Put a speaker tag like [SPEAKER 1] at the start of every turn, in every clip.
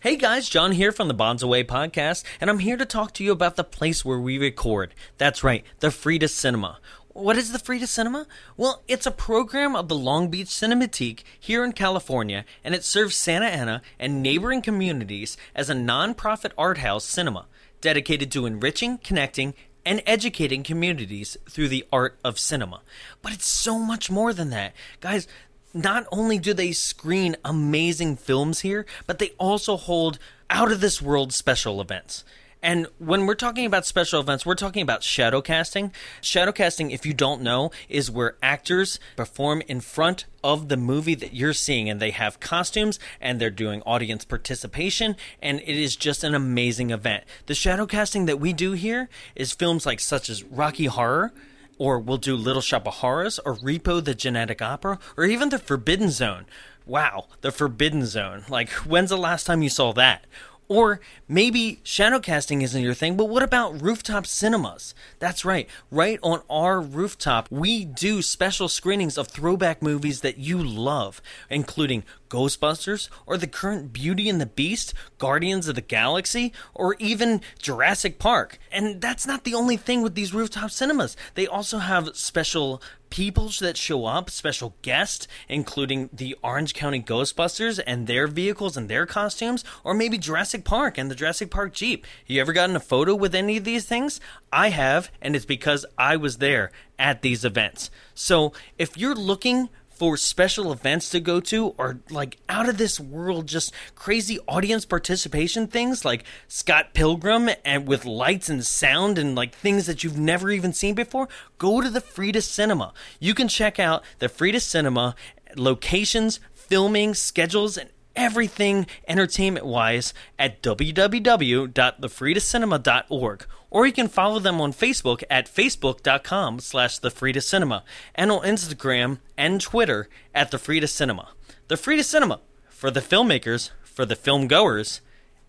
[SPEAKER 1] Hey guys, John here from the Bonds Away podcast, and I'm here to talk to you about the place where we record. That's right, the Frida Cinema. What is the Frida Cinema? Well, it's a program of the Long Beach Cinematique here in California, and it serves Santa Ana and neighboring communities as a nonprofit art house cinema dedicated to enriching, connecting, and educating communities through the art of cinema. But it's so much more than that. Guys, not only do they screen amazing films here, but they also hold out of this world special events. And when we're talking about special events, we're talking about shadow casting. Shadow casting, if you don't know, is where actors perform in front of the movie that you're seeing and they have costumes and they're doing audience participation and it is just an amazing event. The shadow casting that we do here is films like such as Rocky Horror, or we'll do Little Shop of Horrors, or Repo the Genetic Opera, or even The Forbidden Zone. Wow, The Forbidden Zone. Like, when's the last time you saw that? Or maybe shadowcasting isn't your thing, but what about rooftop cinemas? That's right, right on our rooftop, we do special screenings of throwback movies that you love, including Ghostbusters, or the current Beauty and the Beast, Guardians of the Galaxy, or even Jurassic Park. And that's not the only thing with these rooftop cinemas, they also have special people that show up, special guests, including the Orange County Ghostbusters and their vehicles and their costumes, or maybe Jurassic Park and the Jurassic Park Jeep. You ever gotten a photo with any of these things? I have, and it's because I was there at these events. So if you're looking for special events to go to or like out of this world just crazy audience participation things like Scott Pilgrim and with lights and sound and like things that you've never even seen before go to the Frida Cinema you can check out the Frida Cinema locations filming schedules and everything entertainment wise at www.thefridacinema.org or you can follow them on facebook at facebook.com slash thefridacinema and on instagram and twitter at the frida cinema the frida cinema for the filmmakers for the film goers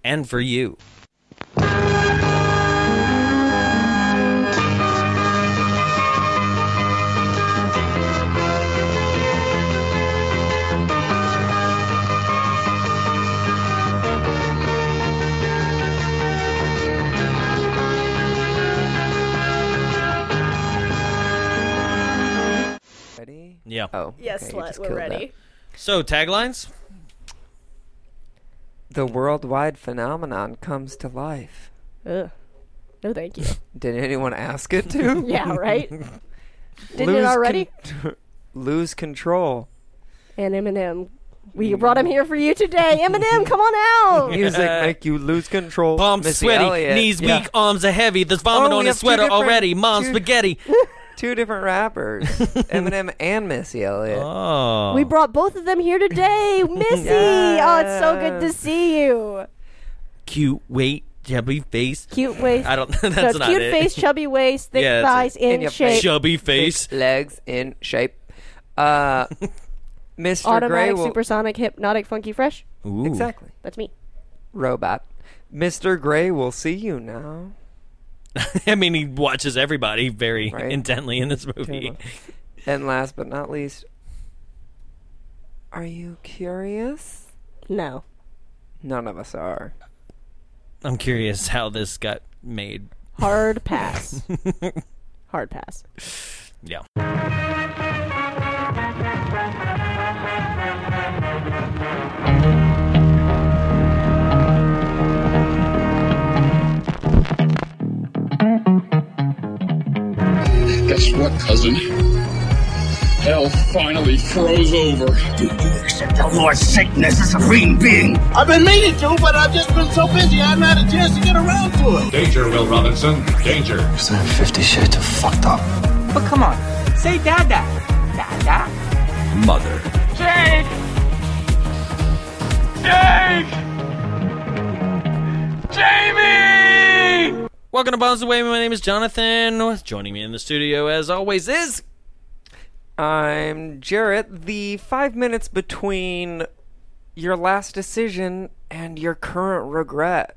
[SPEAKER 1] and for you
[SPEAKER 2] Ready?
[SPEAKER 1] yeah
[SPEAKER 2] Oh.
[SPEAKER 3] Yes,
[SPEAKER 2] okay, you
[SPEAKER 3] slut,
[SPEAKER 2] just
[SPEAKER 3] we're
[SPEAKER 2] killed
[SPEAKER 3] ready.
[SPEAKER 2] that.
[SPEAKER 1] so taglines
[SPEAKER 2] The worldwide phenomenon comes to life.
[SPEAKER 3] Ugh. No, thank you.
[SPEAKER 2] Did anyone ask it to?
[SPEAKER 3] yeah, right? Didn't
[SPEAKER 2] Lose
[SPEAKER 3] it already?
[SPEAKER 2] con- lose control.
[SPEAKER 3] and Eminem. We brought him here for you today. Eminem, come on out.
[SPEAKER 2] Music make you lose control.
[SPEAKER 1] Palms
[SPEAKER 2] Oh, Missy
[SPEAKER 1] sweaty,
[SPEAKER 2] Elliott.
[SPEAKER 1] knees
[SPEAKER 2] Yeah.
[SPEAKER 1] weak, arms are heavy. There's vomit
[SPEAKER 2] Oh, we
[SPEAKER 1] on his
[SPEAKER 2] have two
[SPEAKER 1] sweater
[SPEAKER 2] different-
[SPEAKER 1] already. Mom's
[SPEAKER 2] two-
[SPEAKER 1] spaghetti.
[SPEAKER 2] Two different rappers, Eminem and Missy Elliott.
[SPEAKER 1] Oh,
[SPEAKER 3] We brought both of them here today. Missy. Oh, it's so good to
[SPEAKER 2] Yes.
[SPEAKER 3] see you.
[SPEAKER 1] cute, weight, chubby face.
[SPEAKER 3] Cute waist.
[SPEAKER 1] I don't. That's
[SPEAKER 3] no,
[SPEAKER 1] not
[SPEAKER 3] cute
[SPEAKER 1] it.
[SPEAKER 3] face, chubby waist, thick
[SPEAKER 1] Yeah, that's
[SPEAKER 3] thighs, in,
[SPEAKER 2] In your
[SPEAKER 3] shape.
[SPEAKER 1] chubby
[SPEAKER 2] Thick
[SPEAKER 1] face.
[SPEAKER 2] legs in shape. Uh, Mr. Gray
[SPEAKER 3] Automatic,
[SPEAKER 2] will
[SPEAKER 3] supersonic, hypnotic, funky, fresh.
[SPEAKER 1] Ooh.
[SPEAKER 2] exactly
[SPEAKER 3] That's me.
[SPEAKER 2] robot. Mr. Gray will see you now.
[SPEAKER 1] I mean, he watches everybody very
[SPEAKER 2] Right.
[SPEAKER 1] intently in this movie.
[SPEAKER 2] Terrible. And last but not least, are you curious?
[SPEAKER 3] No.
[SPEAKER 2] None of us are.
[SPEAKER 1] I'm curious how this got made.
[SPEAKER 3] Hard pass. Hard pass.
[SPEAKER 1] Yeah.
[SPEAKER 4] Guess what, cousin? Hell finally froze over.
[SPEAKER 5] Do you accept the Lord Satan as the supreme being?
[SPEAKER 6] I've been meaning to, but I've just been so busy I haven't had a chance to get around to it.
[SPEAKER 7] Danger, Will Robinson. Danger.
[SPEAKER 5] Fifty Shades of fucked up.
[SPEAKER 8] But come on, say dada. Dada?
[SPEAKER 5] Mother.
[SPEAKER 8] Jake! Jake! Jamie!
[SPEAKER 1] Welcome to Bones Away. My name is Jonathan. Joining me in the studio, as always, is
[SPEAKER 2] I'm Jarrett. The five minutes between your last decision and your current regret.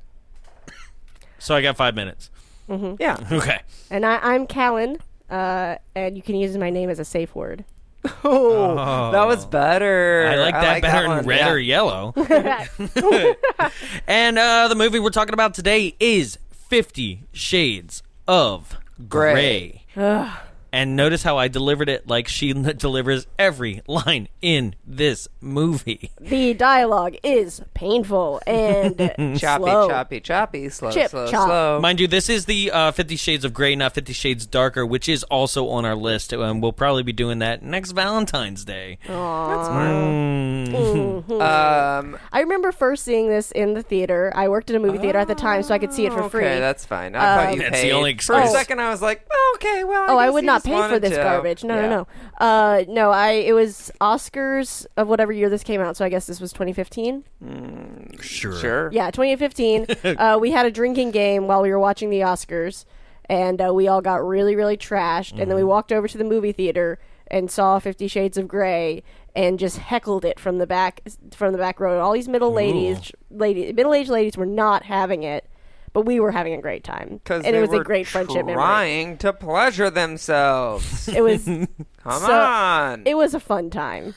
[SPEAKER 1] so I got five minutes.
[SPEAKER 2] Mm-hmm. Yeah.
[SPEAKER 1] Okay.
[SPEAKER 3] And I, I'm Callan, uh, and you can use my name as a safe word.
[SPEAKER 2] Oh, that was better.
[SPEAKER 1] I like that better than
[SPEAKER 2] one,
[SPEAKER 1] red
[SPEAKER 2] yeah.
[SPEAKER 1] or yellow. and uh, the movie we're talking about today is Fifty Shades of Grey.
[SPEAKER 2] Grey.
[SPEAKER 1] and notice how I delivered it like she n- delivers every line in this movie.
[SPEAKER 3] The dialogue is painful and
[SPEAKER 2] choppy,
[SPEAKER 3] slow.
[SPEAKER 2] choppy, choppy, slow,
[SPEAKER 3] Chip,
[SPEAKER 2] slow,
[SPEAKER 3] chop.
[SPEAKER 2] slow.
[SPEAKER 1] Mind you, this is the uh, Fifty Shades of Grey, not Fifty Shades Darker, which is also on our list. Um, we'll probably be doing that next Valentine's Day.
[SPEAKER 2] um,
[SPEAKER 3] I remember first seeing this in the theater. I worked in a movie theater at the time, so I could see it for free.
[SPEAKER 2] Oh,
[SPEAKER 3] Um,
[SPEAKER 2] Okay, that's fine. I thought you
[SPEAKER 1] That's the
[SPEAKER 2] paid.
[SPEAKER 1] only
[SPEAKER 2] For a
[SPEAKER 1] excuse.
[SPEAKER 2] second, I was like, well, okay, well.
[SPEAKER 3] Oh, I
[SPEAKER 2] guess
[SPEAKER 3] would
[SPEAKER 2] you
[SPEAKER 3] not
[SPEAKER 2] just
[SPEAKER 3] pay for
[SPEAKER 2] wanted
[SPEAKER 3] this
[SPEAKER 2] to.
[SPEAKER 3] garbage. No,
[SPEAKER 2] Yeah.
[SPEAKER 3] no, no. Uh, no, I it was Oscars of whatever year this came out. So I guess this was 2015.
[SPEAKER 1] Sure.
[SPEAKER 2] Sure.
[SPEAKER 3] Yeah, 2015. uh, we had a drinking game while we were watching the Oscars, and uh, we all got really, really trashed. And then
[SPEAKER 2] Mm-hmm.
[SPEAKER 3] we walked over to the movie theater and saw Fifty Shades of Grey and just heckled it from the back from the back row. And all these middle ladies, lady, middle aged ladies, were not having it, but we were having a great time.
[SPEAKER 2] Because
[SPEAKER 3] And
[SPEAKER 2] they
[SPEAKER 3] it was
[SPEAKER 2] were
[SPEAKER 3] a great friendship memory.
[SPEAKER 2] trying to pleasure themselves.
[SPEAKER 3] It was
[SPEAKER 2] Come
[SPEAKER 3] So-
[SPEAKER 2] on.
[SPEAKER 3] it was a fun time.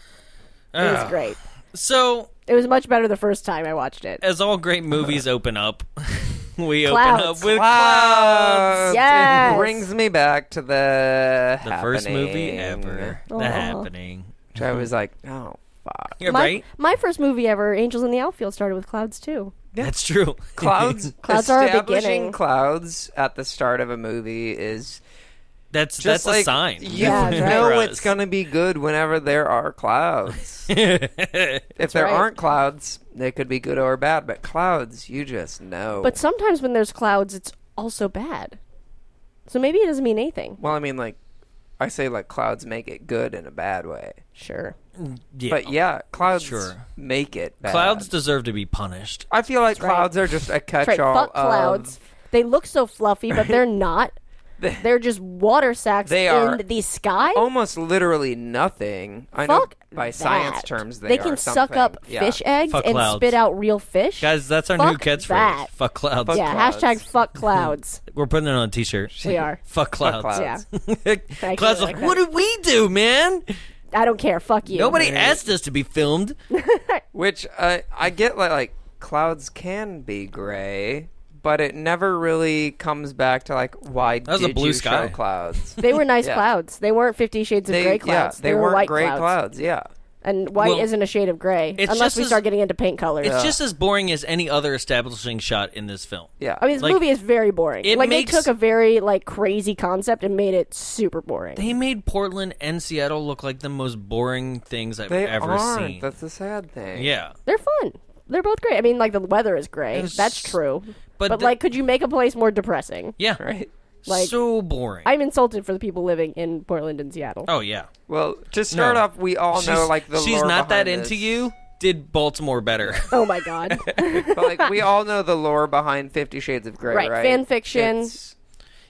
[SPEAKER 3] It was great.
[SPEAKER 1] Ah. So,
[SPEAKER 3] It was much better the first time I watched it.
[SPEAKER 1] as all great movies open up, we open up
[SPEAKER 3] Clouds.
[SPEAKER 1] with
[SPEAKER 2] Clouds.
[SPEAKER 3] Yes.
[SPEAKER 2] It brings me back to the
[SPEAKER 1] the first movie
[SPEAKER 2] Happening,
[SPEAKER 1] ever. The
[SPEAKER 3] Aw.
[SPEAKER 1] happening.
[SPEAKER 2] Which I was like, oh fuck,
[SPEAKER 1] Yeah,
[SPEAKER 3] my,
[SPEAKER 1] right?
[SPEAKER 3] my first movie ever, Angels in the Outfield, started with clouds too.
[SPEAKER 1] That's true.
[SPEAKER 2] clouds.
[SPEAKER 3] Clouds are a
[SPEAKER 2] establishing
[SPEAKER 3] beginning.
[SPEAKER 2] clouds at the start of a movie is
[SPEAKER 1] that's
[SPEAKER 2] just
[SPEAKER 1] that's
[SPEAKER 2] like
[SPEAKER 1] a sign.
[SPEAKER 2] You
[SPEAKER 3] Yeah, that's right.
[SPEAKER 2] know
[SPEAKER 1] For
[SPEAKER 2] it's
[SPEAKER 1] us.
[SPEAKER 2] gonna be good whenever there are clouds. if there
[SPEAKER 3] right.
[SPEAKER 2] aren't clouds, they could be good or bad. But clouds, you just know.
[SPEAKER 3] But sometimes when there's clouds, it's also bad. So maybe it doesn't mean anything.
[SPEAKER 2] well, I mean, like I say, like clouds make it good in a bad way.
[SPEAKER 3] Sure.
[SPEAKER 1] Yeah.
[SPEAKER 2] But yeah, clouds
[SPEAKER 1] Sure.
[SPEAKER 2] make it bad.
[SPEAKER 1] Clouds deserve to be punished.
[SPEAKER 2] I feel like
[SPEAKER 3] right.
[SPEAKER 2] clouds are just a
[SPEAKER 3] That's right.
[SPEAKER 2] catch-all.
[SPEAKER 3] Fuck
[SPEAKER 2] of-
[SPEAKER 3] clouds. They look so fluffy, but they're not. they're just water sacks
[SPEAKER 2] They
[SPEAKER 3] in
[SPEAKER 2] are-
[SPEAKER 3] the sky.
[SPEAKER 2] almost literally nothing. I
[SPEAKER 3] Fuck
[SPEAKER 2] know by
[SPEAKER 3] that.
[SPEAKER 2] science terms they,
[SPEAKER 3] they
[SPEAKER 2] are
[SPEAKER 3] can suck
[SPEAKER 2] something.
[SPEAKER 3] up
[SPEAKER 2] Yeah.
[SPEAKER 3] fish eggs
[SPEAKER 1] Fuck
[SPEAKER 3] and
[SPEAKER 1] clouds.
[SPEAKER 3] spit out real fish.
[SPEAKER 1] Guys, that's our new
[SPEAKER 3] Fuck
[SPEAKER 1] catchphrase.
[SPEAKER 3] that.
[SPEAKER 1] Fuck clouds.
[SPEAKER 2] Fuck
[SPEAKER 3] yeah,
[SPEAKER 2] clouds.
[SPEAKER 3] hashtag fuck clouds.
[SPEAKER 1] We're putting it on a t-shirt.
[SPEAKER 3] we are.
[SPEAKER 1] Fuck clouds.
[SPEAKER 2] clouds.
[SPEAKER 3] Yeah.
[SPEAKER 1] clouds
[SPEAKER 3] really
[SPEAKER 1] are
[SPEAKER 3] like
[SPEAKER 1] like,
[SPEAKER 3] that.
[SPEAKER 1] what did we do, man?
[SPEAKER 3] I don't care. Fuck you.
[SPEAKER 1] Nobody asked us to be filmed.
[SPEAKER 2] Which I I get like like clouds can be gray, but it never really comes back to like why
[SPEAKER 1] was a
[SPEAKER 2] did
[SPEAKER 1] blue
[SPEAKER 2] you
[SPEAKER 1] sky.
[SPEAKER 2] show clouds?
[SPEAKER 3] They were nice
[SPEAKER 2] Yeah.
[SPEAKER 3] clouds. They weren't Fifty Shades of
[SPEAKER 2] They-
[SPEAKER 3] Grey clouds.
[SPEAKER 2] Yeah, they,
[SPEAKER 3] were
[SPEAKER 2] weren't
[SPEAKER 3] white
[SPEAKER 2] gray
[SPEAKER 3] clouds.
[SPEAKER 2] Yeah,
[SPEAKER 3] And white
[SPEAKER 1] Well,
[SPEAKER 3] isn't a shade of gray
[SPEAKER 1] it's
[SPEAKER 3] unless
[SPEAKER 1] just
[SPEAKER 3] we
[SPEAKER 1] as-
[SPEAKER 3] start getting into paint colors.
[SPEAKER 1] It's just as boring as any other establishing shot in this film.
[SPEAKER 2] yeah.
[SPEAKER 3] I mean, this
[SPEAKER 1] like-
[SPEAKER 3] movie is very boring.
[SPEAKER 1] It
[SPEAKER 3] like
[SPEAKER 1] makes-
[SPEAKER 3] they took a very like crazy concept and made it super boring.
[SPEAKER 1] They made Portland and Seattle look like the most boring things I've
[SPEAKER 2] they
[SPEAKER 1] ever
[SPEAKER 2] aren't.
[SPEAKER 1] seen.
[SPEAKER 2] That's the sad thing.
[SPEAKER 1] yeah.
[SPEAKER 3] They're fun. They're both great. I mean, like the weather is gray.
[SPEAKER 1] was-
[SPEAKER 3] That's true.
[SPEAKER 1] but
[SPEAKER 3] But,
[SPEAKER 1] the-
[SPEAKER 3] like, could you make a place more depressing?
[SPEAKER 1] Yeah.
[SPEAKER 2] Right.
[SPEAKER 3] Like-
[SPEAKER 1] so boring.
[SPEAKER 3] I'm insulted for the people living in Portland and Seattle.
[SPEAKER 1] oh yeah.
[SPEAKER 2] Well, to start
[SPEAKER 1] No.
[SPEAKER 2] off, we all know like the
[SPEAKER 1] she's
[SPEAKER 2] lore
[SPEAKER 1] not that
[SPEAKER 2] behind
[SPEAKER 1] into
[SPEAKER 2] this.
[SPEAKER 1] you. Did Baltimore better?
[SPEAKER 3] Oh my god.
[SPEAKER 2] but like we all know the lore behind Fifty Shades of Grey, right?
[SPEAKER 3] Right, fan fiction.
[SPEAKER 2] It's-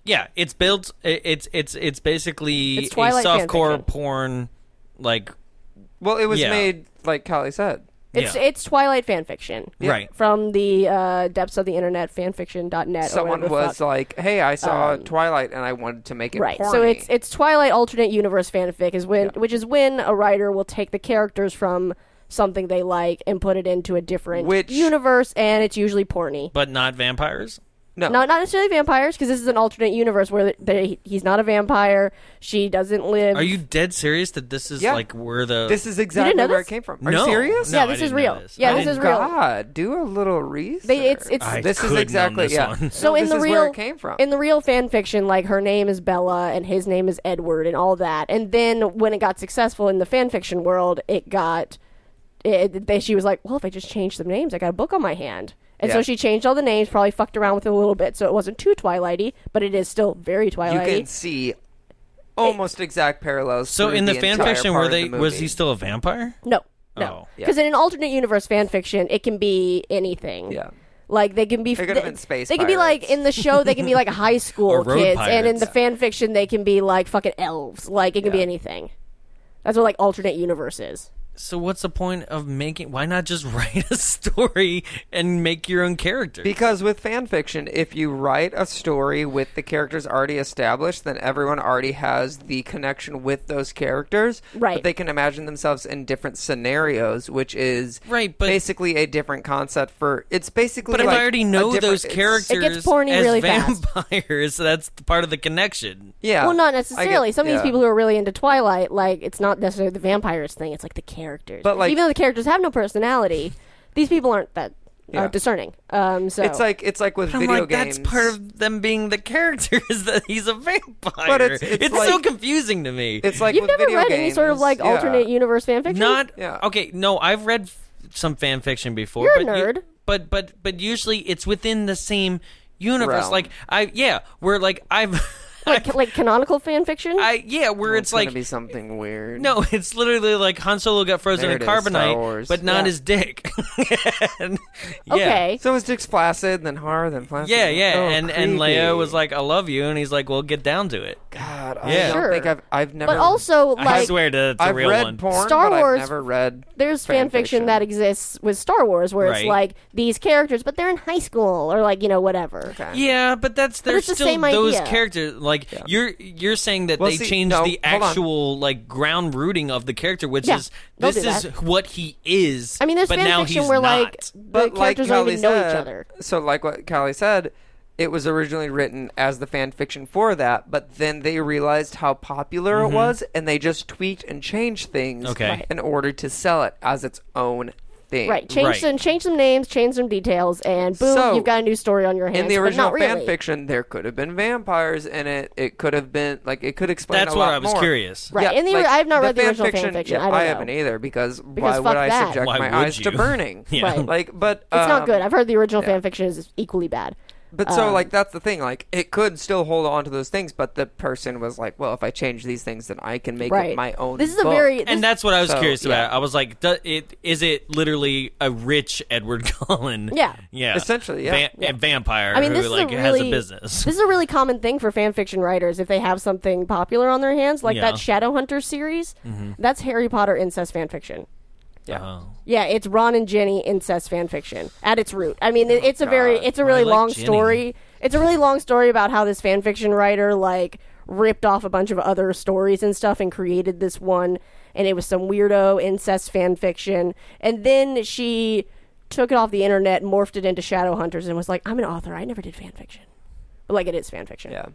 [SPEAKER 1] yeah, it's built. i- It's it's it's basically
[SPEAKER 3] It's
[SPEAKER 1] a
[SPEAKER 3] Twilight fan
[SPEAKER 1] softcore
[SPEAKER 3] fiction.
[SPEAKER 1] porn. Like
[SPEAKER 2] well, it was
[SPEAKER 1] Yeah.
[SPEAKER 2] made like Callie said.
[SPEAKER 3] it's
[SPEAKER 1] yeah.
[SPEAKER 3] it's Twilight fan fiction.
[SPEAKER 1] Right.
[SPEAKER 3] From the uh, depths of the internet, fanfiction.net. or
[SPEAKER 2] Someone
[SPEAKER 3] whatever the
[SPEAKER 2] was
[SPEAKER 3] fuck. Um,
[SPEAKER 2] like, "Hey, I saw Twilight and I wanted to make it
[SPEAKER 3] right so
[SPEAKER 2] horny."
[SPEAKER 3] it's it's twilight alternate universe fanfic is when which is when a writer will take the characters from something they like and put it into a different
[SPEAKER 2] Which-
[SPEAKER 3] universe and it's usually porny
[SPEAKER 1] but not vampires.
[SPEAKER 2] no,
[SPEAKER 3] not not necessarily vampires because this is an alternate universe where they, he's not a vampire she doesn't live
[SPEAKER 1] Are you dead serious that this is
[SPEAKER 2] Yeah.
[SPEAKER 1] like where the
[SPEAKER 2] this is exactly
[SPEAKER 3] know
[SPEAKER 2] where
[SPEAKER 3] this?
[SPEAKER 2] it came from. Are
[SPEAKER 1] no,
[SPEAKER 2] you serious?
[SPEAKER 1] No,
[SPEAKER 3] yeah
[SPEAKER 1] I
[SPEAKER 3] this is
[SPEAKER 1] didn't know
[SPEAKER 3] real
[SPEAKER 1] this.
[SPEAKER 3] yeah
[SPEAKER 1] I
[SPEAKER 3] this
[SPEAKER 1] didn't-
[SPEAKER 3] is real
[SPEAKER 2] God, do a little research.
[SPEAKER 3] They- it's- it's- I
[SPEAKER 2] this is
[SPEAKER 1] couldn't on
[SPEAKER 2] exactly
[SPEAKER 1] this
[SPEAKER 2] yeah.
[SPEAKER 1] one.
[SPEAKER 3] so
[SPEAKER 2] No,
[SPEAKER 3] in
[SPEAKER 2] this
[SPEAKER 3] the
[SPEAKER 2] is
[SPEAKER 3] real
[SPEAKER 2] where it came from.
[SPEAKER 3] in the real fan fiction like her name is Bella and his name is Edward and all that and then when it got successful in the fan fiction world it got it, they, she was like well if I just change the names I got a book on my hand and so
[SPEAKER 2] Yeah.
[SPEAKER 3] she changed all the names probably fucked around with it a little bit so it wasn't too twilighty but it is still very
[SPEAKER 2] you
[SPEAKER 3] twilighty
[SPEAKER 2] can see almost exact parallels.
[SPEAKER 1] so
[SPEAKER 2] through
[SPEAKER 1] in the, fan
[SPEAKER 2] entire
[SPEAKER 1] fiction
[SPEAKER 2] part
[SPEAKER 1] were
[SPEAKER 2] of
[SPEAKER 1] they
[SPEAKER 2] the
[SPEAKER 1] was
[SPEAKER 2] movie.
[SPEAKER 1] he still a vampire?
[SPEAKER 3] no
[SPEAKER 1] Oh,
[SPEAKER 3] no
[SPEAKER 2] yeah.
[SPEAKER 3] because in an alternate universe fan fiction it can be anything
[SPEAKER 2] Yeah.
[SPEAKER 3] like they can be
[SPEAKER 2] They could've been space
[SPEAKER 3] they can be
[SPEAKER 2] pirates.
[SPEAKER 3] like in the show they can be like high
[SPEAKER 1] Or
[SPEAKER 3] school
[SPEAKER 1] road
[SPEAKER 3] kids and in
[SPEAKER 1] pirates.
[SPEAKER 3] the fan fiction they can be like fucking elves like it can be anything that's what like alternate universe is
[SPEAKER 1] So what's the point of making? Why not just write a story and make your own character?
[SPEAKER 2] Because with fan fiction, if you write a story with the characters already established, then everyone already has the connection with those characters.
[SPEAKER 3] Right.
[SPEAKER 2] But they can imagine themselves in different scenarios, which is
[SPEAKER 1] Right, but-
[SPEAKER 2] basically a different concept for. It's basically.
[SPEAKER 1] but if
[SPEAKER 2] like
[SPEAKER 1] I already
[SPEAKER 2] a
[SPEAKER 1] know
[SPEAKER 2] different-
[SPEAKER 1] those
[SPEAKER 2] it's-
[SPEAKER 1] characters
[SPEAKER 3] porny
[SPEAKER 1] as
[SPEAKER 3] really fast.
[SPEAKER 1] vampires, that's the part of the connection.
[SPEAKER 2] Yeah.
[SPEAKER 3] Well,
[SPEAKER 2] I
[SPEAKER 3] not
[SPEAKER 2] get-
[SPEAKER 3] necessarily. Some of these
[SPEAKER 2] yeah.
[SPEAKER 3] people who are really into Twilight, like it's not necessarily the vampires thing. It's like the characters.
[SPEAKER 2] But, like-
[SPEAKER 3] even though the characters have no personality, these people aren't that
[SPEAKER 2] Yeah.
[SPEAKER 3] uh, discerning. Um, so
[SPEAKER 2] It's like it's like with
[SPEAKER 1] I'm
[SPEAKER 2] video
[SPEAKER 1] like,
[SPEAKER 2] games.
[SPEAKER 1] that's part of them being the characters that he's a vampire.
[SPEAKER 2] But it's- it's
[SPEAKER 1] so
[SPEAKER 2] like-
[SPEAKER 1] confusing to me.
[SPEAKER 2] It's like
[SPEAKER 3] you've
[SPEAKER 2] with
[SPEAKER 3] never
[SPEAKER 2] video
[SPEAKER 3] read any sort of
[SPEAKER 2] games.
[SPEAKER 3] like
[SPEAKER 2] Yeah.
[SPEAKER 3] alternate universe fan fiction.
[SPEAKER 1] not
[SPEAKER 2] Yeah.
[SPEAKER 1] okay. No, I've read f- some fan fiction before.
[SPEAKER 3] You're a
[SPEAKER 1] but you-
[SPEAKER 3] nerd.
[SPEAKER 1] but but but usually it's within the same universe.
[SPEAKER 2] Realm.
[SPEAKER 1] Like I yeah, where like I've
[SPEAKER 3] like like canonical fan fiction.
[SPEAKER 1] I yeah, where it's,
[SPEAKER 2] It's
[SPEAKER 1] like
[SPEAKER 2] gonna be something weird.
[SPEAKER 1] no, it's literally like Han Solo got frozen
[SPEAKER 2] There
[SPEAKER 1] in
[SPEAKER 2] it is, Star
[SPEAKER 1] carbonite,
[SPEAKER 2] Wars.
[SPEAKER 1] but not
[SPEAKER 2] Yeah.
[SPEAKER 1] his dick. And- yeah.
[SPEAKER 3] okay,
[SPEAKER 2] So is Dick's flaccid, then hard, then flaccid.
[SPEAKER 1] Yeah, yeah,
[SPEAKER 2] Oh,
[SPEAKER 1] and and
[SPEAKER 2] creepy.
[SPEAKER 1] Leia was like, "I love you," and he's like, "Well, get down to it."
[SPEAKER 2] God, I
[SPEAKER 1] Yeah.
[SPEAKER 2] don't
[SPEAKER 3] Sure.
[SPEAKER 2] think I've I've never.
[SPEAKER 3] but also like
[SPEAKER 1] I swear to it's a
[SPEAKER 2] I've
[SPEAKER 1] real
[SPEAKER 2] read
[SPEAKER 1] one.
[SPEAKER 2] porn,
[SPEAKER 3] Star
[SPEAKER 2] but
[SPEAKER 3] Wars-
[SPEAKER 2] I've never read.
[SPEAKER 3] there's fan fiction that exists with Star Wars where
[SPEAKER 1] Right.
[SPEAKER 3] it's like these characters, but they're in high school or like you know whatever.
[SPEAKER 1] Yeah, but that's there's
[SPEAKER 3] it's the
[SPEAKER 1] still
[SPEAKER 3] same
[SPEAKER 1] those
[SPEAKER 3] idea.
[SPEAKER 1] characters. Like you're you're saying that
[SPEAKER 2] Well,
[SPEAKER 1] they
[SPEAKER 2] see,
[SPEAKER 1] changed
[SPEAKER 2] no,
[SPEAKER 1] the
[SPEAKER 2] hold on.
[SPEAKER 1] actual like ground rooting of the character, which
[SPEAKER 3] Yeah,
[SPEAKER 1] is
[SPEAKER 3] they'll
[SPEAKER 1] this
[SPEAKER 3] do
[SPEAKER 1] is
[SPEAKER 3] that.
[SPEAKER 1] what he is.
[SPEAKER 3] I mean, there's
[SPEAKER 1] but now
[SPEAKER 3] fan
[SPEAKER 1] he's
[SPEAKER 3] fiction where
[SPEAKER 1] not.
[SPEAKER 3] like the
[SPEAKER 2] but like
[SPEAKER 3] characters don't
[SPEAKER 2] Callie
[SPEAKER 3] even know
[SPEAKER 2] said,
[SPEAKER 3] each other.
[SPEAKER 2] So like what Callie said, it was originally written as the fan fiction for that, but then they realized how popular it was, and they just tweaked and changed things
[SPEAKER 1] Mm-hmm. Okay. Right.
[SPEAKER 2] in order to sell it as its own thing.
[SPEAKER 3] Right. Change
[SPEAKER 1] Right.
[SPEAKER 3] some change some names, change some details, and boom,
[SPEAKER 2] So,
[SPEAKER 3] you've got a new story on your hands.
[SPEAKER 2] in the
[SPEAKER 3] but
[SPEAKER 2] original
[SPEAKER 3] not really.
[SPEAKER 2] fan fiction, there could have been vampires in it. It could have been like it could explain.
[SPEAKER 1] That's
[SPEAKER 2] a
[SPEAKER 1] what
[SPEAKER 2] lot
[SPEAKER 1] I was
[SPEAKER 2] more.
[SPEAKER 1] curious.
[SPEAKER 3] Right. In the- I have not read the
[SPEAKER 2] fan
[SPEAKER 3] original fan
[SPEAKER 2] fiction.
[SPEAKER 3] fiction.
[SPEAKER 2] yeah,
[SPEAKER 3] I don't know.
[SPEAKER 2] haven't either because, why
[SPEAKER 3] Because
[SPEAKER 2] would
[SPEAKER 3] fuck
[SPEAKER 2] I
[SPEAKER 3] that.
[SPEAKER 2] subject
[SPEAKER 1] Why
[SPEAKER 2] my
[SPEAKER 1] would
[SPEAKER 2] eyes to
[SPEAKER 1] you?
[SPEAKER 2] burning?
[SPEAKER 1] Yeah.
[SPEAKER 3] Right.
[SPEAKER 2] Like, but
[SPEAKER 3] It's
[SPEAKER 2] um,
[SPEAKER 3] not good. um, I've heard the original fan fiction is equally bad.
[SPEAKER 2] But so like that's the thing. Like it could still hold on to those things, but the person was like, "Well, if I change these things, then I can make
[SPEAKER 3] Right.
[SPEAKER 2] it my own."
[SPEAKER 3] This is a
[SPEAKER 2] book."
[SPEAKER 3] very this-
[SPEAKER 1] And that's what I was
[SPEAKER 2] So,
[SPEAKER 1] curious about.
[SPEAKER 2] yeah.
[SPEAKER 1] I was like, do, it is it literally a rich Edward Cullen?
[SPEAKER 3] Yeah.
[SPEAKER 1] yeah,
[SPEAKER 2] Essentially, yeah.
[SPEAKER 1] Va- a vampire
[SPEAKER 3] I mean,
[SPEAKER 1] who
[SPEAKER 3] this
[SPEAKER 1] like
[SPEAKER 3] is a
[SPEAKER 1] has
[SPEAKER 3] really
[SPEAKER 1] a business.
[SPEAKER 3] This is a really common thing for fan fiction writers if they have something popular on their hands, like
[SPEAKER 1] Yeah. Mm-hmm.
[SPEAKER 3] that Shadowhunter series. That's Harry Potter incest fan fiction.
[SPEAKER 2] yeah.
[SPEAKER 1] Oh.
[SPEAKER 3] Yeah, it's Ron and Jenny incest fan fiction at its root. I mean, it, it's a very it's a really
[SPEAKER 1] Oh, like
[SPEAKER 3] long
[SPEAKER 1] Jenny.
[SPEAKER 3] story. It's a really long story about how this fan fiction writer like ripped off a bunch of other stories and stuff and created this one and it was some weirdo incest fan fiction and then she took it off the internet morphed it into shadowhunters and was like i'm an author i never did fan fiction but like it is fan fiction
[SPEAKER 2] Yeah.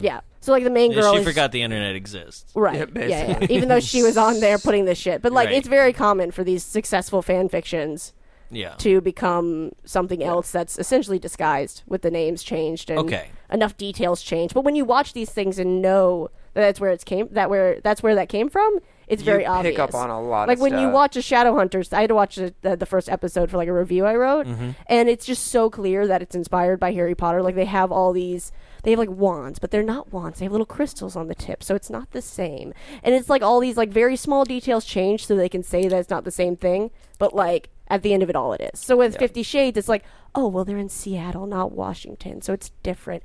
[SPEAKER 3] yeah so like the main girl
[SPEAKER 1] she
[SPEAKER 3] is-
[SPEAKER 1] forgot the internet exists.
[SPEAKER 3] Right. Yeah, yeah, Even though she was on there putting this shit. But like
[SPEAKER 1] Right.
[SPEAKER 3] it's very common for these successful fan fictions
[SPEAKER 1] Yeah,
[SPEAKER 3] to become something else that's essentially disguised with the names changed and
[SPEAKER 1] Okay.
[SPEAKER 3] enough details changed. But when you watch these things and know that that's where it's came that where that's where that came from, it's very
[SPEAKER 2] pick
[SPEAKER 3] obvious.
[SPEAKER 2] up on a lot of
[SPEAKER 3] Like when you
[SPEAKER 2] stuff.
[SPEAKER 3] watch a Shadowhunters, I had to watch the, the, the first episode for like a review I wrote,
[SPEAKER 1] Mm-hmm.
[SPEAKER 3] and it's just so clear that it's inspired by Harry Potter. Like they have all these. They have like wands, but they're not wands. They have little crystals on the tip, so it's not the same. And it's like all these like very small details change so they can say that it's not the same thing, but like at the end of it all, it is. So with Fifty Shades, it's like, oh well, they're in Seattle, not Washington, so it's different.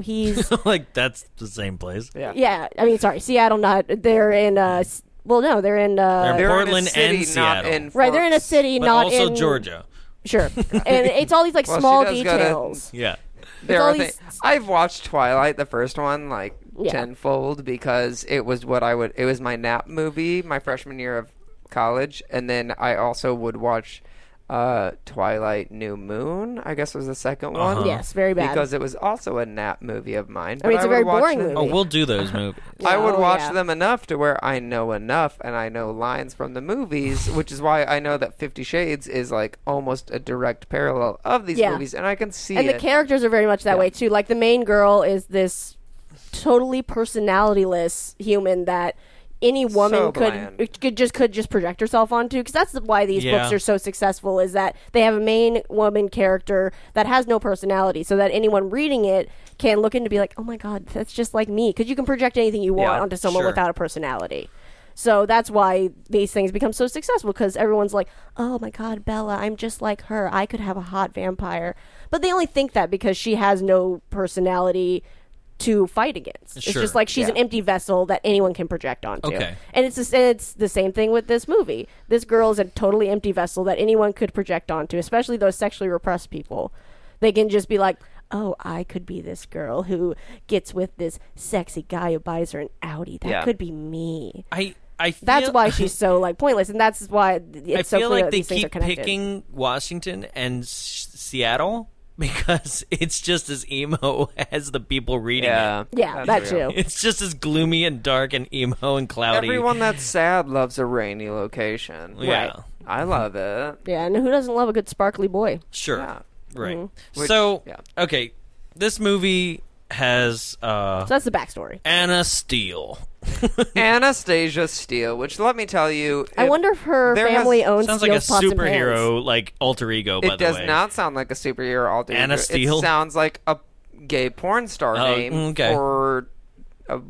[SPEAKER 3] he's
[SPEAKER 1] like that's the same place. Yeah,
[SPEAKER 3] yeah. I mean, sorry, Seattle, not they're in. uh s- Well, no, they're in. uh
[SPEAKER 1] They're in
[SPEAKER 2] They're
[SPEAKER 1] Portland
[SPEAKER 2] in a city,
[SPEAKER 1] and
[SPEAKER 2] not
[SPEAKER 1] Seattle.
[SPEAKER 2] in
[SPEAKER 3] Right, they're in
[SPEAKER 2] Florida.
[SPEAKER 3] a city,
[SPEAKER 1] but
[SPEAKER 3] not
[SPEAKER 1] also
[SPEAKER 3] in
[SPEAKER 1] Georgia.
[SPEAKER 3] Sure, and it's all these like
[SPEAKER 2] Well, she
[SPEAKER 3] small
[SPEAKER 2] does gotta-
[SPEAKER 3] details.
[SPEAKER 1] Yeah,
[SPEAKER 2] There
[SPEAKER 3] all
[SPEAKER 2] are
[SPEAKER 3] these-
[SPEAKER 2] things. I've watched Twilight, the first one, like
[SPEAKER 3] Yeah.
[SPEAKER 2] tenfold because it was what I would. It was my nap movie my freshman year of college, and then I also would watch uh, Twilight New Moon. I guess was the 2nd one.
[SPEAKER 3] Uh-huh. Yes, very bad.
[SPEAKER 2] because it was also a nap movie of mine.
[SPEAKER 3] mean,
[SPEAKER 2] but
[SPEAKER 3] it's a
[SPEAKER 2] would
[SPEAKER 3] very
[SPEAKER 2] watch
[SPEAKER 3] boring
[SPEAKER 2] them-
[SPEAKER 3] movie.
[SPEAKER 1] oh, we'll do those movies.
[SPEAKER 2] I would
[SPEAKER 3] Oh,
[SPEAKER 2] watch
[SPEAKER 3] yeah.
[SPEAKER 2] them enough to where I know enough and I know lines from the movies, which is why I know that Fifty Shades is like almost a direct parallel of these
[SPEAKER 3] Yeah.
[SPEAKER 2] movies, and I can see
[SPEAKER 3] and
[SPEAKER 2] it.
[SPEAKER 3] the characters are very much that way too. Like the main girl is this totally personalityless human that any woman
[SPEAKER 2] So
[SPEAKER 3] could
[SPEAKER 2] bland.
[SPEAKER 3] could just could just project herself onto because that's why these
[SPEAKER 1] Yeah.
[SPEAKER 3] books are so successful is that they have a main woman character that has no personality so that anyone reading it can look in to be like oh my god that's just like me because you can project anything you want
[SPEAKER 1] Yeah,
[SPEAKER 3] onto someone
[SPEAKER 1] sure.
[SPEAKER 3] without a personality so that's why these things become so successful because everyone's like, oh my God, Bella, I'm just like her. I could have a hot vampire. But they only think that because she has no personality to fight against. It's
[SPEAKER 1] Sure.
[SPEAKER 3] just like she's an empty vessel that anyone can project onto.
[SPEAKER 1] Okay.
[SPEAKER 3] And it's the, s- it's the same thing with this movie. This girl is a totally empty vessel that anyone could project onto, especially those sexually repressed people. They can just be like, "Oh, I could be this girl who gets with this sexy guy who buys her an Audi. That
[SPEAKER 2] Yeah.
[SPEAKER 3] could be me."
[SPEAKER 1] I I feel,
[SPEAKER 3] That's why she's so like pointless, and that's why it's
[SPEAKER 1] I
[SPEAKER 3] so
[SPEAKER 1] feel
[SPEAKER 3] clear
[SPEAKER 1] like
[SPEAKER 3] that
[SPEAKER 1] they
[SPEAKER 3] these things are
[SPEAKER 1] keep
[SPEAKER 3] connected.
[SPEAKER 1] picking Washington and S- Seattle because it's just as emo as the people reading
[SPEAKER 2] Yeah.
[SPEAKER 3] yeah,
[SPEAKER 2] That's
[SPEAKER 3] that
[SPEAKER 2] real.
[SPEAKER 3] too.
[SPEAKER 1] it. It's just as gloomy and dark and emo and cloudy.
[SPEAKER 2] Everyone that's sad loves a rainy location.
[SPEAKER 1] yeah,
[SPEAKER 3] Right.
[SPEAKER 2] I love it.
[SPEAKER 3] Yeah, and who doesn't love a good sparkly boy?
[SPEAKER 1] sure,
[SPEAKER 2] Yeah.
[SPEAKER 1] right.
[SPEAKER 3] Mm-hmm.
[SPEAKER 2] Which-
[SPEAKER 1] so
[SPEAKER 2] yeah.
[SPEAKER 1] okay, this movie has uh,
[SPEAKER 3] So that's the backstory.
[SPEAKER 1] Anna Steele.
[SPEAKER 2] Anastasia Steele, which let me tell you,
[SPEAKER 3] I
[SPEAKER 2] if-
[SPEAKER 3] wonder if her
[SPEAKER 2] there has-
[SPEAKER 3] family owns
[SPEAKER 1] Sounds like a
[SPEAKER 3] Steele's Pots and Pans.
[SPEAKER 1] superhero, like alter ego. by
[SPEAKER 2] It
[SPEAKER 1] the
[SPEAKER 2] does
[SPEAKER 1] way.
[SPEAKER 2] not sound like a superhero alter
[SPEAKER 1] Anna
[SPEAKER 2] ego.
[SPEAKER 1] Steele?
[SPEAKER 2] It sounds like a gay porn star
[SPEAKER 1] Oh,
[SPEAKER 2] name
[SPEAKER 1] okay.
[SPEAKER 2] for a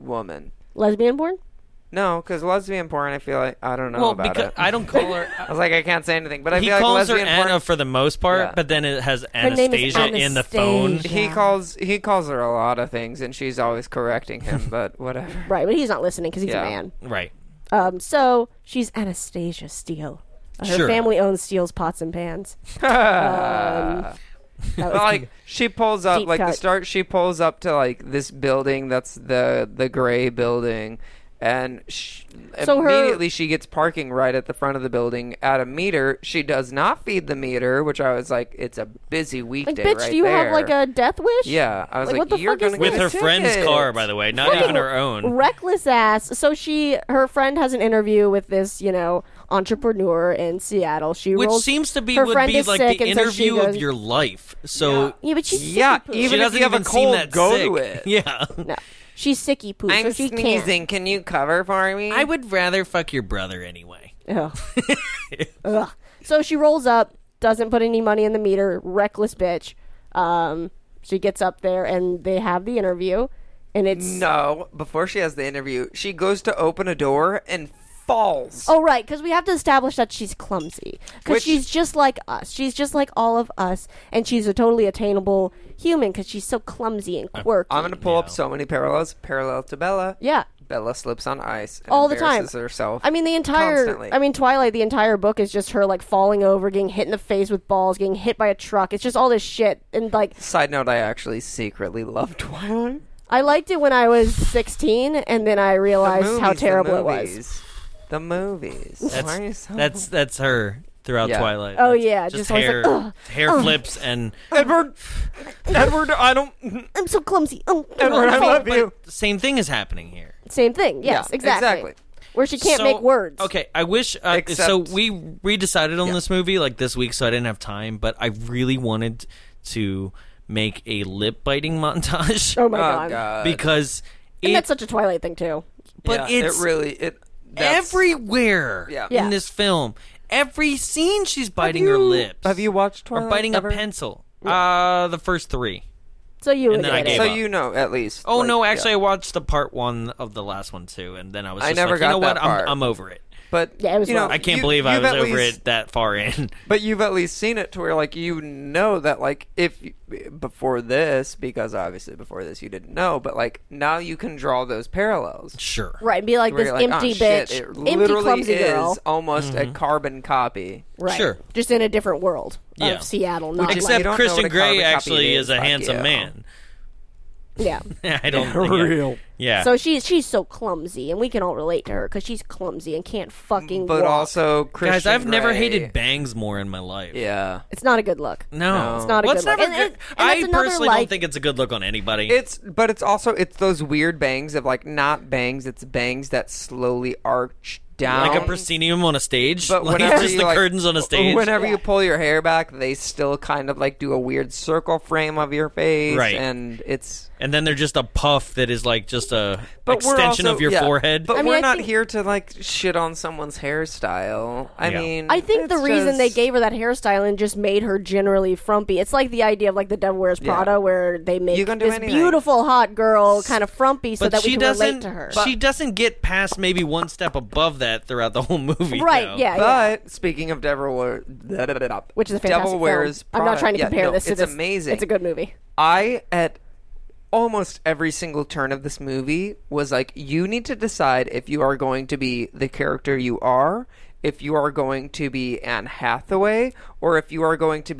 [SPEAKER 2] woman.
[SPEAKER 3] Lesbian born?
[SPEAKER 2] No, because lesbian porn, I feel like I don't know
[SPEAKER 1] Well,
[SPEAKER 2] about
[SPEAKER 1] because
[SPEAKER 2] it.
[SPEAKER 1] I don't call her. uh,
[SPEAKER 2] I was like, I can't say anything, but I
[SPEAKER 1] he
[SPEAKER 2] feel like
[SPEAKER 1] calls her
[SPEAKER 2] lesbian porn.
[SPEAKER 1] Anna for the most part,
[SPEAKER 2] Yeah.
[SPEAKER 1] but then it has
[SPEAKER 3] name is
[SPEAKER 1] Anastasia, in the phone.
[SPEAKER 3] Anastasia.
[SPEAKER 2] he
[SPEAKER 3] Yeah.
[SPEAKER 2] calls he calls her a lot of things, and she's always correcting him. But whatever.
[SPEAKER 3] Right, but he's not listening because he's
[SPEAKER 2] Yeah.
[SPEAKER 3] a man.
[SPEAKER 1] Right.
[SPEAKER 3] Um, so she's Anastasia Steele. Uh, Her
[SPEAKER 1] Sure. Uh,
[SPEAKER 3] family owns Steele's Pots and Pans. Um,
[SPEAKER 2] But,
[SPEAKER 1] Oh,
[SPEAKER 2] like she pulls up
[SPEAKER 3] Deep
[SPEAKER 2] like the
[SPEAKER 3] cut.
[SPEAKER 2] start she pulls up to like this building that's the the gray building and sh
[SPEAKER 3] So her-
[SPEAKER 2] immediately she gets parking right at the front of the building at a meter she does not feed the meter which i was like it's a busy
[SPEAKER 3] Like,
[SPEAKER 2] weekday
[SPEAKER 3] bitch,
[SPEAKER 2] right
[SPEAKER 3] do you
[SPEAKER 2] there
[SPEAKER 3] have like a death wish?
[SPEAKER 2] yeah i was
[SPEAKER 3] Like,
[SPEAKER 2] like,
[SPEAKER 3] what the
[SPEAKER 2] you're
[SPEAKER 3] fuck is
[SPEAKER 2] gonna
[SPEAKER 3] this?
[SPEAKER 1] With
[SPEAKER 2] get
[SPEAKER 1] her
[SPEAKER 2] a
[SPEAKER 1] friend's
[SPEAKER 2] ticket.
[SPEAKER 1] car, by the way, not even her own.
[SPEAKER 3] Reckless ass. So she, her friend has an interview with this, you know, entrepreneur in Seattle. She
[SPEAKER 1] Which
[SPEAKER 3] rolls,
[SPEAKER 1] seems to be
[SPEAKER 3] her
[SPEAKER 1] would
[SPEAKER 3] friend
[SPEAKER 1] be
[SPEAKER 3] is
[SPEAKER 1] like
[SPEAKER 3] sick,
[SPEAKER 1] the
[SPEAKER 3] and so she
[SPEAKER 1] interview of
[SPEAKER 3] goes-
[SPEAKER 1] your life. So
[SPEAKER 3] Yeah, but she's
[SPEAKER 2] yeah
[SPEAKER 3] sicky poo.
[SPEAKER 1] she
[SPEAKER 2] even if
[SPEAKER 1] doesn't
[SPEAKER 2] you have
[SPEAKER 1] even
[SPEAKER 2] a cold
[SPEAKER 1] seem that
[SPEAKER 2] go
[SPEAKER 1] sick.
[SPEAKER 2] to it
[SPEAKER 1] Yeah.
[SPEAKER 3] No, she's sicky poo.
[SPEAKER 2] i'm
[SPEAKER 3] so she
[SPEAKER 2] sneezing can you cover for me
[SPEAKER 1] I would rather fuck your brother anyway.
[SPEAKER 3] Can't. Ugh. Ugh. So she rolls up, doesn't put any money in the meter. Reckless bitch. Um, she gets up there and they have the interview, and it's
[SPEAKER 2] no before she has the interview she goes to open a door and falls
[SPEAKER 3] Oh right, because we have to establish that she's clumsy.
[SPEAKER 2] Which-
[SPEAKER 3] Because she's just like us. She's just like all of us, and she's a totally attainable human because she's so clumsy and quirky.
[SPEAKER 2] I'm gonna pull up so many parallels. Parallel to Bella.
[SPEAKER 3] yeah,
[SPEAKER 2] Bella slips on ice and
[SPEAKER 3] all the time.
[SPEAKER 2] embarrasses herself.
[SPEAKER 3] I mean, the entire.
[SPEAKER 2] constantly.
[SPEAKER 3] I mean, Twilight. The entire book is just her like falling over, getting hit in the face with balls, getting hit by a truck. It's just all this shit, and like
[SPEAKER 2] Side note: I actually secretly love Twilight.
[SPEAKER 3] I liked it when I was 16, and then I realized how
[SPEAKER 2] movies, the
[SPEAKER 3] terrible it was.
[SPEAKER 2] movies. The movies. Why are you so?
[SPEAKER 1] That's that's her throughout
[SPEAKER 2] Yeah.
[SPEAKER 1] Twilight.
[SPEAKER 3] Oh,
[SPEAKER 1] That's
[SPEAKER 3] yeah,
[SPEAKER 1] just
[SPEAKER 3] just always
[SPEAKER 1] hair,
[SPEAKER 3] like, ugh,
[SPEAKER 1] hair flips and
[SPEAKER 2] Edward. Edward, I don't.
[SPEAKER 3] I'm so clumsy. Oh,
[SPEAKER 2] Edward, I
[SPEAKER 3] oh.
[SPEAKER 2] love you.
[SPEAKER 1] the same thing is happening here.
[SPEAKER 3] Same thing. Yes,
[SPEAKER 2] Yeah,
[SPEAKER 3] exactly.
[SPEAKER 2] exactly.
[SPEAKER 3] Where she can't
[SPEAKER 1] So-
[SPEAKER 3] make words.
[SPEAKER 1] Okay, I wish. Uh,
[SPEAKER 2] Except-
[SPEAKER 1] so we we decided on this movie like this week, so I didn't have time, but I really wanted to make a lip biting montage
[SPEAKER 3] Oh my
[SPEAKER 2] Oh
[SPEAKER 3] god.
[SPEAKER 2] God.
[SPEAKER 1] because
[SPEAKER 3] And
[SPEAKER 1] it,
[SPEAKER 3] that's such a Twilight thing too.
[SPEAKER 1] but
[SPEAKER 2] Yeah,
[SPEAKER 1] it's
[SPEAKER 2] it really it. That's,
[SPEAKER 1] everywhere
[SPEAKER 2] Yeah.
[SPEAKER 1] in
[SPEAKER 3] Yeah.
[SPEAKER 1] this film. Every scene she's biting her lips.
[SPEAKER 2] Have you watched
[SPEAKER 1] or
[SPEAKER 2] Twilight?
[SPEAKER 1] biting
[SPEAKER 2] ever?
[SPEAKER 1] a pencil? Uh, the first three.
[SPEAKER 3] So you
[SPEAKER 1] And
[SPEAKER 3] would
[SPEAKER 1] then I
[SPEAKER 3] get it.
[SPEAKER 1] gave
[SPEAKER 2] So
[SPEAKER 1] up.
[SPEAKER 2] you know at least.
[SPEAKER 1] Oh
[SPEAKER 2] like,
[SPEAKER 1] no,
[SPEAKER 2] yeah.
[SPEAKER 1] actually, I watched the part one of the last one too, and then I was.
[SPEAKER 2] I
[SPEAKER 1] Just
[SPEAKER 2] never
[SPEAKER 1] like,
[SPEAKER 2] got
[SPEAKER 1] you know what?
[SPEAKER 2] that
[SPEAKER 1] I'm
[SPEAKER 2] part.
[SPEAKER 1] I'm over it.
[SPEAKER 2] But
[SPEAKER 3] Yeah, it was
[SPEAKER 2] you know,
[SPEAKER 3] wrong.
[SPEAKER 1] I can't
[SPEAKER 2] you-
[SPEAKER 1] believe I
[SPEAKER 2] you've
[SPEAKER 1] was
[SPEAKER 2] at
[SPEAKER 1] over
[SPEAKER 2] least-
[SPEAKER 1] it that far in.
[SPEAKER 2] But you've at least seen it to where like you know that like if before this because obviously before this you didn't know, but like now you can draw those parallels.
[SPEAKER 1] Sure.
[SPEAKER 3] Right, and be like
[SPEAKER 2] Where
[SPEAKER 3] this
[SPEAKER 2] you're like,
[SPEAKER 3] empty
[SPEAKER 2] "Oh, shit,
[SPEAKER 3] bitch,
[SPEAKER 2] it
[SPEAKER 3] empty
[SPEAKER 2] literally
[SPEAKER 3] clumsy
[SPEAKER 2] is
[SPEAKER 3] girl,
[SPEAKER 2] almost
[SPEAKER 1] Mm-hmm.
[SPEAKER 2] a carbon copy.
[SPEAKER 3] right?
[SPEAKER 1] Sure.
[SPEAKER 3] Just in a different world
[SPEAKER 1] Yeah.
[SPEAKER 3] of Seattle, not
[SPEAKER 2] is-
[SPEAKER 3] like,
[SPEAKER 2] you
[SPEAKER 1] Except
[SPEAKER 2] don't know
[SPEAKER 1] Christian
[SPEAKER 2] what a
[SPEAKER 1] Grey
[SPEAKER 2] carbon copy
[SPEAKER 1] actually
[SPEAKER 2] is,
[SPEAKER 1] is a
[SPEAKER 2] fuck
[SPEAKER 1] handsome
[SPEAKER 2] yeah.
[SPEAKER 1] man.
[SPEAKER 3] yeah.
[SPEAKER 1] I don't yeah, real. Yeah.
[SPEAKER 3] So she's she's so clumsy, and we can all relate to her because she's clumsy and can't fucking.
[SPEAKER 2] But
[SPEAKER 3] walk.
[SPEAKER 2] also, Christian
[SPEAKER 1] guys, I've never
[SPEAKER 2] Grey-
[SPEAKER 1] hated bangs more in my life.
[SPEAKER 2] Yeah,
[SPEAKER 3] it's not a good look.
[SPEAKER 1] No,
[SPEAKER 2] It's
[SPEAKER 3] not a
[SPEAKER 1] Well, it's
[SPEAKER 3] good look.
[SPEAKER 1] never good-
[SPEAKER 3] And- and- and
[SPEAKER 1] I
[SPEAKER 3] that's another,
[SPEAKER 1] personally don't
[SPEAKER 3] like-
[SPEAKER 1] think it's a good look on anybody.
[SPEAKER 2] it's but it's also it's those weird bangs of like not bangs, it's bangs that slowly arch down,
[SPEAKER 1] like a proscenium on a stage.
[SPEAKER 2] But
[SPEAKER 1] like
[SPEAKER 2] whenever
[SPEAKER 1] just
[SPEAKER 2] you,
[SPEAKER 1] the
[SPEAKER 2] like-
[SPEAKER 1] curtains on a stage.
[SPEAKER 2] Whenever you pull your hair back, they still kind of like do a weird circle frame of your face,
[SPEAKER 1] Right.
[SPEAKER 2] And it's
[SPEAKER 1] and then they're just a puff that is like just a
[SPEAKER 2] but we're
[SPEAKER 1] extension
[SPEAKER 2] also-
[SPEAKER 1] of your
[SPEAKER 2] yeah,
[SPEAKER 1] forehead.
[SPEAKER 2] But
[SPEAKER 3] I mean,
[SPEAKER 2] we're
[SPEAKER 3] I
[SPEAKER 2] not
[SPEAKER 3] think-
[SPEAKER 2] here to like shit on someone's hairstyle. I
[SPEAKER 1] Yeah.
[SPEAKER 2] mean,
[SPEAKER 3] I think the
[SPEAKER 2] it's
[SPEAKER 3] reason they
[SPEAKER 2] just-
[SPEAKER 3] gave her that hairstyle and just made her generally frumpy. It's like the idea of like the Devil Wears Prada, where they make
[SPEAKER 2] You
[SPEAKER 3] this
[SPEAKER 2] can do anything.
[SPEAKER 3] beautiful hot girl kind of frumpy so
[SPEAKER 1] But
[SPEAKER 3] that
[SPEAKER 1] she
[SPEAKER 3] we can
[SPEAKER 1] doesn't.
[SPEAKER 3] relate to her.
[SPEAKER 1] She doesn't get past maybe one step above that throughout the whole movie.
[SPEAKER 3] right?
[SPEAKER 1] though.
[SPEAKER 3] Yeah. yeah.
[SPEAKER 2] But speaking of Devil Wears,
[SPEAKER 3] Which is a fantastic
[SPEAKER 2] Devil Wears.
[SPEAKER 3] film. I'm not
[SPEAKER 2] Prada-
[SPEAKER 3] trying to
[SPEAKER 2] yeah,
[SPEAKER 3] compare
[SPEAKER 2] no,
[SPEAKER 3] this to
[SPEAKER 2] it's
[SPEAKER 3] this.
[SPEAKER 2] amazing.
[SPEAKER 3] It's a good movie.
[SPEAKER 2] I at almost every single turn of this movie was like you need to decide if you are going to be the character you are if you are going to be anne hathaway or if you are going to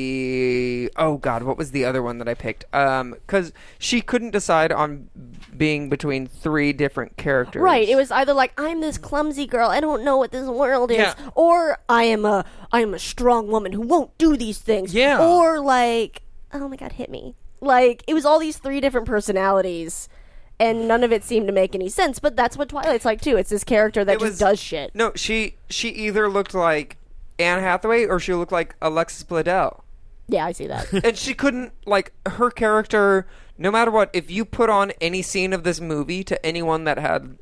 [SPEAKER 2] be oh god what was the other one that i picked um because she couldn't decide on being between three different characters
[SPEAKER 3] Right. It was either like I'm this clumsy girl, I don't know what this world is,
[SPEAKER 1] Yeah.
[SPEAKER 3] or I am a I am a strong woman who won't do these things.
[SPEAKER 1] Yeah.
[SPEAKER 3] Or like, oh my god, hit me. Like it was all these three different personalities. And none of it seemed to make any sense, but that's what Twilight's like too. It's this character that
[SPEAKER 2] It
[SPEAKER 3] just
[SPEAKER 2] was-
[SPEAKER 3] does shit.
[SPEAKER 2] no she she either looked like anne hathaway or she looked like alexis bledel
[SPEAKER 3] Yeah, I see that.
[SPEAKER 2] and she couldn't like her character no matter what if you put on any scene of this movie to anyone that had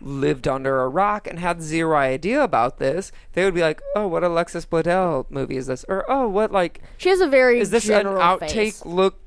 [SPEAKER 2] lived under a rock and had zero idea about this they would be like oh what alexis bledel movie is this or oh what like
[SPEAKER 3] she has a very
[SPEAKER 2] is this an
[SPEAKER 3] general
[SPEAKER 2] outtake
[SPEAKER 3] face.
[SPEAKER 2] look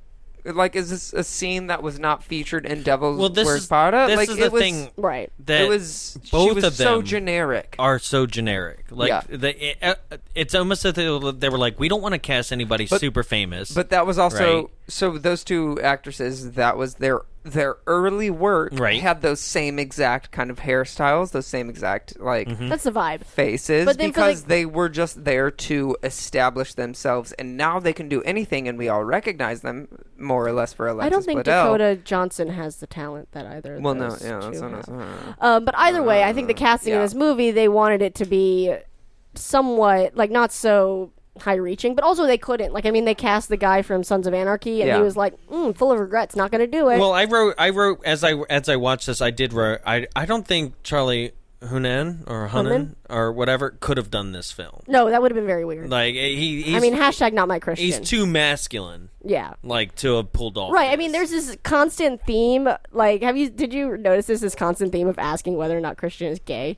[SPEAKER 2] like is this a scene that was not featured in devil's
[SPEAKER 1] Well, this
[SPEAKER 2] wears
[SPEAKER 1] is
[SPEAKER 2] prada
[SPEAKER 1] this
[SPEAKER 2] like
[SPEAKER 1] is
[SPEAKER 2] it
[SPEAKER 1] the
[SPEAKER 2] was
[SPEAKER 1] thing
[SPEAKER 3] Right.
[SPEAKER 1] that
[SPEAKER 2] it was
[SPEAKER 1] both
[SPEAKER 2] she was
[SPEAKER 1] of them
[SPEAKER 2] so generic
[SPEAKER 1] are so generic. Like
[SPEAKER 2] Yeah.
[SPEAKER 1] the, it, uh, it's almost as though they were like, we don't want to cast anybody super famous.
[SPEAKER 2] But that was also
[SPEAKER 1] Right.
[SPEAKER 2] so those two actresses. That was their their early work.
[SPEAKER 1] Right.
[SPEAKER 2] Had those same exact kind of hairstyles, those same exact like
[SPEAKER 1] Mm-hmm.
[SPEAKER 3] That's the vibe.
[SPEAKER 2] faces,
[SPEAKER 3] But then for,
[SPEAKER 2] because
[SPEAKER 3] like-
[SPEAKER 2] they were just there to establish themselves, and now they can do anything, and we all recognize them more or less for Alexis
[SPEAKER 3] I don't think
[SPEAKER 2] Bledel.
[SPEAKER 3] Dakota Johnson has the talent that either. Of
[SPEAKER 2] Well, no,
[SPEAKER 3] those
[SPEAKER 2] yeah,
[SPEAKER 3] two
[SPEAKER 2] that's what I'm
[SPEAKER 3] have.
[SPEAKER 2] saying.
[SPEAKER 3] Um, but either way, I think the casting in
[SPEAKER 2] yeah.
[SPEAKER 3] this movie they wanted it to be somewhat like not so high reaching, but also they couldn't. Like I mean, they cast the guy from Sons of Anarchy, and
[SPEAKER 2] Yeah.
[SPEAKER 3] he was like mm, full of regrets, not going to do it.
[SPEAKER 1] well, I wrote, I wrote as I as I watched this, I did wrote. I I don't think Charlie Hunan or Hunan
[SPEAKER 3] Hunnam?
[SPEAKER 1] or whatever could have done this film.
[SPEAKER 3] no, that would have been very weird.
[SPEAKER 1] Like he, he's,
[SPEAKER 3] I mean, hashtag not my Christian.
[SPEAKER 1] he's too masculine,
[SPEAKER 3] yeah.
[SPEAKER 1] like to have pulled off.
[SPEAKER 3] Right,
[SPEAKER 1] this.
[SPEAKER 3] I mean, there's this constant theme. Like, have you did you notice this this constant theme of asking whether or not Christian is gay?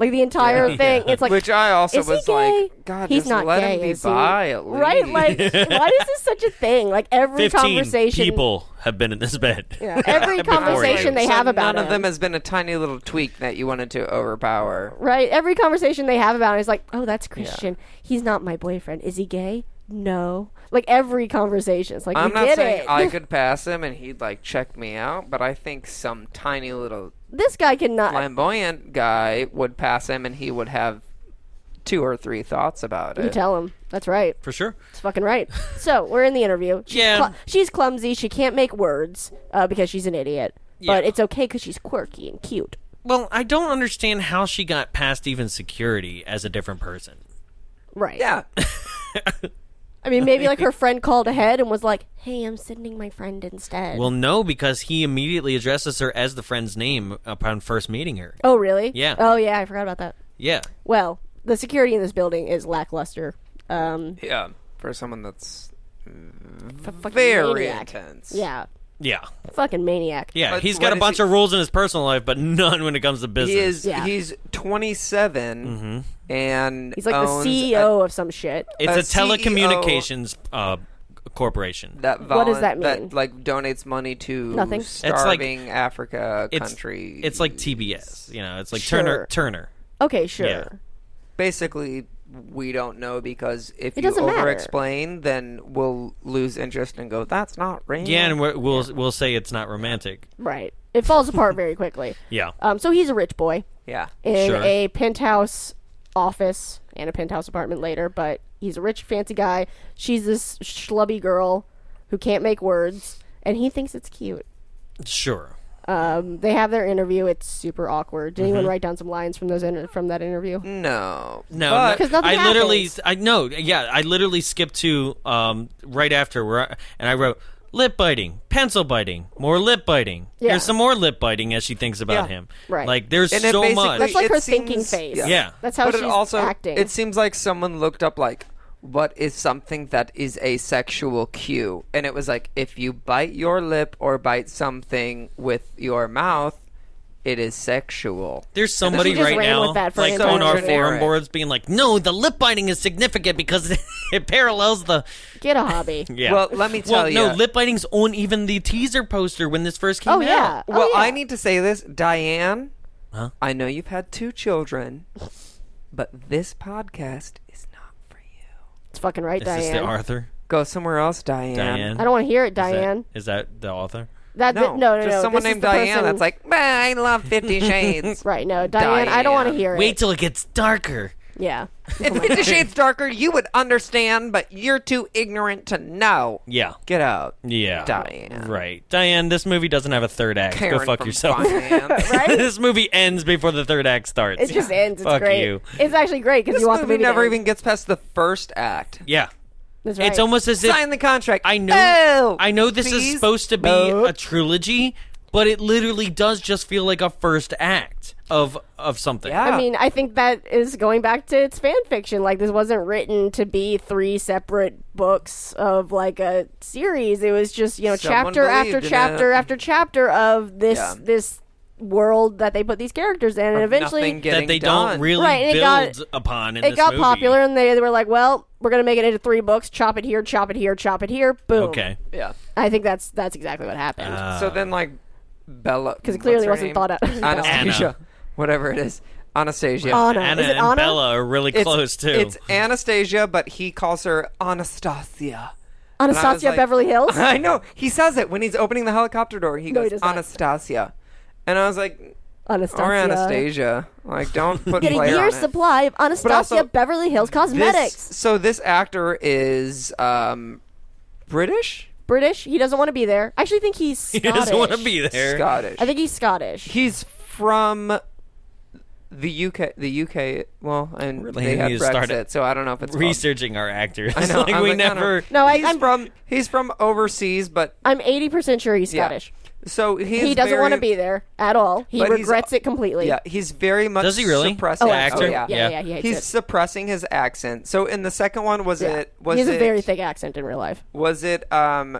[SPEAKER 3] Like the entire thing, it's like
[SPEAKER 2] Which I also
[SPEAKER 3] is he
[SPEAKER 2] was
[SPEAKER 3] gay?
[SPEAKER 2] like, God,
[SPEAKER 3] he's
[SPEAKER 2] just
[SPEAKER 3] not
[SPEAKER 2] let
[SPEAKER 3] gay,
[SPEAKER 2] him be
[SPEAKER 3] is he?
[SPEAKER 2] bi at
[SPEAKER 3] right?
[SPEAKER 2] least.
[SPEAKER 3] Like, why is this such a thing? Like every
[SPEAKER 1] fifteen
[SPEAKER 3] conversation,
[SPEAKER 1] people have been in this bed.
[SPEAKER 3] Yeah, every
[SPEAKER 1] Before
[SPEAKER 3] conversation
[SPEAKER 1] you.
[SPEAKER 3] they
[SPEAKER 2] So
[SPEAKER 3] have about
[SPEAKER 2] none of
[SPEAKER 3] him,
[SPEAKER 2] them has been a tiny little tweak that you wanted to overpower.
[SPEAKER 3] right? Every conversation they have about him is like, oh, that's Christian. He's not my boyfriend. Is he gay? No. Like every conversation, it's like
[SPEAKER 2] I'm
[SPEAKER 3] you
[SPEAKER 2] not
[SPEAKER 3] get
[SPEAKER 2] saying
[SPEAKER 3] it.
[SPEAKER 2] I could pass him and he'd like check me out, but I think some tiny little
[SPEAKER 3] this guy cannot.
[SPEAKER 2] flamboyant guy would pass him and he would have two or three thoughts about it.
[SPEAKER 3] You tell him. That's right.
[SPEAKER 1] for sure.
[SPEAKER 3] It's fucking right. So we're in the interview. She's
[SPEAKER 1] Yeah.
[SPEAKER 3] clu- she's clumsy. She can't make words uh, because she's an idiot. But
[SPEAKER 1] Yeah.
[SPEAKER 3] it's okay because she's quirky and cute.
[SPEAKER 1] Well, I don't understand how she got past even security as a different person.
[SPEAKER 3] Right.
[SPEAKER 2] yeah.
[SPEAKER 3] I mean, maybe like her friend called ahead and was like, "Hey, I'm sending my friend instead."
[SPEAKER 1] Well, no, because he immediately addresses her as the friend's name upon first meeting her.
[SPEAKER 3] oh, really?
[SPEAKER 1] Yeah.
[SPEAKER 3] Oh, yeah. I forgot about that.
[SPEAKER 1] Yeah.
[SPEAKER 3] Well, the security in this building is lackluster. Um,
[SPEAKER 2] Yeah. For someone that's very
[SPEAKER 3] maniac.
[SPEAKER 2] intense.
[SPEAKER 3] yeah,
[SPEAKER 1] Yeah.
[SPEAKER 3] fucking maniac.
[SPEAKER 1] Yeah.
[SPEAKER 2] But
[SPEAKER 1] he's
[SPEAKER 2] what
[SPEAKER 1] got a
[SPEAKER 2] is
[SPEAKER 1] bunch
[SPEAKER 2] he-
[SPEAKER 1] of rules in his personal life, but none when it comes to business.
[SPEAKER 2] He is
[SPEAKER 3] Yeah.
[SPEAKER 2] he's 27
[SPEAKER 1] Mm-hmm.
[SPEAKER 2] and
[SPEAKER 3] He's like
[SPEAKER 2] owns
[SPEAKER 3] the E
[SPEAKER 2] a-
[SPEAKER 3] CEO of some shit.
[SPEAKER 1] it's
[SPEAKER 2] a E
[SPEAKER 1] a telecommunications uh, corporation.
[SPEAKER 2] that
[SPEAKER 3] What does
[SPEAKER 2] volun-
[SPEAKER 3] that mean?
[SPEAKER 2] like donates money to
[SPEAKER 3] Nothing. It's
[SPEAKER 1] like-
[SPEAKER 2] starving Africa
[SPEAKER 1] it's,
[SPEAKER 2] countries.
[SPEAKER 1] It's like TBS. You know, it's like
[SPEAKER 3] Sure.
[SPEAKER 1] Turner. Turner.
[SPEAKER 3] Okay, sure.
[SPEAKER 1] Yeah.
[SPEAKER 2] basically we don't know because if you
[SPEAKER 3] It doesn't matter.
[SPEAKER 2] over explain then we'll lose interest and go that's not real
[SPEAKER 1] Yeah, and we're, we'll we'll say it's not romantic.
[SPEAKER 3] Right. It falls apart very quickly.
[SPEAKER 1] Yeah.
[SPEAKER 3] Um, so he's a rich boy.
[SPEAKER 2] yeah
[SPEAKER 3] in
[SPEAKER 1] Sure.
[SPEAKER 3] a penthouse office and a penthouse apartment later, but he's a rich, fancy guy. She's this schlubby girl who can't make words, and he thinks it's cute.
[SPEAKER 1] Sure.
[SPEAKER 3] Um, they have their interview. It's super awkward. Did
[SPEAKER 1] Mm-hmm.
[SPEAKER 3] anyone write down some lines from those inter- from that interview?
[SPEAKER 2] Mm, no
[SPEAKER 1] No,
[SPEAKER 2] But-
[SPEAKER 1] no,
[SPEAKER 3] 'Cause nothing
[SPEAKER 1] I literally,
[SPEAKER 3] happens.
[SPEAKER 1] I no, yeah, I literally skipped to um right after where, I, and I wrote lip biting, pencil biting, more lip biting.
[SPEAKER 3] Yeah.
[SPEAKER 1] There's some more lip biting as she thinks about
[SPEAKER 2] Yeah.
[SPEAKER 1] him.
[SPEAKER 3] Right.
[SPEAKER 1] like there's
[SPEAKER 2] And it
[SPEAKER 1] so
[SPEAKER 2] basically-
[SPEAKER 1] much.
[SPEAKER 3] That's like
[SPEAKER 2] it
[SPEAKER 3] her
[SPEAKER 2] seems-
[SPEAKER 3] thinking face.
[SPEAKER 2] yeah.
[SPEAKER 1] Yeah.
[SPEAKER 3] that's how
[SPEAKER 2] but
[SPEAKER 3] she's
[SPEAKER 2] it also
[SPEAKER 3] acting.
[SPEAKER 2] it seems like someone looked up like what is something that is a sexual cue and it was like if you bite your lip or bite something with your mouth it is sexual
[SPEAKER 1] There's somebody
[SPEAKER 3] just
[SPEAKER 1] right
[SPEAKER 3] ran
[SPEAKER 1] now,
[SPEAKER 3] with that for
[SPEAKER 1] like
[SPEAKER 3] an
[SPEAKER 1] on
[SPEAKER 3] entire
[SPEAKER 1] our
[SPEAKER 3] day.
[SPEAKER 1] forum boards, being like, "No, the lip biting is significant because it parallels the."
[SPEAKER 3] Get a hobby.
[SPEAKER 1] Yeah.
[SPEAKER 2] Well, let me
[SPEAKER 1] Well,
[SPEAKER 2] tell
[SPEAKER 1] no,
[SPEAKER 2] ya.
[SPEAKER 1] lip biting's on even the teaser poster when this first came
[SPEAKER 3] Oh
[SPEAKER 1] out.
[SPEAKER 3] yeah. Oh,
[SPEAKER 2] well
[SPEAKER 3] yeah.
[SPEAKER 2] i need to say this diane i know you've had two children but this podcast is not for you
[SPEAKER 3] It's fucking right,
[SPEAKER 1] Is this the
[SPEAKER 3] Diane.
[SPEAKER 1] Arthur?
[SPEAKER 2] Go somewhere else, Diane.
[SPEAKER 1] Diane.
[SPEAKER 3] I don't want to hear it,
[SPEAKER 1] Is that-
[SPEAKER 3] Diane.
[SPEAKER 1] Is that the author?
[SPEAKER 3] That,
[SPEAKER 2] No,
[SPEAKER 3] Uh, no, no, no.
[SPEAKER 2] just someone
[SPEAKER 3] This is
[SPEAKER 2] named
[SPEAKER 3] the
[SPEAKER 2] Diane
[SPEAKER 3] person-
[SPEAKER 2] that's like, "Bah, I love Fifty Shades.
[SPEAKER 3] right? No, Diane. I don't want to
[SPEAKER 2] Diane.
[SPEAKER 3] hear it.
[SPEAKER 1] Wait till it gets darker.
[SPEAKER 3] yeah.
[SPEAKER 2] If Fifty Shades Darker, you would understand, but you're too ignorant to know.
[SPEAKER 1] Yeah.
[SPEAKER 2] Get out.
[SPEAKER 1] Yeah.
[SPEAKER 2] Diane.
[SPEAKER 1] Right. Diane, this movie doesn't have a third act.
[SPEAKER 2] Karen
[SPEAKER 1] Go fuck
[SPEAKER 2] from
[SPEAKER 1] yourself.
[SPEAKER 2] finance.
[SPEAKER 3] Right?
[SPEAKER 1] this movie ends before the third act starts.
[SPEAKER 3] It just ends. It's
[SPEAKER 1] Fuck
[SPEAKER 3] great.
[SPEAKER 1] you.
[SPEAKER 3] It's actually great because
[SPEAKER 2] this
[SPEAKER 3] you want
[SPEAKER 2] movie
[SPEAKER 3] the movie
[SPEAKER 2] never
[SPEAKER 3] to
[SPEAKER 2] even gets past the first act.
[SPEAKER 1] yeah.
[SPEAKER 3] That's right.
[SPEAKER 1] It's almost as if
[SPEAKER 2] Sign the contract.
[SPEAKER 1] I know
[SPEAKER 2] No,
[SPEAKER 1] I know this is
[SPEAKER 2] please.
[SPEAKER 1] supposed to be
[SPEAKER 2] No.
[SPEAKER 1] a trilogy, but it literally does just feel like a first act of of something.
[SPEAKER 2] Yeah.
[SPEAKER 3] I mean, I think that is going back to its fan fiction. Like this wasn't written to be three separate books of like a series. It was just you know
[SPEAKER 2] Someone
[SPEAKER 3] chapter after
[SPEAKER 2] believed in
[SPEAKER 3] chapter
[SPEAKER 2] it.
[SPEAKER 3] after chapter of this
[SPEAKER 2] Yeah.
[SPEAKER 3] this world that they put these characters in, and eventually
[SPEAKER 2] Nothing getting
[SPEAKER 1] That they
[SPEAKER 2] done.
[SPEAKER 1] don't really
[SPEAKER 3] Right, and it
[SPEAKER 1] build
[SPEAKER 3] got-
[SPEAKER 1] upon in
[SPEAKER 3] it
[SPEAKER 1] this
[SPEAKER 3] got
[SPEAKER 1] movie.
[SPEAKER 3] popular, and they, they were like, well, we're gonna make it into three books. Chop it here, chop it here, chop it here. Boom.
[SPEAKER 1] Okay.
[SPEAKER 2] Yeah.
[SPEAKER 3] I think that's that's exactly what happened.
[SPEAKER 1] Uh,
[SPEAKER 2] so then, like Bella, because
[SPEAKER 3] it clearly wasn't thought out.
[SPEAKER 2] Anastasia, whatever it is, Anastasia.
[SPEAKER 3] Anna.
[SPEAKER 1] Anna
[SPEAKER 3] is it
[SPEAKER 1] and
[SPEAKER 3] Anna?
[SPEAKER 1] Bella are really
[SPEAKER 2] it's,
[SPEAKER 1] close too.
[SPEAKER 2] It's Anastasia, but he calls her Anastasia. And I was
[SPEAKER 3] Anastasia
[SPEAKER 2] like-
[SPEAKER 3] Beverly Hills.
[SPEAKER 2] I know he says it when he's opening the helicopter door. He
[SPEAKER 3] No,
[SPEAKER 2] goes
[SPEAKER 3] he does not.
[SPEAKER 2] Anastasia, and I was like,
[SPEAKER 3] Anastasia.
[SPEAKER 2] or Anastasia. Like, don't put
[SPEAKER 3] Get a
[SPEAKER 2] flair
[SPEAKER 3] year's
[SPEAKER 2] on it.
[SPEAKER 3] supply of Anastasia
[SPEAKER 2] also,
[SPEAKER 3] Beverly Hills
[SPEAKER 2] This-
[SPEAKER 3] Cosmetics.
[SPEAKER 2] so this actor is um, British,
[SPEAKER 3] British. He doesn't want to be there. I actually think he's
[SPEAKER 1] he
[SPEAKER 3] Scottish.
[SPEAKER 1] doesn't want to be there.
[SPEAKER 2] Scottish.
[SPEAKER 3] I think he's Scottish.
[SPEAKER 2] he's from the UK. The UK. Well, and
[SPEAKER 1] Really
[SPEAKER 2] they had
[SPEAKER 1] need to start
[SPEAKER 2] Brexit, so I don't know if it's called-
[SPEAKER 1] Researching our actors.
[SPEAKER 2] I know.
[SPEAKER 1] like
[SPEAKER 2] I'm
[SPEAKER 1] we
[SPEAKER 2] like, I don't know.
[SPEAKER 1] never
[SPEAKER 3] No, I-
[SPEAKER 2] he's
[SPEAKER 3] I'm-
[SPEAKER 2] from he's from overseas, but
[SPEAKER 3] I'm 80% sure he's
[SPEAKER 2] yeah.
[SPEAKER 3] Scottish.
[SPEAKER 2] So he's
[SPEAKER 3] He doesn't
[SPEAKER 2] very-
[SPEAKER 3] want to be there at all. He
[SPEAKER 2] But he's-
[SPEAKER 3] regrets it completely.
[SPEAKER 2] Yeah, he's very much.
[SPEAKER 1] Does he really?
[SPEAKER 2] Suppressing.
[SPEAKER 1] The
[SPEAKER 3] Oh,
[SPEAKER 1] actor?
[SPEAKER 3] yeah, yeah, yeah, he hates
[SPEAKER 2] he's
[SPEAKER 3] it.
[SPEAKER 2] suppressing his accent. So in the second one, was
[SPEAKER 3] Yeah.
[SPEAKER 2] it was
[SPEAKER 3] he has
[SPEAKER 2] it
[SPEAKER 3] a very thick accent in real life.
[SPEAKER 2] was it um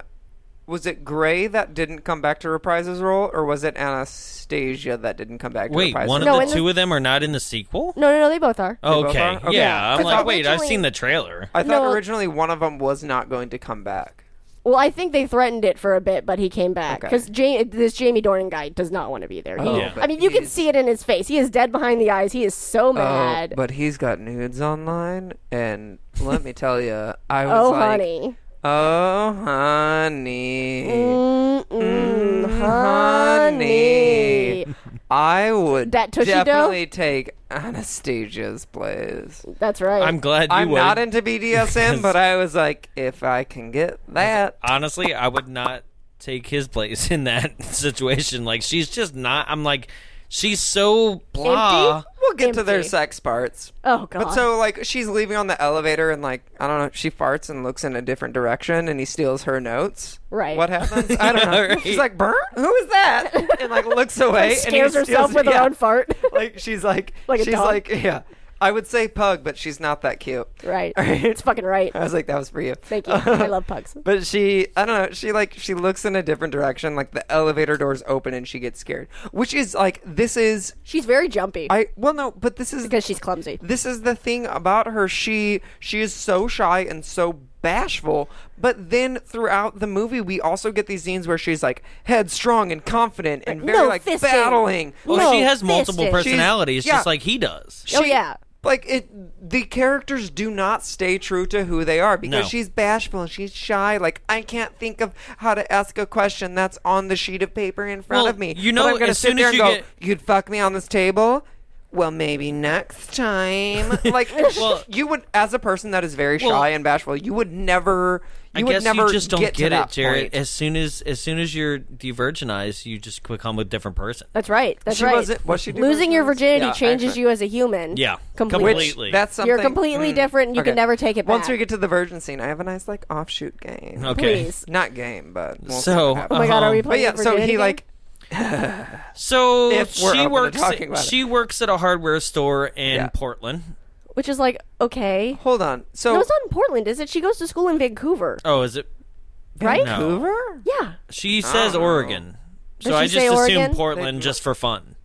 [SPEAKER 2] was it Gray that didn't come back to reprise his role, or was it Anastasia that didn't come back? to
[SPEAKER 1] Wait,
[SPEAKER 2] reprise
[SPEAKER 1] one of
[SPEAKER 2] his
[SPEAKER 3] No,
[SPEAKER 1] the
[SPEAKER 3] in the-
[SPEAKER 1] two of them are not in the sequel?
[SPEAKER 3] No, no, no, they both are.
[SPEAKER 2] both
[SPEAKER 1] okay.
[SPEAKER 2] are? Okay.
[SPEAKER 1] Yeah. I'm
[SPEAKER 2] Because
[SPEAKER 1] like, wait, I've
[SPEAKER 3] originally-
[SPEAKER 1] seen the trailer.
[SPEAKER 2] I thought
[SPEAKER 3] No.
[SPEAKER 2] originally one of them was not going to come back.
[SPEAKER 3] Well, I think they threatened it for a bit, but he came back
[SPEAKER 2] Okay.
[SPEAKER 3] because this Jamie Dornan guy does not want to be there. He-
[SPEAKER 2] Oh,
[SPEAKER 1] Yeah.
[SPEAKER 3] I
[SPEAKER 2] but
[SPEAKER 3] mean, you can
[SPEAKER 2] he's-
[SPEAKER 3] see it in his face. He is dead behind the eyes. He is so mad.
[SPEAKER 2] Oh, but he's got nudes online, and let me tell you, I was
[SPEAKER 3] oh,
[SPEAKER 2] like,
[SPEAKER 3] honey. Mm.
[SPEAKER 2] oh honey,
[SPEAKER 3] Mm-mm,
[SPEAKER 2] mm, honey, I would
[SPEAKER 3] That tushy dough?
[SPEAKER 2] definitely take Anastasia's place.
[SPEAKER 3] That's right.
[SPEAKER 1] I'm glad you
[SPEAKER 2] I'm
[SPEAKER 1] would.
[SPEAKER 2] not into BDSM,
[SPEAKER 1] Yes.
[SPEAKER 2] but I was like, if I can get that,
[SPEAKER 1] honestly, I would not take his place in that situation. Like she's just not. I'm like, she's so blah.
[SPEAKER 3] Empty?
[SPEAKER 2] we'll get to their
[SPEAKER 3] Empty.
[SPEAKER 2] sex parts.
[SPEAKER 3] oh, God.
[SPEAKER 2] But so like she's leaving on the elevator and like I don't know she farts and looks in a different direction and he steals her notes.
[SPEAKER 3] Right.
[SPEAKER 2] What happens? I don't know.
[SPEAKER 1] Right.
[SPEAKER 2] She's like, "Burn? Who is that?" And like looks away. and he
[SPEAKER 3] scares herself
[SPEAKER 2] steals-
[SPEAKER 3] with
[SPEAKER 2] yeah.
[SPEAKER 3] her own fart.
[SPEAKER 2] Like she's like,
[SPEAKER 3] Like a
[SPEAKER 2] she's
[SPEAKER 3] dog.
[SPEAKER 2] like yeah. I would say pug, but she's not that cute.
[SPEAKER 3] right. It's fucking right.
[SPEAKER 2] I was like, that was for you.
[SPEAKER 3] Thank you. I love pugs.
[SPEAKER 2] But she, I don't know. She like she looks in a different direction. Like the elevator doors open and she gets scared, which is like this is
[SPEAKER 3] She's very jumpy
[SPEAKER 2] I well no, but this is
[SPEAKER 3] because she's clumsy.
[SPEAKER 2] this is the thing about her she she is so shy and so bashful but then throughout the movie we also get these scenes where she's like headstrong and confident and very
[SPEAKER 3] no
[SPEAKER 2] like
[SPEAKER 3] fisting.
[SPEAKER 2] battling
[SPEAKER 1] Well,
[SPEAKER 3] No,
[SPEAKER 1] she has multiple
[SPEAKER 3] fisted.
[SPEAKER 1] personalities,
[SPEAKER 2] She's- yeah.
[SPEAKER 1] just like he does.
[SPEAKER 3] oh,
[SPEAKER 2] She-
[SPEAKER 3] yeah.
[SPEAKER 2] like it the characters do not stay true to who they are
[SPEAKER 1] No.
[SPEAKER 2] because she's bashful and she's shy like i can't think of how to ask a question that's on the sheet of paper in front
[SPEAKER 1] Well,
[SPEAKER 2] of me
[SPEAKER 1] you
[SPEAKER 2] But
[SPEAKER 1] know,
[SPEAKER 2] i'm gonna
[SPEAKER 1] as
[SPEAKER 2] sit
[SPEAKER 1] soon
[SPEAKER 2] there
[SPEAKER 1] as
[SPEAKER 2] and
[SPEAKER 1] you
[SPEAKER 2] go
[SPEAKER 1] get-
[SPEAKER 2] you'd fuck me on this table well, maybe next time. Like
[SPEAKER 1] Well-
[SPEAKER 2] you would, as a person that is very shy
[SPEAKER 1] Well-
[SPEAKER 2] and bashful, you would never. You
[SPEAKER 1] I
[SPEAKER 2] would
[SPEAKER 1] guess
[SPEAKER 2] never
[SPEAKER 1] you just don't
[SPEAKER 2] get,
[SPEAKER 1] get,
[SPEAKER 2] to
[SPEAKER 1] it,
[SPEAKER 2] that
[SPEAKER 1] Jared.
[SPEAKER 2] point.
[SPEAKER 1] As soon as as soon as you're de-virginized, you just become a different person.
[SPEAKER 3] That's right. That's
[SPEAKER 2] She
[SPEAKER 3] right.
[SPEAKER 2] wasn't- was she
[SPEAKER 3] Losing your
[SPEAKER 2] divorced?
[SPEAKER 3] virginity
[SPEAKER 2] Yeah,
[SPEAKER 3] changes
[SPEAKER 2] actually.
[SPEAKER 3] you as a human.
[SPEAKER 1] Yeah.
[SPEAKER 3] Completely.
[SPEAKER 1] Which- Completely.
[SPEAKER 2] That's something Mm.
[SPEAKER 3] You're completely different and you
[SPEAKER 2] okay.
[SPEAKER 3] can never take it back.
[SPEAKER 2] Once we get to the virgin scene, I have a nice like offshoot game.
[SPEAKER 1] Okay.
[SPEAKER 3] Please.
[SPEAKER 2] Not game, but we'll see
[SPEAKER 1] So,
[SPEAKER 2] what happens.
[SPEAKER 1] uh,
[SPEAKER 3] Oh, my God. Are we
[SPEAKER 1] Um,
[SPEAKER 2] But
[SPEAKER 3] playing
[SPEAKER 2] yeah, so
[SPEAKER 3] virginity
[SPEAKER 2] he
[SPEAKER 3] game?
[SPEAKER 2] like
[SPEAKER 1] So
[SPEAKER 2] If we're
[SPEAKER 1] she
[SPEAKER 2] open to
[SPEAKER 1] works.
[SPEAKER 2] talking about it.
[SPEAKER 1] she works at a hardware store in
[SPEAKER 2] Yeah.
[SPEAKER 1] Portland.
[SPEAKER 3] Which is like, okay.
[SPEAKER 2] hold on. So
[SPEAKER 3] No, it's not in Portland, is it? She goes to school in Vancouver,
[SPEAKER 1] Oh, is it?
[SPEAKER 3] right?
[SPEAKER 1] No.
[SPEAKER 2] Vancouver?
[SPEAKER 3] Yeah.
[SPEAKER 1] She says
[SPEAKER 2] Oh,
[SPEAKER 1] Oregon. So
[SPEAKER 3] Does
[SPEAKER 1] I
[SPEAKER 3] she
[SPEAKER 1] just
[SPEAKER 3] say
[SPEAKER 1] assumed
[SPEAKER 3] Oregon?
[SPEAKER 1] Portland just for fun.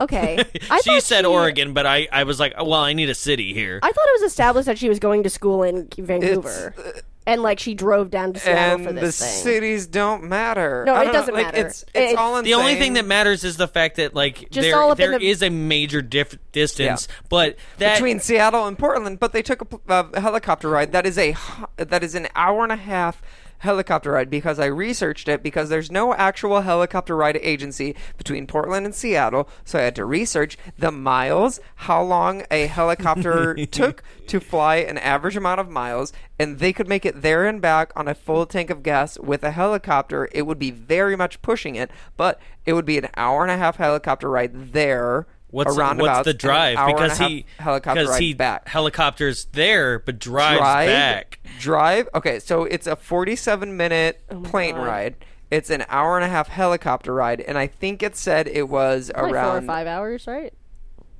[SPEAKER 3] Okay. I
[SPEAKER 1] she
[SPEAKER 3] thought
[SPEAKER 1] said Oregon, but I, I was like, oh, well, I need a city here.
[SPEAKER 3] I thought it was established that she was going to school in
[SPEAKER 2] It's
[SPEAKER 3] Vancouver.
[SPEAKER 2] uh,
[SPEAKER 3] and like she drove down to Seattle
[SPEAKER 2] and
[SPEAKER 3] for
[SPEAKER 2] the
[SPEAKER 3] this thing.
[SPEAKER 2] cities don't matter.
[SPEAKER 3] No,
[SPEAKER 2] I
[SPEAKER 3] it
[SPEAKER 2] don't-
[SPEAKER 3] doesn't
[SPEAKER 2] like,
[SPEAKER 3] matter.
[SPEAKER 2] It's, it's
[SPEAKER 3] It-
[SPEAKER 2] all
[SPEAKER 3] The
[SPEAKER 1] The only
[SPEAKER 2] insane.
[SPEAKER 1] thing that matters is the fact that like
[SPEAKER 3] Just
[SPEAKER 1] there there
[SPEAKER 3] all
[SPEAKER 1] is
[SPEAKER 3] up in the-
[SPEAKER 1] a major diff- distance,
[SPEAKER 2] Yeah.
[SPEAKER 1] but that
[SPEAKER 2] between Seattle and Portland, but they took a, pl- a helicopter ride. That is a h- that is an hour and a half helicopter ride because I researched it because there's no actual helicopter ride agency between Portland and Seattle, so I had to research the miles, how long a helicopter took to fly an average amount of miles, and they could make it there and back on a full tank of gas with a helicopter. It would be very much pushing it, but it would be an hour and a half helicopter ride there
[SPEAKER 1] what's
[SPEAKER 2] a
[SPEAKER 1] what's
[SPEAKER 2] roundabout
[SPEAKER 1] the
[SPEAKER 2] and an
[SPEAKER 1] drive
[SPEAKER 2] hour and a
[SPEAKER 1] because
[SPEAKER 2] half
[SPEAKER 1] he
[SPEAKER 2] helicopter
[SPEAKER 1] because
[SPEAKER 2] ride
[SPEAKER 1] he
[SPEAKER 2] back
[SPEAKER 1] helicopters there but drives
[SPEAKER 2] drive
[SPEAKER 1] back.
[SPEAKER 2] drive okay so it's a 47 minute
[SPEAKER 3] Oh
[SPEAKER 2] plane ride it's an hour and a half helicopter ride and i think it said it was
[SPEAKER 3] like
[SPEAKER 2] around
[SPEAKER 3] four or five hours, right?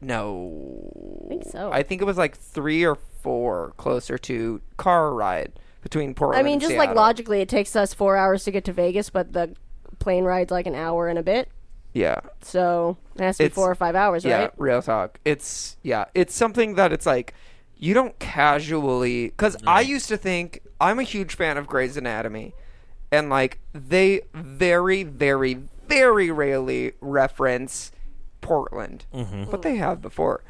[SPEAKER 2] no
[SPEAKER 3] I think so.
[SPEAKER 2] i think it was like three or four closer to car ride between portland
[SPEAKER 3] I mean,
[SPEAKER 2] and
[SPEAKER 3] just like
[SPEAKER 2] Seattle.
[SPEAKER 3] logically, it takes us four hours to get to Vegas, but the plane ride's like an hour and a bit,
[SPEAKER 2] yeah
[SPEAKER 3] so it has to be
[SPEAKER 2] It's-
[SPEAKER 3] four or five hours,
[SPEAKER 2] Yeah,
[SPEAKER 3] right?
[SPEAKER 2] real talk. It's yeah, it's something that it's like you don't casually because I used to think I'm a huge fan of Grey's Anatomy, and like they very, very, very rarely reference Portland,
[SPEAKER 1] Mm-hmm.
[SPEAKER 2] but they have before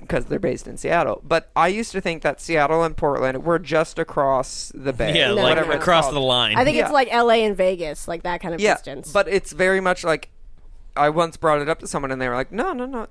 [SPEAKER 2] because they're based in Seattle. But I used to think that Seattle and Portland were just across the bay,
[SPEAKER 1] Yeah,
[SPEAKER 3] No,
[SPEAKER 1] like
[SPEAKER 2] whatever it's
[SPEAKER 1] across
[SPEAKER 2] called.
[SPEAKER 1] the line.
[SPEAKER 3] I think
[SPEAKER 2] Yeah.
[SPEAKER 3] it's like L.A. and Vegas, like that kind of distance.
[SPEAKER 2] But it's very much like I once brought it up to someone and they were like, "No, no, no,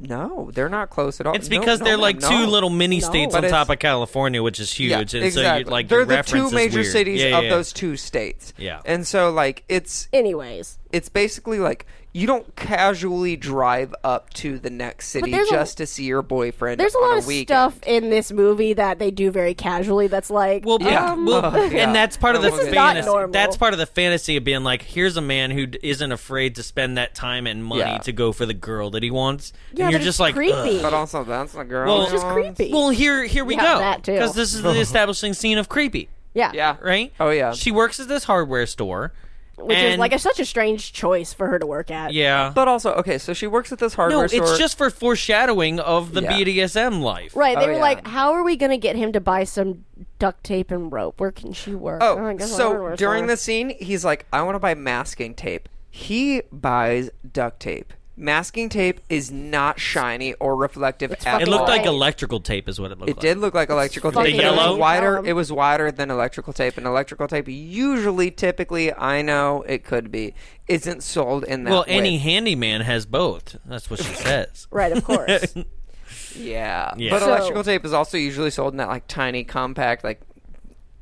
[SPEAKER 2] no, they're not close at all."
[SPEAKER 1] it's
[SPEAKER 2] No,
[SPEAKER 1] because
[SPEAKER 2] no,
[SPEAKER 1] they're
[SPEAKER 2] no,
[SPEAKER 1] like
[SPEAKER 2] no."
[SPEAKER 1] two little mini
[SPEAKER 3] No.
[SPEAKER 1] states
[SPEAKER 2] But
[SPEAKER 1] on top
[SPEAKER 2] it's-
[SPEAKER 1] of California, which is huge.
[SPEAKER 2] Yeah,
[SPEAKER 1] and so
[SPEAKER 2] exactly.
[SPEAKER 1] you like
[SPEAKER 2] they're
[SPEAKER 1] your
[SPEAKER 2] the
[SPEAKER 1] reference
[SPEAKER 2] two
[SPEAKER 1] is
[SPEAKER 2] major
[SPEAKER 1] weird.
[SPEAKER 2] cities
[SPEAKER 1] Yeah,
[SPEAKER 2] of
[SPEAKER 1] yeah, yeah.
[SPEAKER 2] those two states.
[SPEAKER 1] Yeah.
[SPEAKER 2] and so like it's
[SPEAKER 3] anyways,
[SPEAKER 2] it's basically like you don't casually drive up to the next city
[SPEAKER 3] there's a-
[SPEAKER 2] just to see your boyfriend.
[SPEAKER 3] there's a
[SPEAKER 2] on
[SPEAKER 3] lot of
[SPEAKER 2] weekend.
[SPEAKER 3] stuff in this movie that they do very casually. That's like,
[SPEAKER 1] Well,
[SPEAKER 2] Yeah.
[SPEAKER 1] um, well,
[SPEAKER 2] Ugh, yeah.
[SPEAKER 1] and that's part of the
[SPEAKER 2] This is
[SPEAKER 3] not
[SPEAKER 1] fantasy.
[SPEAKER 3] normal.
[SPEAKER 1] That's part of the fantasy of being like, here's a man who d- isn't afraid to spend that time and money
[SPEAKER 2] Yeah.
[SPEAKER 1] to go for the girl that he wants.
[SPEAKER 3] Yeah,
[SPEAKER 1] and you're
[SPEAKER 3] but
[SPEAKER 1] just
[SPEAKER 3] it's
[SPEAKER 1] like,
[SPEAKER 3] creepy.
[SPEAKER 1] ugh.
[SPEAKER 2] But also, that's the girl.
[SPEAKER 1] Well-
[SPEAKER 2] you
[SPEAKER 1] It's just
[SPEAKER 2] want.
[SPEAKER 3] creepy.
[SPEAKER 1] Well, here, here we
[SPEAKER 3] Yeah,
[SPEAKER 1] go.
[SPEAKER 3] that too.
[SPEAKER 1] Because this is the establishing scene of creepy,
[SPEAKER 3] yeah,
[SPEAKER 2] Yeah.
[SPEAKER 1] right?
[SPEAKER 2] Oh yeah.
[SPEAKER 1] She works at this hardware store,
[SPEAKER 3] which is
[SPEAKER 1] and-
[SPEAKER 3] like a, such a strange choice for her to work at.
[SPEAKER 1] yeah.
[SPEAKER 2] but also, okay, so she works at this hardware
[SPEAKER 1] no, it's
[SPEAKER 2] store.
[SPEAKER 1] just for foreshadowing of the
[SPEAKER 2] Yeah.
[SPEAKER 1] BDSM life.
[SPEAKER 3] Right, they
[SPEAKER 2] Oh,
[SPEAKER 3] were
[SPEAKER 2] yeah.
[SPEAKER 3] like, "How are we going to get him to buy some duct tape and rope? Where can she work?"
[SPEAKER 2] Oh,
[SPEAKER 3] I guess
[SPEAKER 2] so
[SPEAKER 3] hardware
[SPEAKER 2] during
[SPEAKER 3] store.
[SPEAKER 2] the scene, he's like, I want to buy masking tape. He buys duct tape. Masking tape is not shiny or reflective at
[SPEAKER 1] It
[SPEAKER 3] fucking
[SPEAKER 2] all.
[SPEAKER 1] looked like
[SPEAKER 3] Right.
[SPEAKER 1] electrical tape, is what it looked
[SPEAKER 2] It
[SPEAKER 1] like.
[SPEAKER 2] did look like electrical
[SPEAKER 3] fucking
[SPEAKER 2] tape. but It
[SPEAKER 1] yellow?
[SPEAKER 2] was wider.
[SPEAKER 3] dumb.
[SPEAKER 2] It was wider than electrical tape, and electrical tape usually, typically, I know it could be, isn't sold in that
[SPEAKER 1] Well,
[SPEAKER 2] way.
[SPEAKER 1] any handyman has both. That's what she says.
[SPEAKER 3] right, of course.
[SPEAKER 2] yeah.
[SPEAKER 1] Yeah.
[SPEAKER 2] But
[SPEAKER 1] So-
[SPEAKER 2] electrical tape is also usually sold in that like tiny, compact, like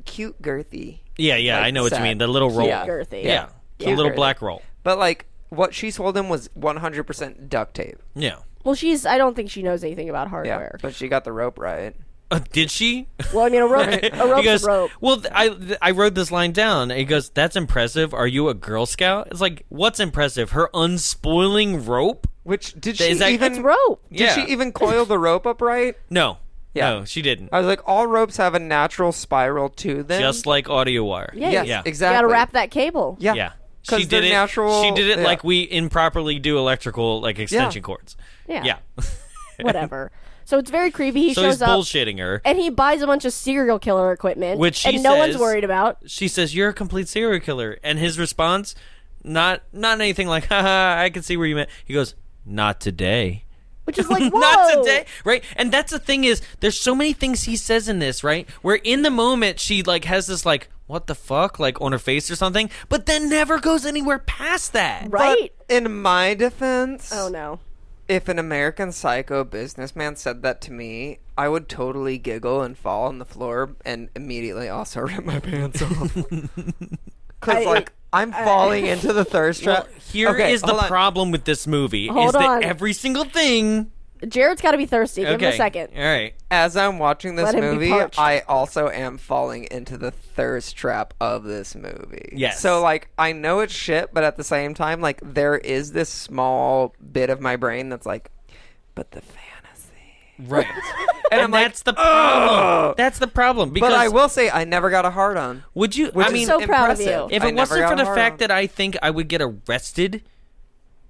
[SPEAKER 2] cute, girthy.
[SPEAKER 1] Yeah, yeah,
[SPEAKER 2] Like
[SPEAKER 1] I know what you
[SPEAKER 2] that.
[SPEAKER 1] mean. The little roll.
[SPEAKER 2] Yeah.
[SPEAKER 3] Girthy.
[SPEAKER 1] Yeah. The
[SPEAKER 2] Yeah.
[SPEAKER 1] little black roll.
[SPEAKER 2] But like what she sold him was 100% duct tape.
[SPEAKER 1] Yeah.
[SPEAKER 3] well, she's. I don't think she knows anything about
[SPEAKER 2] Yeah,
[SPEAKER 3] hardware.
[SPEAKER 2] but she got the rope right.
[SPEAKER 1] Uh, did she?
[SPEAKER 3] Well, I mean, a rope, a rope's
[SPEAKER 1] he goes,
[SPEAKER 3] a rope.
[SPEAKER 1] Well, th- I th- I wrote this line down. He goes, "That's impressive. Are you a Girl Scout?" It's like, what's impressive? Her unspoiling rope?
[SPEAKER 2] Which did
[SPEAKER 1] Is
[SPEAKER 2] she
[SPEAKER 1] that-
[SPEAKER 2] even
[SPEAKER 1] It's
[SPEAKER 3] Rope.
[SPEAKER 2] Did
[SPEAKER 1] Yeah.
[SPEAKER 2] she even coil the rope up right?
[SPEAKER 1] No,
[SPEAKER 2] Yeah.
[SPEAKER 1] no, she didn't.
[SPEAKER 2] I was like, all ropes have a natural spiral to them.
[SPEAKER 1] Just like audio wire.
[SPEAKER 3] Yeah,
[SPEAKER 2] yes,
[SPEAKER 1] yeah.
[SPEAKER 2] exactly.
[SPEAKER 3] You gotta wrap that cable.
[SPEAKER 2] Yeah,
[SPEAKER 1] yeah.
[SPEAKER 2] 'Cause
[SPEAKER 1] She
[SPEAKER 2] they're
[SPEAKER 1] did it.
[SPEAKER 2] natural-
[SPEAKER 1] she did it
[SPEAKER 2] yeah.
[SPEAKER 1] like we improperly do electrical like extension cords.
[SPEAKER 3] Yeah.
[SPEAKER 1] Yeah.
[SPEAKER 3] Whatever. So it's very creepy. He
[SPEAKER 1] so
[SPEAKER 3] shows
[SPEAKER 1] he's
[SPEAKER 3] up
[SPEAKER 1] bullshitting her.
[SPEAKER 3] and he buys a bunch of serial killer equipment,
[SPEAKER 1] Which she
[SPEAKER 3] and no one's
[SPEAKER 1] says-
[SPEAKER 3] worried about.
[SPEAKER 1] she says, "You're a complete serial killer," and his response, not not anything like, "Haha, I can see where you meant." He goes, "Not today."
[SPEAKER 3] Which is like, whoa,
[SPEAKER 1] Not today, right? And that's the thing is, there's so many things he says in this, right? Where in the moment she like has this like, what the fuck, like on her face or something, but then never goes anywhere past that.
[SPEAKER 2] But
[SPEAKER 3] right?
[SPEAKER 2] in my defense,
[SPEAKER 3] oh no.
[SPEAKER 2] if an American psycho businessman said that to me, I would totally giggle and fall on the floor and immediately also rip my pants off. Because like I'm falling into the thirst trap.
[SPEAKER 1] Well, here is
[SPEAKER 2] Okay,
[SPEAKER 1] the
[SPEAKER 2] hold on.
[SPEAKER 1] problem with this movie:
[SPEAKER 3] Hold
[SPEAKER 1] is that
[SPEAKER 3] on.
[SPEAKER 1] every single thing.
[SPEAKER 3] Jared's got to be thirsty. Give
[SPEAKER 1] okay,
[SPEAKER 3] him a second.
[SPEAKER 1] All right.
[SPEAKER 2] As I'm watching this
[SPEAKER 3] Let him be
[SPEAKER 2] movie,
[SPEAKER 3] parched.
[SPEAKER 2] I also am falling into the thirst trap of this movie.
[SPEAKER 1] Yes.
[SPEAKER 2] So like I know it's shit, but at the same time, like there is this small bit of my brain that's like, but the fantasy.
[SPEAKER 1] Right.
[SPEAKER 2] And, I'm
[SPEAKER 1] and that's the problem. That's the problem. Because
[SPEAKER 2] Like, but I will say I never got a hard on.
[SPEAKER 1] would you?
[SPEAKER 2] Which
[SPEAKER 1] I
[SPEAKER 2] is
[SPEAKER 1] mean,
[SPEAKER 3] so proud of you.
[SPEAKER 2] impressive.
[SPEAKER 1] If
[SPEAKER 2] I
[SPEAKER 1] it
[SPEAKER 2] never
[SPEAKER 1] wasn't
[SPEAKER 2] got
[SPEAKER 1] for
[SPEAKER 2] a
[SPEAKER 1] the
[SPEAKER 2] hard
[SPEAKER 1] fact
[SPEAKER 2] on.
[SPEAKER 1] that I think I would get arrested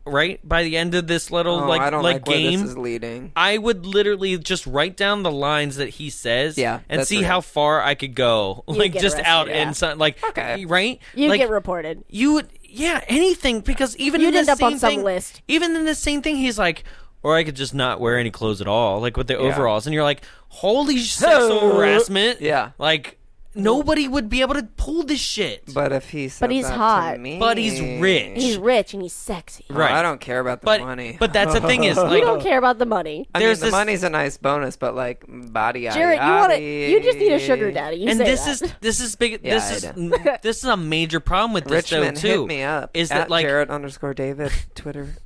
[SPEAKER 1] right? By the end of this little
[SPEAKER 2] Oh,
[SPEAKER 1] like
[SPEAKER 2] I don't
[SPEAKER 1] like,
[SPEAKER 2] like where
[SPEAKER 1] game,
[SPEAKER 2] this is leading.
[SPEAKER 1] I would literally just write down the lines that he says,
[SPEAKER 2] Yeah,
[SPEAKER 1] and
[SPEAKER 2] that's
[SPEAKER 1] see
[SPEAKER 2] real.
[SPEAKER 1] how far I could go, like
[SPEAKER 3] get
[SPEAKER 1] just
[SPEAKER 3] arrested,
[SPEAKER 1] out
[SPEAKER 3] yeah.
[SPEAKER 1] and some, like
[SPEAKER 2] Okay.
[SPEAKER 1] right?
[SPEAKER 3] You
[SPEAKER 1] like,
[SPEAKER 3] get reported.
[SPEAKER 1] you would yeah anything because even
[SPEAKER 3] You'd
[SPEAKER 1] in the
[SPEAKER 3] end up on
[SPEAKER 1] same
[SPEAKER 3] some
[SPEAKER 1] thing-
[SPEAKER 3] list.
[SPEAKER 1] even in the same thing he's like or i could just not wear any clothes at all like with the overalls and you're like holy sexual harassment
[SPEAKER 2] Yeah.
[SPEAKER 1] like nobody would be able to pull this shit
[SPEAKER 2] But if he said
[SPEAKER 3] But he's
[SPEAKER 2] that to
[SPEAKER 3] hot.
[SPEAKER 2] me-
[SPEAKER 1] but he's rich
[SPEAKER 3] He's rich and he's sexy.
[SPEAKER 1] right
[SPEAKER 2] I don't care about the
[SPEAKER 1] but
[SPEAKER 2] money.
[SPEAKER 1] but that's the thing is like oh.
[SPEAKER 3] You don't care about the money.
[SPEAKER 2] I mean,
[SPEAKER 1] there's
[SPEAKER 2] the
[SPEAKER 1] this-
[SPEAKER 2] money's a nice bonus, but like body.
[SPEAKER 3] Jared, you want to? You just need a sugar daddy. You
[SPEAKER 1] and
[SPEAKER 3] say
[SPEAKER 1] this
[SPEAKER 3] that.
[SPEAKER 1] is this is big
[SPEAKER 2] Yeah,
[SPEAKER 1] this
[SPEAKER 2] I
[SPEAKER 1] is
[SPEAKER 2] do.
[SPEAKER 1] this is a major problem with this
[SPEAKER 2] Richmond
[SPEAKER 1] though too
[SPEAKER 2] hit me up.
[SPEAKER 1] is
[SPEAKER 2] at
[SPEAKER 1] that like
[SPEAKER 2] Jared underscore David Twitter?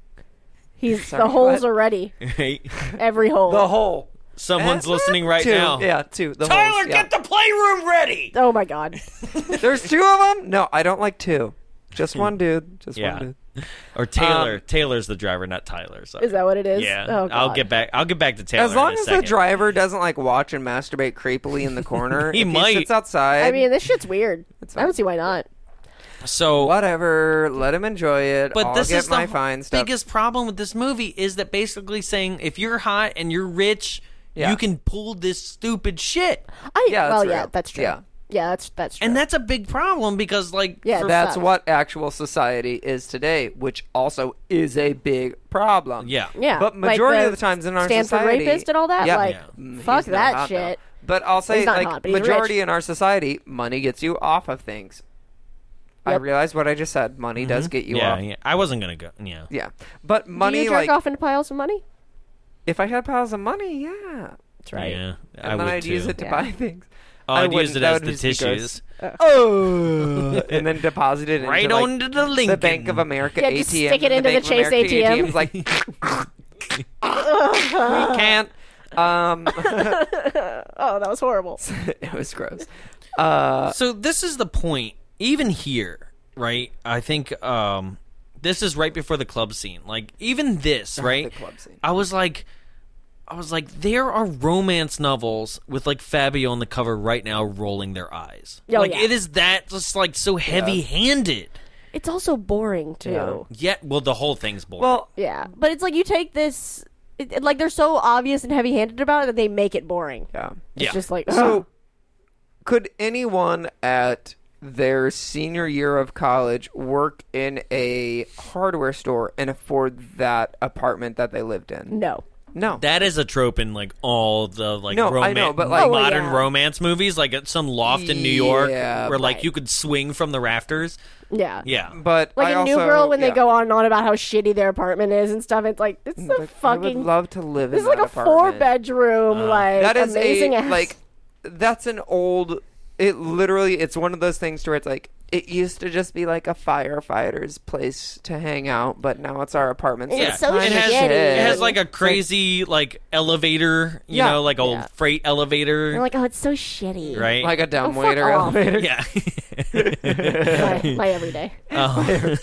[SPEAKER 3] he's
[SPEAKER 2] Sorry,
[SPEAKER 3] the holes
[SPEAKER 2] what?
[SPEAKER 3] are ready. Every hole.
[SPEAKER 2] whole.
[SPEAKER 1] someone's listening right
[SPEAKER 2] two.
[SPEAKER 1] now
[SPEAKER 2] Yeah, two. The
[SPEAKER 1] Tyler
[SPEAKER 2] holes, yeah.
[SPEAKER 1] get the playroom ready
[SPEAKER 3] oh my god.
[SPEAKER 2] There's two of them. No, I don't like two. Just one dude. Just
[SPEAKER 1] Yeah.
[SPEAKER 2] one dude.
[SPEAKER 1] Or Taylor. Taylor's the driver, not Tyler. Sorry.
[SPEAKER 3] Is that what it is?
[SPEAKER 1] Yeah.
[SPEAKER 3] Oh,
[SPEAKER 1] I'll
[SPEAKER 3] God.
[SPEAKER 1] get back. I'll get back to Taylor.
[SPEAKER 2] As long
[SPEAKER 1] in a
[SPEAKER 2] as the
[SPEAKER 1] second.
[SPEAKER 2] driver doesn't like watch and masturbate creepily in the corner,
[SPEAKER 1] He
[SPEAKER 2] if
[SPEAKER 1] might.
[SPEAKER 2] He sits outside.
[SPEAKER 3] I mean, this shit's weird. I
[SPEAKER 2] fine.
[SPEAKER 3] don't see why not.
[SPEAKER 1] So
[SPEAKER 2] whatever. Let him enjoy it.
[SPEAKER 1] But
[SPEAKER 2] I'll
[SPEAKER 1] this
[SPEAKER 2] get
[SPEAKER 1] is
[SPEAKER 2] my
[SPEAKER 1] the
[SPEAKER 2] fine stuff.
[SPEAKER 1] biggest problem with this movie is that basically saying if you're hot and you're rich,
[SPEAKER 2] Yeah.
[SPEAKER 1] you can pull this stupid shit,
[SPEAKER 3] I
[SPEAKER 2] Yeah, that's
[SPEAKER 3] well,
[SPEAKER 2] real.
[SPEAKER 3] yeah, that's true.
[SPEAKER 2] Yeah.
[SPEAKER 3] Yeah, that's that's true.
[SPEAKER 1] and that's a big problem because like
[SPEAKER 3] Yeah,
[SPEAKER 1] for-
[SPEAKER 3] that-
[SPEAKER 2] That's
[SPEAKER 3] sucks.
[SPEAKER 2] what actual society is today, which also is a big problem.
[SPEAKER 1] Yeah.
[SPEAKER 3] yeah.
[SPEAKER 2] But
[SPEAKER 3] like
[SPEAKER 2] majority
[SPEAKER 3] the
[SPEAKER 2] of the times in our
[SPEAKER 3] Stanford
[SPEAKER 2] society,
[SPEAKER 3] rapist and all that.
[SPEAKER 2] Yeah.
[SPEAKER 3] Like,
[SPEAKER 2] Mm,
[SPEAKER 3] fuck
[SPEAKER 2] he's not
[SPEAKER 3] that
[SPEAKER 2] hot,
[SPEAKER 3] shit.
[SPEAKER 2] though. But I'll say,
[SPEAKER 3] He's not
[SPEAKER 2] like,
[SPEAKER 3] hot, but he's
[SPEAKER 2] majority
[SPEAKER 3] rich.
[SPEAKER 2] in our society, money gets you off of things. I
[SPEAKER 3] Yep.
[SPEAKER 2] realize what I just said. Money does get you
[SPEAKER 1] Mm-hmm. yeah,
[SPEAKER 2] off.
[SPEAKER 1] yeah. I wasn't gonna go. Yeah.
[SPEAKER 2] Yeah. But
[SPEAKER 3] Do
[SPEAKER 2] money,
[SPEAKER 3] you jerk
[SPEAKER 2] like,
[SPEAKER 3] off into piles of money?
[SPEAKER 2] if I had piles of money, yeah.
[SPEAKER 3] That's right.
[SPEAKER 1] Yeah,
[SPEAKER 2] And
[SPEAKER 1] I
[SPEAKER 2] then
[SPEAKER 1] would
[SPEAKER 2] I'd
[SPEAKER 1] too.
[SPEAKER 2] use it to
[SPEAKER 3] Yeah.
[SPEAKER 2] buy things.
[SPEAKER 1] Oh,
[SPEAKER 2] I
[SPEAKER 1] I'd
[SPEAKER 2] wouldn't.
[SPEAKER 1] use it
[SPEAKER 2] That
[SPEAKER 1] as
[SPEAKER 2] would
[SPEAKER 1] the
[SPEAKER 2] just be gross.
[SPEAKER 1] tissues,
[SPEAKER 2] Uh, Oh, and then deposit it into,
[SPEAKER 1] Uh, right
[SPEAKER 2] like,
[SPEAKER 1] onto the link.
[SPEAKER 2] the Bank of America
[SPEAKER 3] Yeah,
[SPEAKER 2] ATM.
[SPEAKER 3] just stick it
[SPEAKER 2] and
[SPEAKER 3] into the
[SPEAKER 2] Bank of
[SPEAKER 3] Chase
[SPEAKER 2] America
[SPEAKER 3] ATM.
[SPEAKER 2] ATM's like, we can't. Um,
[SPEAKER 3] Oh, that was horrible.
[SPEAKER 2] it was gross. Uh.
[SPEAKER 1] So this is the point. Even here, right? I think um this is right before the club scene. Like even this, right?
[SPEAKER 2] club scene.
[SPEAKER 1] I was like I was like there are romance novels with like Fabio on the cover right now rolling their eyes.
[SPEAKER 3] Oh,
[SPEAKER 1] like
[SPEAKER 3] yeah.
[SPEAKER 1] it is that just like so heavy-handed.
[SPEAKER 3] It's also boring too.
[SPEAKER 1] Yet well the whole thing's boring.
[SPEAKER 2] Well,
[SPEAKER 3] Yeah, but it's like you take this. It, it- like they're so obvious and heavy-handed about it that they make it boring.
[SPEAKER 2] yeah.
[SPEAKER 3] It's
[SPEAKER 1] Yeah.
[SPEAKER 3] just like
[SPEAKER 2] So, could anyone at their senior year of college work in a hardware store and afford that apartment that they lived in?
[SPEAKER 3] no.
[SPEAKER 2] No.
[SPEAKER 1] that is a trope in like all the like
[SPEAKER 2] No,
[SPEAKER 1] roman-
[SPEAKER 2] I know, but, like- Oh,
[SPEAKER 3] well,
[SPEAKER 1] modern
[SPEAKER 3] yeah.
[SPEAKER 1] romance movies, like at some loft in New York
[SPEAKER 2] Yeah,
[SPEAKER 1] where like
[SPEAKER 3] right.
[SPEAKER 1] you could swing from the rafters.
[SPEAKER 3] Yeah.
[SPEAKER 1] Yeah,
[SPEAKER 2] but
[SPEAKER 3] Like
[SPEAKER 2] I
[SPEAKER 3] in New
[SPEAKER 2] also-
[SPEAKER 3] Girl, when
[SPEAKER 2] yeah.
[SPEAKER 3] they go on and on about how shitty their apartment is and stuff, it's like it's a
[SPEAKER 2] Like,
[SPEAKER 3] fucking.
[SPEAKER 2] I would love to live
[SPEAKER 3] this
[SPEAKER 2] in
[SPEAKER 3] is like
[SPEAKER 2] that
[SPEAKER 3] a
[SPEAKER 2] apartment.
[SPEAKER 1] Uh,
[SPEAKER 3] four-bedroom, like
[SPEAKER 2] that is
[SPEAKER 3] amazing
[SPEAKER 2] a
[SPEAKER 3] ass.
[SPEAKER 2] like that's an old it literally it's one of those things to where it's like it used to just be like a firefighter's place to hang out but now it's our apartment so
[SPEAKER 1] Yeah,
[SPEAKER 3] It's so
[SPEAKER 1] it has,
[SPEAKER 3] shitty.
[SPEAKER 1] it has
[SPEAKER 3] Yeah.
[SPEAKER 1] like a crazy like elevator, you
[SPEAKER 2] Yeah.
[SPEAKER 1] know, like a
[SPEAKER 3] Yeah.
[SPEAKER 1] freight elevator,
[SPEAKER 3] You're like, oh, it's so shitty.
[SPEAKER 1] right?
[SPEAKER 2] like a dumb
[SPEAKER 3] Oh, fuck
[SPEAKER 2] waiter
[SPEAKER 3] off.
[SPEAKER 2] elevator
[SPEAKER 1] yeah.
[SPEAKER 3] my, my everyday.
[SPEAKER 1] Um,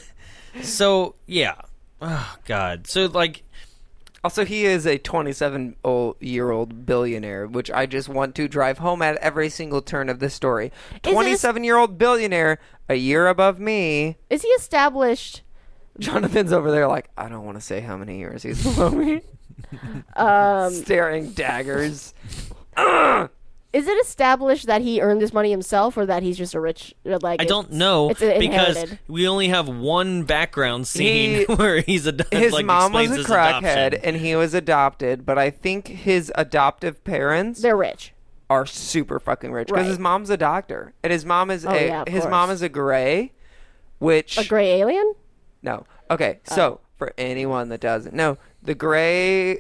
[SPEAKER 1] so yeah, oh god. So like,
[SPEAKER 2] also he is a 27 old- year old billionaire which i just want to drive home at every single turn of this story 27 year old billionaire a year above me
[SPEAKER 3] Is he established?
[SPEAKER 2] jonathan's over there like i don't want to say how many years he's below me
[SPEAKER 3] um,
[SPEAKER 2] staring daggers
[SPEAKER 3] Is it established that he earned this money himself, or that he's just a rich? uh, Like
[SPEAKER 1] I don't know
[SPEAKER 3] It's inherited.
[SPEAKER 1] because we only have one background scene
[SPEAKER 2] He-
[SPEAKER 1] where he's a
[SPEAKER 2] his
[SPEAKER 1] like,
[SPEAKER 2] mom was
[SPEAKER 1] explains
[SPEAKER 2] a
[SPEAKER 1] his
[SPEAKER 2] crackhead
[SPEAKER 1] adoption.
[SPEAKER 2] and he was adopted, but I think his adoptive parents
[SPEAKER 3] they're rich.
[SPEAKER 2] are super fucking rich because
[SPEAKER 3] Right. Oh,
[SPEAKER 2] his mom's a doctor and his mom is a
[SPEAKER 3] yeah, of
[SPEAKER 2] his
[SPEAKER 3] course.
[SPEAKER 2] mom is a gray, which
[SPEAKER 3] A gray alien.
[SPEAKER 2] no okay so for anyone that doesn't know the gray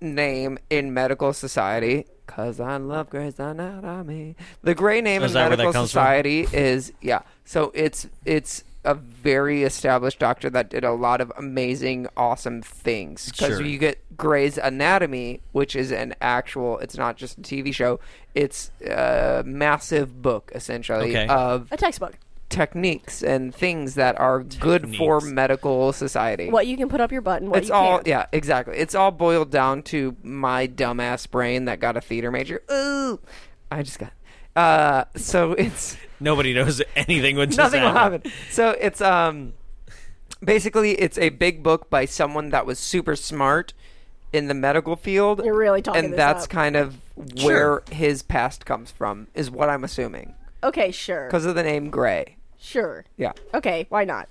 [SPEAKER 2] name in medical society. Cause I love Grey's Anatomy. The gray name
[SPEAKER 1] Is
[SPEAKER 2] in
[SPEAKER 1] that where that
[SPEAKER 2] medical
[SPEAKER 1] comes from?
[SPEAKER 2] society is yeah. So it's it's a very established doctor that did a lot of amazing, awesome things. Because
[SPEAKER 1] Sure.
[SPEAKER 2] you get Grey's Anatomy, which is an actual. It's not just a TV show. It's a massive book essentially
[SPEAKER 1] Okay.
[SPEAKER 2] of
[SPEAKER 3] A textbook.
[SPEAKER 2] techniques and things that are good for
[SPEAKER 1] Techniques.
[SPEAKER 2] medical society
[SPEAKER 3] What you can put up your butt and what
[SPEAKER 2] it's
[SPEAKER 3] you
[SPEAKER 2] all
[SPEAKER 3] can't.
[SPEAKER 2] yeah exactly it's all boiled down to my dumbass brain that got a theater major ooh i just got uh so it's
[SPEAKER 1] Nobody knows anything. Would just
[SPEAKER 2] nothing will
[SPEAKER 1] happen.
[SPEAKER 2] happen so it's um Basically, it's a big book by someone that was super smart in the medical field.
[SPEAKER 3] You're really talking
[SPEAKER 2] and
[SPEAKER 3] this
[SPEAKER 2] that's
[SPEAKER 3] up.
[SPEAKER 2] kind of where his past comes from, is what I'm assuming,
[SPEAKER 3] Okay, sure.
[SPEAKER 2] because of the name Gray.
[SPEAKER 3] Sure.
[SPEAKER 2] Yeah,
[SPEAKER 3] Okay, why not?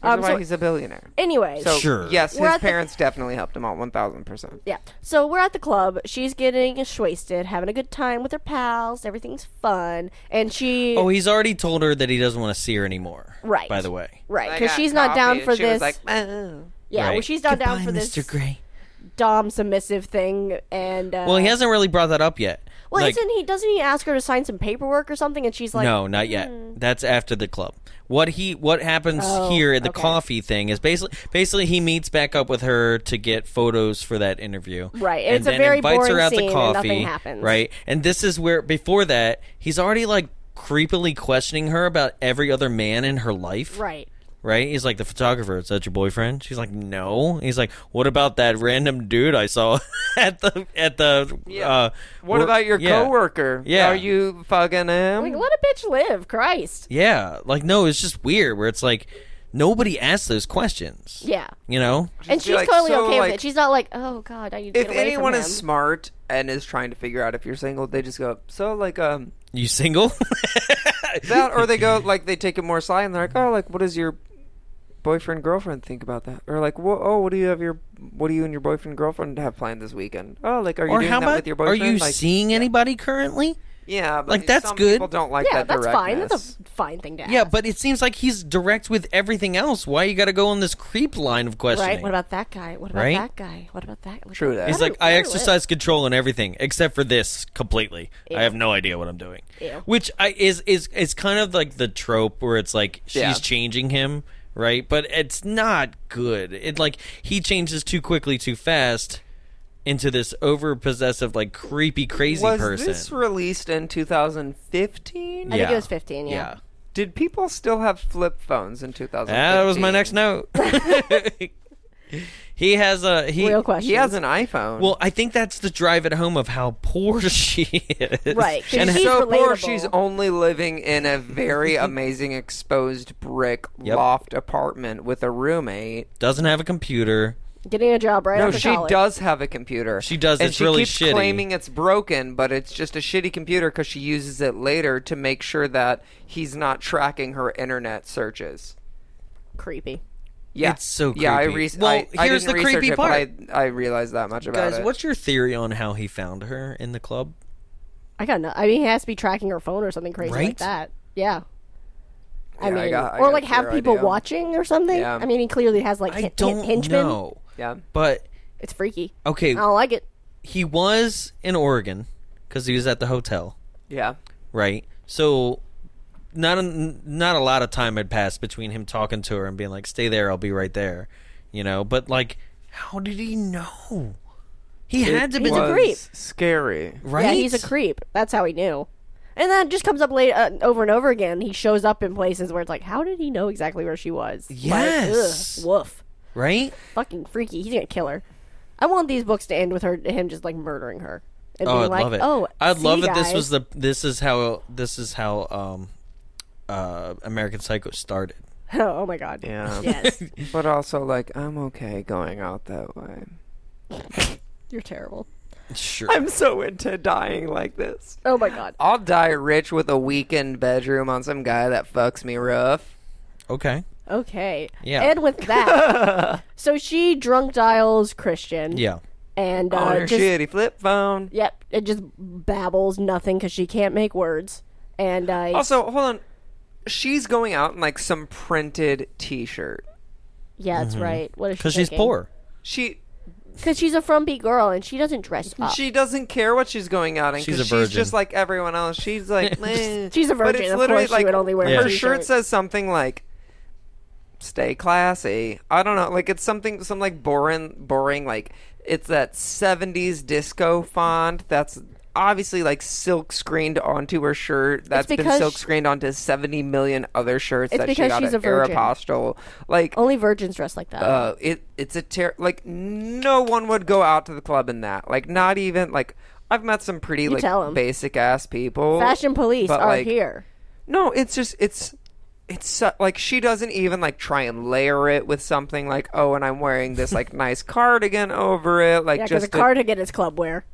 [SPEAKER 2] That's
[SPEAKER 3] Um,
[SPEAKER 2] why
[SPEAKER 3] so
[SPEAKER 2] he's a billionaire.
[SPEAKER 3] anyway,
[SPEAKER 2] So
[SPEAKER 1] Sure.
[SPEAKER 2] yes,
[SPEAKER 3] We're
[SPEAKER 2] his
[SPEAKER 3] at the-
[SPEAKER 2] parents definitely helped him out one thousand percent.
[SPEAKER 3] Yeah. So we're at the club. She's getting shwasted, having a good time with her pals. Everything's fun, and she
[SPEAKER 1] Oh, he's already told her that he doesn't want to see her anymore.
[SPEAKER 3] Right.
[SPEAKER 1] By the way.
[SPEAKER 3] right because she's not down for
[SPEAKER 2] she Was
[SPEAKER 3] this.
[SPEAKER 2] like, "Oh."
[SPEAKER 3] yeah, well,
[SPEAKER 1] Right.
[SPEAKER 3] she's not down
[SPEAKER 1] Goodbye,
[SPEAKER 3] for
[SPEAKER 1] Mr.
[SPEAKER 3] this
[SPEAKER 1] Gray.
[SPEAKER 3] dom submissive thing. And uh,
[SPEAKER 1] Well, he hasn't really brought that up yet.
[SPEAKER 3] Well,
[SPEAKER 1] Like,
[SPEAKER 3] isn't he? Doesn't he ask her to sign some paperwork or something? And she's like, Mm-hmm.
[SPEAKER 1] no, not yet. That's after the club. What he what happens
[SPEAKER 3] Oh,
[SPEAKER 1] here at the
[SPEAKER 3] okay.
[SPEAKER 1] coffee thing is basically basically he meets back up with her to get photos for that interview.
[SPEAKER 3] Right,
[SPEAKER 1] And
[SPEAKER 3] and it's a
[SPEAKER 1] then
[SPEAKER 3] very
[SPEAKER 1] invites her
[SPEAKER 3] boring
[SPEAKER 1] out
[SPEAKER 3] scene
[SPEAKER 1] to
[SPEAKER 3] and
[SPEAKER 1] coffee.
[SPEAKER 3] nothing happens.
[SPEAKER 1] Right. And this is where before that, he's already like creepily questioning her about every other man in her life.
[SPEAKER 3] Right.
[SPEAKER 1] Right? He's like the photographer, is that your boyfriend? She's like, No. He's like, What about that random dude I saw at the at the uh
[SPEAKER 2] What
[SPEAKER 1] wor-
[SPEAKER 2] about your
[SPEAKER 1] yeah.
[SPEAKER 2] coworker?
[SPEAKER 1] Yeah.
[SPEAKER 2] Are you fucking him?
[SPEAKER 3] Like, let a bitch live, Christ.
[SPEAKER 1] Yeah, like no, it's just weird where it's like nobody asks those questions.
[SPEAKER 3] Yeah.
[SPEAKER 1] You know?
[SPEAKER 3] and
[SPEAKER 2] be
[SPEAKER 3] she's
[SPEAKER 2] like,
[SPEAKER 3] totally
[SPEAKER 2] so,
[SPEAKER 3] okay
[SPEAKER 2] like,
[SPEAKER 3] with it. She's not like, oh god, I need to
[SPEAKER 2] if
[SPEAKER 3] get away
[SPEAKER 2] anyone
[SPEAKER 3] from him.
[SPEAKER 2] is smart and is trying to figure out if you're single, they just go, so like um
[SPEAKER 1] You single?
[SPEAKER 2] that or they go like they take it more sly and they're like, Oh, like what does your boyfriend girlfriend think about that? Or like, wha oh, what do you have your what do you and your boyfriend girlfriend have planned this weekend? Oh, like are you
[SPEAKER 1] or
[SPEAKER 2] doing
[SPEAKER 1] how
[SPEAKER 2] that
[SPEAKER 1] about
[SPEAKER 2] with your
[SPEAKER 1] are
[SPEAKER 2] boyfriend?
[SPEAKER 1] you
[SPEAKER 2] like,
[SPEAKER 1] seeing anybody currently?
[SPEAKER 2] Yeah, but
[SPEAKER 1] like, that's
[SPEAKER 2] some
[SPEAKER 1] good.
[SPEAKER 2] people don't like
[SPEAKER 3] yeah,
[SPEAKER 2] that
[SPEAKER 3] that's fine. That's
[SPEAKER 2] directness.
[SPEAKER 3] a fine thing to ask.
[SPEAKER 1] Yeah, but it seems like he's direct with everything else. Why you got to go on this creep line of questioning?
[SPEAKER 3] right. What about that guy? What about
[SPEAKER 1] Right?
[SPEAKER 3] that guy? What about that? Like,
[SPEAKER 2] True that.
[SPEAKER 1] He's
[SPEAKER 3] how
[SPEAKER 1] like,
[SPEAKER 3] do-
[SPEAKER 1] I
[SPEAKER 3] how do
[SPEAKER 1] exercise control on everything except for this completely. I have no idea what I'm doing.
[SPEAKER 3] Ew.
[SPEAKER 1] Which I is is is kind of like the trope where it's like she's
[SPEAKER 2] Yeah.
[SPEAKER 1] changing him, right? But it's not good. It like he changes too quickly, too fast into this over possessive, like creepy, crazy
[SPEAKER 2] was
[SPEAKER 1] person.
[SPEAKER 2] this released in 2015?
[SPEAKER 3] I think it was 15, yeah.
[SPEAKER 2] Did people still have flip phones in 2015?
[SPEAKER 1] Yeah, that was my next note. he has a he.
[SPEAKER 3] Real question.
[SPEAKER 2] He has an iPhone.
[SPEAKER 1] Well, I think that's the drive at home of how poor she is.
[SPEAKER 3] Right, 'cause
[SPEAKER 1] And
[SPEAKER 3] she's
[SPEAKER 2] so poor,
[SPEAKER 3] relatable.
[SPEAKER 2] she's only living in a very amazing exposed brick
[SPEAKER 1] Yep.
[SPEAKER 2] loft apartment with a roommate.
[SPEAKER 1] doesn't have a computer.
[SPEAKER 3] Getting a job right
[SPEAKER 2] No,
[SPEAKER 3] after
[SPEAKER 2] she
[SPEAKER 3] college.
[SPEAKER 2] does have a computer.
[SPEAKER 1] She does,
[SPEAKER 2] And
[SPEAKER 1] it's
[SPEAKER 2] she
[SPEAKER 1] really
[SPEAKER 2] keeps
[SPEAKER 1] shitty.
[SPEAKER 2] claiming it's broken, but it's just a shitty computer because she uses it later to make sure that he's not tracking her internet searches.
[SPEAKER 3] Creepy.
[SPEAKER 2] Yeah,
[SPEAKER 1] It's so
[SPEAKER 2] yeah. I,
[SPEAKER 1] creepy.
[SPEAKER 2] re-
[SPEAKER 1] Well,
[SPEAKER 2] I, I
[SPEAKER 1] here's
[SPEAKER 2] didn't
[SPEAKER 1] the
[SPEAKER 2] research
[SPEAKER 1] creepy
[SPEAKER 2] it, but I, I realized that much about
[SPEAKER 1] Guys,
[SPEAKER 2] it.
[SPEAKER 1] what's your theory on how he found her in the club?
[SPEAKER 3] I got no. I mean, he has to be tracking her phone or something crazy
[SPEAKER 1] Right?
[SPEAKER 3] like that. Yeah. I
[SPEAKER 2] Yeah, I
[SPEAKER 3] mean,
[SPEAKER 2] got- I
[SPEAKER 3] or
[SPEAKER 2] got
[SPEAKER 3] like
[SPEAKER 2] a
[SPEAKER 3] have
[SPEAKER 2] clear
[SPEAKER 3] people
[SPEAKER 2] idea.
[SPEAKER 3] watching or something.
[SPEAKER 2] Yeah.
[SPEAKER 3] I mean, he clearly has like
[SPEAKER 1] I
[SPEAKER 3] hin-
[SPEAKER 1] don't
[SPEAKER 3] hin- henchmen.
[SPEAKER 1] know.
[SPEAKER 2] yeah.
[SPEAKER 1] But
[SPEAKER 3] It's freaky.
[SPEAKER 1] okay,
[SPEAKER 3] I don't like it.
[SPEAKER 1] he was in Oregon cuz he was at the hotel,
[SPEAKER 2] Yeah.
[SPEAKER 1] right? So not a, not a lot of time had passed between him talking to her and being like stay there, I'll be right there, you know? But like how did he know? He had to be
[SPEAKER 3] He's a creep.
[SPEAKER 2] Scary.
[SPEAKER 1] right?
[SPEAKER 3] Yeah, he's a creep. That's how he knew. And then it just comes up later, uh, over and over again. He shows up in places where it's like, how did he know exactly where she was? Like,
[SPEAKER 1] Yes.
[SPEAKER 3] ugh, woof.
[SPEAKER 1] Right?
[SPEAKER 3] Fucking freaky. He's gonna kill her. I want these books to end with her, him just like murdering her and
[SPEAKER 1] Oh,
[SPEAKER 3] being
[SPEAKER 1] I'd
[SPEAKER 3] like,
[SPEAKER 1] love it.
[SPEAKER 3] oh,
[SPEAKER 1] I'd
[SPEAKER 3] see,
[SPEAKER 1] love that this
[SPEAKER 3] guys.
[SPEAKER 1] was the this is how this is how um uh American Psycho started.
[SPEAKER 3] Oh, oh my god.
[SPEAKER 2] Yeah.
[SPEAKER 3] Yes.
[SPEAKER 2] But also, like, I'm okay going out that way.
[SPEAKER 3] You're terrible.
[SPEAKER 1] Sure.
[SPEAKER 2] I'm so into dying like this.
[SPEAKER 3] Oh my god.
[SPEAKER 2] I'll die rich with a weekend bedroom on some guy that fucks me rough.
[SPEAKER 1] Okay.
[SPEAKER 3] Okay.
[SPEAKER 1] Yeah.
[SPEAKER 3] And with that, so she drunk dials Christian.
[SPEAKER 1] Yeah.
[SPEAKER 3] And uh,
[SPEAKER 2] on her
[SPEAKER 3] just
[SPEAKER 2] shitty flip phone.
[SPEAKER 3] yep, it just babbles nothing because she can't make words. And uh,
[SPEAKER 2] Also, hold on. She's going out in like some printed T-shirt.
[SPEAKER 3] yeah, that's right. What is she?
[SPEAKER 1] Because Mm-hmm. she's
[SPEAKER 3] thinking?
[SPEAKER 1] poor.
[SPEAKER 2] She
[SPEAKER 3] Because she's a frumpy girl and she doesn't dress up.
[SPEAKER 2] she doesn't care what she's going out in. 'cause
[SPEAKER 1] She's a
[SPEAKER 2] She's
[SPEAKER 1] virgin.
[SPEAKER 2] just like everyone else. She's like meh.
[SPEAKER 3] She's a
[SPEAKER 2] But
[SPEAKER 3] virgin,
[SPEAKER 2] it's
[SPEAKER 3] of
[SPEAKER 2] literally
[SPEAKER 3] course she
[SPEAKER 2] like
[SPEAKER 3] would only wear a
[SPEAKER 2] her
[SPEAKER 3] t-shirt.
[SPEAKER 2] shirt says something like "Stay classy." I don't know. Like it's something some like boring, boring. Like it's that '70s disco font. That's obviously like silk screened onto her shirt. That's been
[SPEAKER 3] because
[SPEAKER 2] silk
[SPEAKER 3] she-
[SPEAKER 2] screened onto 70 million other shirts
[SPEAKER 3] It's
[SPEAKER 2] that she
[SPEAKER 3] because
[SPEAKER 2] got
[SPEAKER 3] she's
[SPEAKER 2] at
[SPEAKER 3] a virgin.
[SPEAKER 2] Aeropostale. Like
[SPEAKER 3] Only virgins dress like that.
[SPEAKER 2] uh, it it's a ter- like no one would go out to the club in that. Like not even like I've met some pretty
[SPEAKER 3] tell 'em.
[SPEAKER 2] like basic ass people.
[SPEAKER 3] Fashion police
[SPEAKER 2] but,
[SPEAKER 3] are
[SPEAKER 2] like,
[SPEAKER 3] here.
[SPEAKER 2] No, it's just it's it's so, like she doesn't even like try and layer it with something like oh and i'm wearing this like nice cardigan over it like
[SPEAKER 3] Yeah, because
[SPEAKER 2] just
[SPEAKER 3] a cardigan is club wear.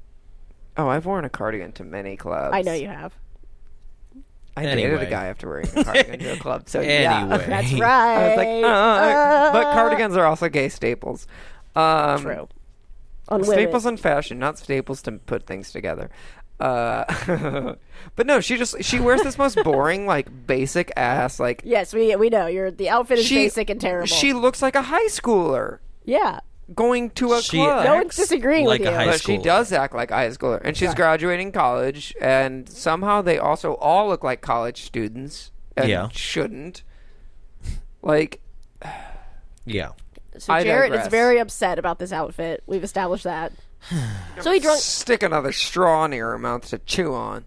[SPEAKER 2] oh i've worn a cardigan to many clubs
[SPEAKER 3] I know you have.
[SPEAKER 2] i dated
[SPEAKER 1] Anyway.
[SPEAKER 2] a guy after wearing a cardigan to a club so yeah
[SPEAKER 1] Anyway.
[SPEAKER 3] That's right.
[SPEAKER 2] I was like, uh, uh, but cardigans are also gay staples. Um,
[SPEAKER 3] True. On women.
[SPEAKER 2] Staples in fashion, not staples to put things together. Uh, but no, she just she wears this most boring, like basic ass, like
[SPEAKER 3] Yes, we we know. Your the outfit is
[SPEAKER 2] she,
[SPEAKER 3] basic and terrible.
[SPEAKER 2] She looks like a high schooler
[SPEAKER 3] yeah.
[SPEAKER 2] going to a
[SPEAKER 1] She
[SPEAKER 2] club.
[SPEAKER 3] No one's disagreeing
[SPEAKER 1] like
[SPEAKER 3] with
[SPEAKER 1] a
[SPEAKER 3] you.
[SPEAKER 1] high
[SPEAKER 2] but
[SPEAKER 1] schooler.
[SPEAKER 2] she does act like a high schooler, and she's graduating college, and somehow they also all look like college students, and
[SPEAKER 1] Yeah.
[SPEAKER 2] shouldn't. Like
[SPEAKER 1] Yeah.
[SPEAKER 3] So
[SPEAKER 2] I
[SPEAKER 3] Jared
[SPEAKER 2] digress.
[SPEAKER 3] is very upset about this outfit. We've established that. so he drunk.
[SPEAKER 2] stick another straw in your mouth to chew on.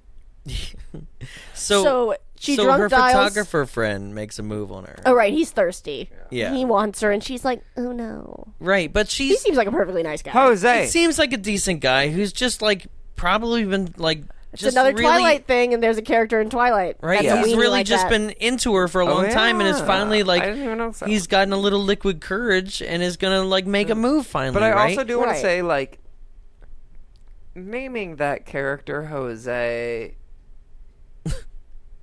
[SPEAKER 1] So,
[SPEAKER 3] So she
[SPEAKER 1] so
[SPEAKER 3] drunk
[SPEAKER 1] her
[SPEAKER 3] dials-
[SPEAKER 1] photographer friend makes a move on her.
[SPEAKER 3] Oh right, he's thirsty.
[SPEAKER 1] Yeah.
[SPEAKER 3] He wants her, and she's like, "Oh no."
[SPEAKER 1] Right, but
[SPEAKER 3] He
[SPEAKER 1] she's
[SPEAKER 3] seems like a perfectly nice guy.
[SPEAKER 2] Jose,
[SPEAKER 1] it seems like a decent guy who's just like probably been like
[SPEAKER 3] it's
[SPEAKER 1] just
[SPEAKER 3] another
[SPEAKER 1] really,
[SPEAKER 3] Twilight thing, and there's a character in Twilight.
[SPEAKER 1] Right,
[SPEAKER 3] That's a
[SPEAKER 1] he's
[SPEAKER 3] weenie
[SPEAKER 1] really
[SPEAKER 3] like
[SPEAKER 1] just
[SPEAKER 3] that.
[SPEAKER 1] been into her for a long time, and is
[SPEAKER 2] Oh, yeah.
[SPEAKER 1] finally like
[SPEAKER 2] I didn't even notice that
[SPEAKER 1] he's gotten a little liquid courage and is gonna like make a move finally.
[SPEAKER 2] But I
[SPEAKER 1] right?
[SPEAKER 2] also do want
[SPEAKER 3] Right.
[SPEAKER 2] to say, like, naming that character Jose,